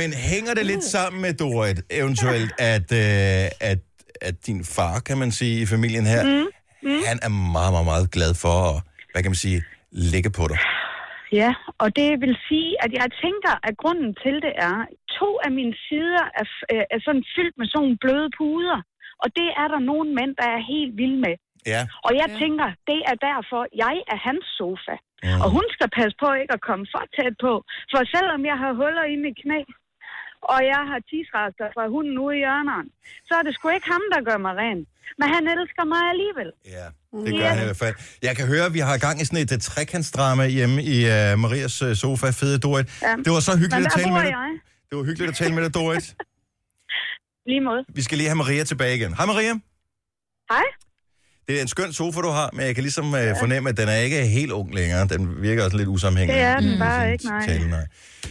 Speaker 1: men hænger det lidt sammen med, Dorit, eventuelt, at, øh, at, at din far, kan man sige, i familien her, mm. Mm. han er meget, meget, meget glad for at, hvad kan man sige, ligge på dig?
Speaker 17: Ja, og det vil sige, at jeg tænker, at grunden til det er, to af mine sider er, øh, er sådan fyldt med sådan nogle bløde puder. Og det er der nogle mænd, der er helt vilde med.
Speaker 1: Ja.
Speaker 17: Og jeg ja. tænker, det er derfor, jeg er hans sofa. Ja. Og hun skal passe på ikke at komme for tæt på. For selvom jeg har huller inde i knæ, og jeg har tidsrester fra hunden ude i hjørneren, så er det sgu ikke ham, der gør mig ren. Men han elsker mig alligevel.
Speaker 1: Ja, det gør ja. han i hvert fald. Jeg kan høre, at vi har gang i sådan et uh, trekantsdrama hjemme i uh, Marias uh, sofa, Fede Dorit. Ja. Det var så hyggeligt at tale med dig. Det var hyggeligt at tale med dig, Dorit.
Speaker 17: lige måde.
Speaker 1: Vi skal lige have Maria tilbage igen. Hej Maria.
Speaker 17: Hej.
Speaker 1: Det er en skøn sofa, du har, men jeg kan ligesom øh, ja. fornemme, at den er ikke helt ung længere. Den virker også lidt usammenhængende.
Speaker 17: Det er den bare mm. ikke, nej.
Speaker 1: Tale, nej.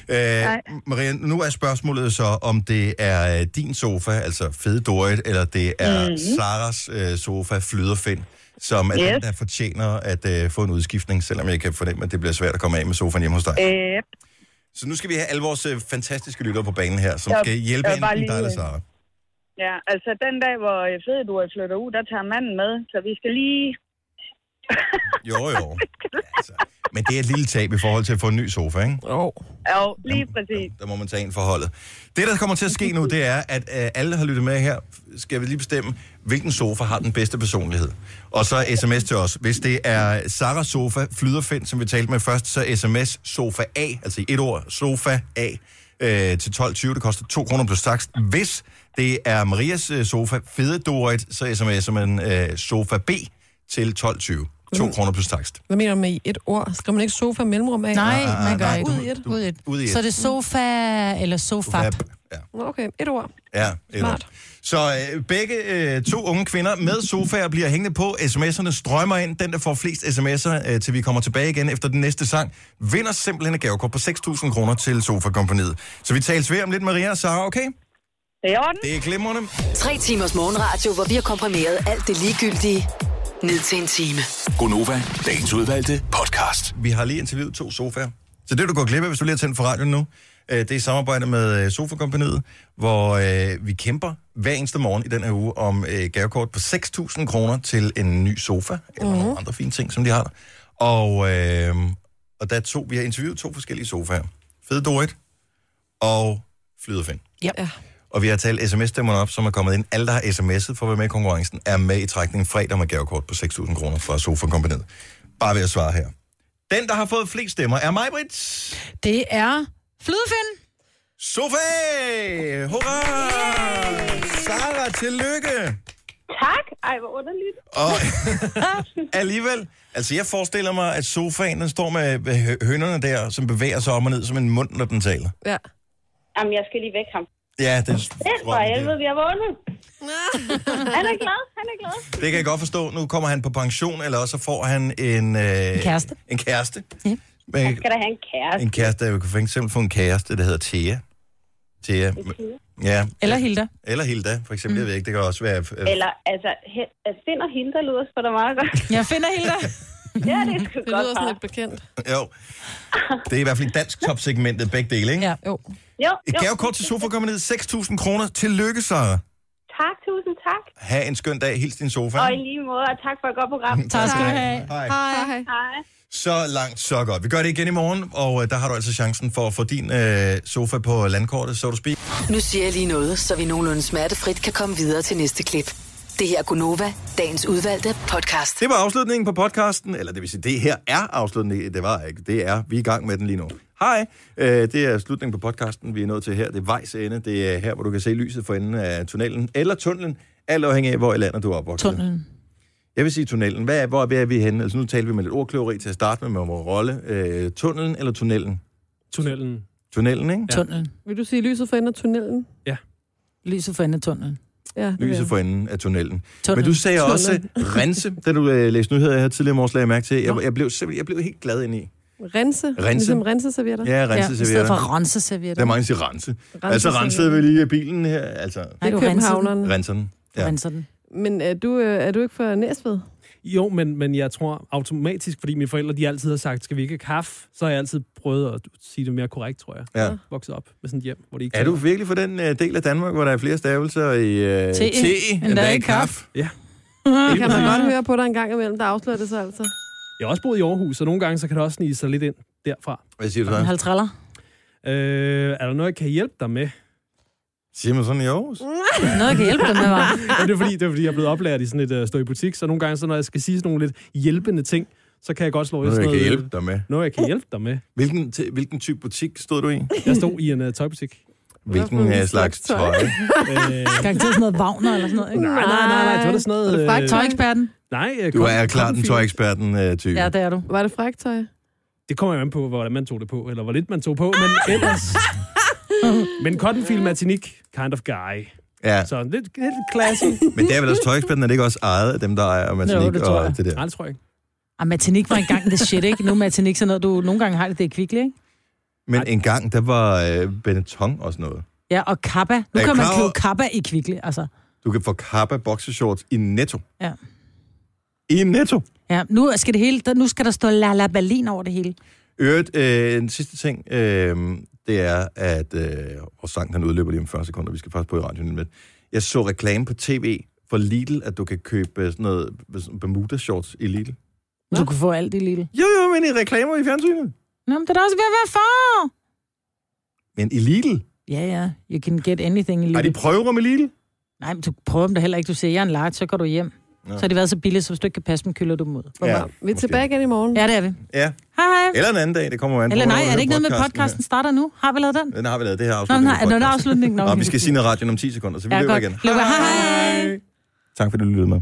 Speaker 1: Øh, nej. Maria, nu er spørgsmålet så, om det er øh, din sofa, altså Fede Dorit, eller det er mm. Saras øh, sofa, Flyderfind, som er yes. den, der fortjener at øh, få en udskiftning, selvom jeg kan fornemme, at det bliver svært at komme af med sofaen hjemme hos
Speaker 10: Øh.
Speaker 1: dig.
Speaker 9: Øh.
Speaker 17: Yep.
Speaker 1: Så nu skal vi have alle vores øh, fantastiske lyttere på banen her, som jeg, skal hjælpe jeg enten lige... dig eller Sara.
Speaker 17: Ja, altså den dag, hvor fede du flytter ud, der tager manden med, så vi skal lige...
Speaker 1: jo, jo. Altså, men det er et lille tab i forhold til at få en ny sofa, ikke?
Speaker 17: Jo. Jo, lige præcis.
Speaker 1: Der, der må man tage en forholdet. Det, der kommer til at ske nu, det er, at øh, alle har lyttet med her, skal vi lige bestemme, hvilken sofa har den bedste personlighed. Og så sms til os. Hvis det er Saras sofa, flyderfind, som vi talte med først, så sms sofa A, altså i et ord, sofa A, øh, til 12.20. Det koster 2 kroner plus tax. Hvis det er Marias øh, sofa, fede Dorit, så sms'er man øh, sofa B til 12.20. 2 kroner plus takst.
Speaker 4: Hvad mener du med i et ord? Skal man ikke sofa mellemrum af?
Speaker 3: Nej,
Speaker 1: Ah,
Speaker 3: man gør
Speaker 1: nej,
Speaker 3: ikke.
Speaker 1: du-
Speaker 3: Ud i et.
Speaker 1: du-
Speaker 3: Ud i et.
Speaker 1: ud i et.
Speaker 3: Så er det sofa eller sofap.
Speaker 1: Fab. Ja.
Speaker 4: Okay, et ord.
Speaker 1: Ja, et
Speaker 4: Smart.
Speaker 1: ord. Så øh, begge øh, to unge kvinder med sofaer bliver hængende på. SMS'erne strømmer ind. Den, der får flest sms'er, øh, til vi kommer tilbage igen efter den næste sang, vinder simpelthen et gavekort på 6.000 kroner til Sofa-kompaniet. Så vi tales ved om lidt, Maria og Sara, okay?
Speaker 17: Det er i orden.
Speaker 1: Det er glimrende.
Speaker 5: Tre timers morgenradio, hvor vi har komprimeret alt det ligegyldige ned til en time.
Speaker 6: Gonova, dagens udvalgte podcast.
Speaker 1: Vi har lige interviewet to sofaer. Så det, du går glip af, hvis du lige har tændt for radioen nu, øh, det er i samarbejde med øh, Sofa-kompaniet, hvor øh, vi kæmper hver eneste morgen i den her uge om øh, gavekort på 6.000 kroner til en ny sofa, eller mm. nogle andre fine ting, som de har der. Og, øh, og der er to, vi har interviewet to forskellige sofaer. Fede Dorit og Flyderfind.
Speaker 3: Ja.
Speaker 1: Og vi har talt sms-stemmerne op, som er kommet ind. Alle, der har sms'et for at være med i konkurrencen, er med i trækningen fredag med gavekort på 6.000 kroner fra Sofa-kompaniet. Bare ved at svare her. Den, der har fået flest stemmer, er mig, Britt.
Speaker 3: Det er flydefind.
Speaker 1: Sofa! Hurra! Sara, tillykke!
Speaker 17: Tak. Ej, hvor underligt.
Speaker 1: Og alligevel, altså jeg forestiller mig, at sofaen, den står med med hø- hønerne der, som bevæger sig op og ned som en mund, når den taler.
Speaker 4: Ja.
Speaker 17: Jamen, jeg skal lige væk ham.
Speaker 1: Ja, den
Speaker 17: Den for helvede,
Speaker 1: det,
Speaker 17: vi har vundet. han er glad, han er glad.
Speaker 1: det kan jeg godt forstå. Nu kommer han på pension, eller også så får han en... Øh, en
Speaker 3: kæreste.
Speaker 1: En kæreste.
Speaker 3: Ja.
Speaker 1: Men,
Speaker 17: Skal der have en kæreste?
Speaker 1: en kæreste, jeg kunne for eksempel få en kæreste, der hedder Thea. Thea. Ja,
Speaker 3: Eller Hilda.
Speaker 1: eller Hilda, for eksempel. Mm. Jeg ved ikke, det kan også være... øh,
Speaker 17: Eller, altså, he, altså Finn og Hilda lyder sgu da meget godt.
Speaker 3: Jeg finder Hilda.
Speaker 17: ja, det er sgu
Speaker 4: Det
Speaker 17: godt.
Speaker 4: lyder sådan
Speaker 17: par.
Speaker 4: lidt bekendt.
Speaker 1: Jo. Det er i hvert fald i dansk topsegmentet begge dele, ikke?
Speaker 3: Ja.
Speaker 4: Jo.
Speaker 17: Jo,
Speaker 1: Et
Speaker 17: jo.
Speaker 1: gavekort til sofa kommer ned 6.000 kroner. Tillykke, Sara.
Speaker 17: Tak, tusind tak.
Speaker 1: Ha' en skøn dag. Hils din sofa.
Speaker 17: Og i lige måde, og tak for et godt program.
Speaker 3: Tak skal du have.
Speaker 1: Hej.
Speaker 4: Hej.
Speaker 17: Hej.
Speaker 1: Så langt, så godt. Vi gør det igen i morgen, og øh, der har du altså chancen for at få din øh, sofa på landkortet, så du speak.
Speaker 5: Nu siger jeg lige noget, så vi nogenlunde smertefrit kan komme videre til næste klip. Det her er Gunova, dagens udvalgte podcast.
Speaker 1: Det var afslutningen på podcasten, eller det vil sige, det her er afslutningen, det var ikke, det er, vi er i gang med den lige nu. Hej, øh, det er slutningen på podcasten, vi er nået til her, det er vejs ende, det er her, hvor du kan se lyset for enden af tunnelen, eller tunnelen, alt afhængig af, hvor i landet du er opvokset.
Speaker 3: Tunnelen.
Speaker 1: Jeg vil sige tunnelen. Hvad, er- hvor er vi henne? Altså, nu taler vi med lidt ordkløveri til at starte med, med vores rolle. Øh, tunnelen eller tunnelen?
Speaker 2: Tunnelen.
Speaker 1: Tunnelen, ikke?
Speaker 2: Ja.
Speaker 3: Tunnelen.
Speaker 4: Vil du sige lyset for enden af tunnelen?
Speaker 3: Lyset for enden af tunnelen.
Speaker 4: Ja, det vil
Speaker 1: Lyset
Speaker 4: jeg.
Speaker 1: for enden af tunnelen.
Speaker 3: Tunnelen.
Speaker 1: Men du sagde
Speaker 4: Tunnelen.
Speaker 1: også rense, da du øh, læste nyheder her tidligere i morges, lagde jeg mærke til. Jeg, jeg, blev simpelthen jeg blev helt glad ind i.
Speaker 4: Rense.
Speaker 1: Rense.
Speaker 4: Ligesom renseservietter.
Speaker 1: Ja,
Speaker 3: Ja, i
Speaker 1: rense ja,
Speaker 3: stedet for
Speaker 1: Der
Speaker 3: renseservietter.
Speaker 1: er mange, der siger rense.
Speaker 4: Rense
Speaker 1: altså,
Speaker 4: servietter.
Speaker 1: rensede vi lige bilen her. Altså,
Speaker 4: Det
Speaker 3: Nej,
Speaker 4: er
Speaker 3: du renser den.
Speaker 4: københavnerne.
Speaker 1: renser den.
Speaker 3: Ja.
Speaker 1: Ja.
Speaker 3: Renser den.
Speaker 4: Men er du, øh, er du ikke fra Næstved?
Speaker 2: Jo, men, men jeg tror automatisk, fordi mine forældre de altid har sagt, skal vi ikke have kaffe, så har jeg altid prøvet at sige det mere korrekt, tror jeg.
Speaker 1: Ja.
Speaker 2: Vokset op med sådan et hjem, hvor det ikke
Speaker 1: Er du virkelig fra den øh, del af Danmark, hvor der er flere stavelser i øh,
Speaker 3: Te,
Speaker 1: te
Speaker 3: end
Speaker 1: end
Speaker 3: der
Speaker 1: der
Speaker 3: er
Speaker 1: er
Speaker 3: i
Speaker 1: i kaffe?
Speaker 2: Ja.
Speaker 4: Det kan man godt høre på dig en gang imellem, der afslører det sig altså.
Speaker 2: Jeg har også boet i Aarhus, og nogle gange så kan det også snige sig lidt ind derfra.
Speaker 1: Hvad siger du så?
Speaker 3: En halv triller.
Speaker 2: Øh, er der noget, jeg kan hjælpe dig med?
Speaker 1: Siger man sådan i Aarhus?
Speaker 3: Noget, jeg kan hjælpe dig med, var.
Speaker 2: Ja, det, er fordi, det er fordi, jeg er blevet oplært i sådan et uh, stå i butik, så nogle gange, så når jeg skal sige sådan nogle lidt hjælpende ting, så kan jeg godt slå i
Speaker 1: Noget,
Speaker 2: sådan
Speaker 1: jeg kan
Speaker 2: noget- øh,
Speaker 1: hjælpe dig med.
Speaker 2: Noget, jeg kan hjælpe dig med.
Speaker 1: Hvilken, te, hvilken type butik stod du i?
Speaker 2: Jeg stod i en uh, tøjbutik.
Speaker 1: Hvilken øh, slags tøj?
Speaker 2: Øh,
Speaker 3: Garanteret sådan noget Wagner eller sådan noget, ikke?
Speaker 2: nej, nej, nej, nej, det var da sådan noget...
Speaker 4: Var det
Speaker 2: øh,
Speaker 3: Tøjeksperten.
Speaker 2: Nej, øh,
Speaker 1: Du
Speaker 2: kom-
Speaker 1: er klart den
Speaker 2: komfy.
Speaker 1: tøjeksperten øh, type.
Speaker 3: Ja, det er du.
Speaker 4: Var det fræktøj?
Speaker 2: Det kommer jo an på, hvordan man tog det på, eller hvor lidt man tog på, men ellers... men cottonfield matinik, kind of guy.
Speaker 1: Ja,
Speaker 2: Så lidt, lidt klasse.
Speaker 1: men det er vel også tøjeksperten, er det ikke også ejet af dem, der ejer Matanik
Speaker 3: det tror
Speaker 1: og
Speaker 3: jeg.
Speaker 1: det
Speaker 2: Nej,
Speaker 1: der?
Speaker 2: det tror jeg ikke.
Speaker 3: Ah, matinik var engang det shit, ikke? Nu er matinik sådan noget, du nogle gange har det, det er kvickly, ikke?
Speaker 1: Men engang, der var øh, Benetton og sådan noget.
Speaker 3: Ja, og kappa. Nu
Speaker 1: Er
Speaker 3: kan man
Speaker 1: klar-
Speaker 3: købe kappa i kvickly, altså.
Speaker 1: Du kan få kappa boxershorts i Netto.
Speaker 3: Ja.
Speaker 1: I Netto.
Speaker 3: Ja, nu skal, det hele, der, nu skal der stå La La Berlin over det hele.
Speaker 1: Øvrigt, øh, en sidste ting, øh, det er, at øh, vores sang, den udløber lige om 40 sekunder, vi skal faktisk på i radioen lige om lidt. Jeg så reklame på tv for Lidl, at du kan købe øh, sådan noget øh, sådan Bermuda shorts i Lidl.
Speaker 3: Du kan få alt det lille.
Speaker 1: Jo, jo, men i reklamer i fjernsynet.
Speaker 3: Nå, men det er da også ved at være for.
Speaker 1: Men i Lidl?
Speaker 3: Ja, ja. You can get anything i
Speaker 1: Har de
Speaker 3: livet.
Speaker 1: prøver med Lidl?
Speaker 3: Nej, men du prøver dem da heller ikke. Du siger, jeg er en large, så går du hjem.
Speaker 1: Nå.
Speaker 3: Så har de været så billige, så hvis du ikke kan passe dem, kylder du dem ud.
Speaker 4: Ja, vi er
Speaker 1: måske.
Speaker 4: tilbage igen i morgen.
Speaker 3: Ja, det er vi.
Speaker 1: Ja,
Speaker 3: Hej, hej.
Speaker 1: eller en anden dag, det kommer jo an på,
Speaker 3: Eller nej,
Speaker 1: hvornår du
Speaker 3: er det
Speaker 1: hører
Speaker 3: ikke noget med, at
Speaker 1: podcasten her.
Speaker 3: podcasten starter nu? Har vi lavet den?
Speaker 1: Den har vi lavet, det her
Speaker 3: Nå,
Speaker 1: afslutning.
Speaker 3: nej,
Speaker 1: på
Speaker 3: nå, der er
Speaker 1: podcasten.
Speaker 3: afslutningen. Nå,
Speaker 1: Nå, men vi skal sige noget i radioen om 10 sekunder, så vi
Speaker 3: Ja,
Speaker 1: løber
Speaker 3: godt.
Speaker 1: igen.
Speaker 3: Løber, hej, hej.
Speaker 1: Tak fordi du lyttede med.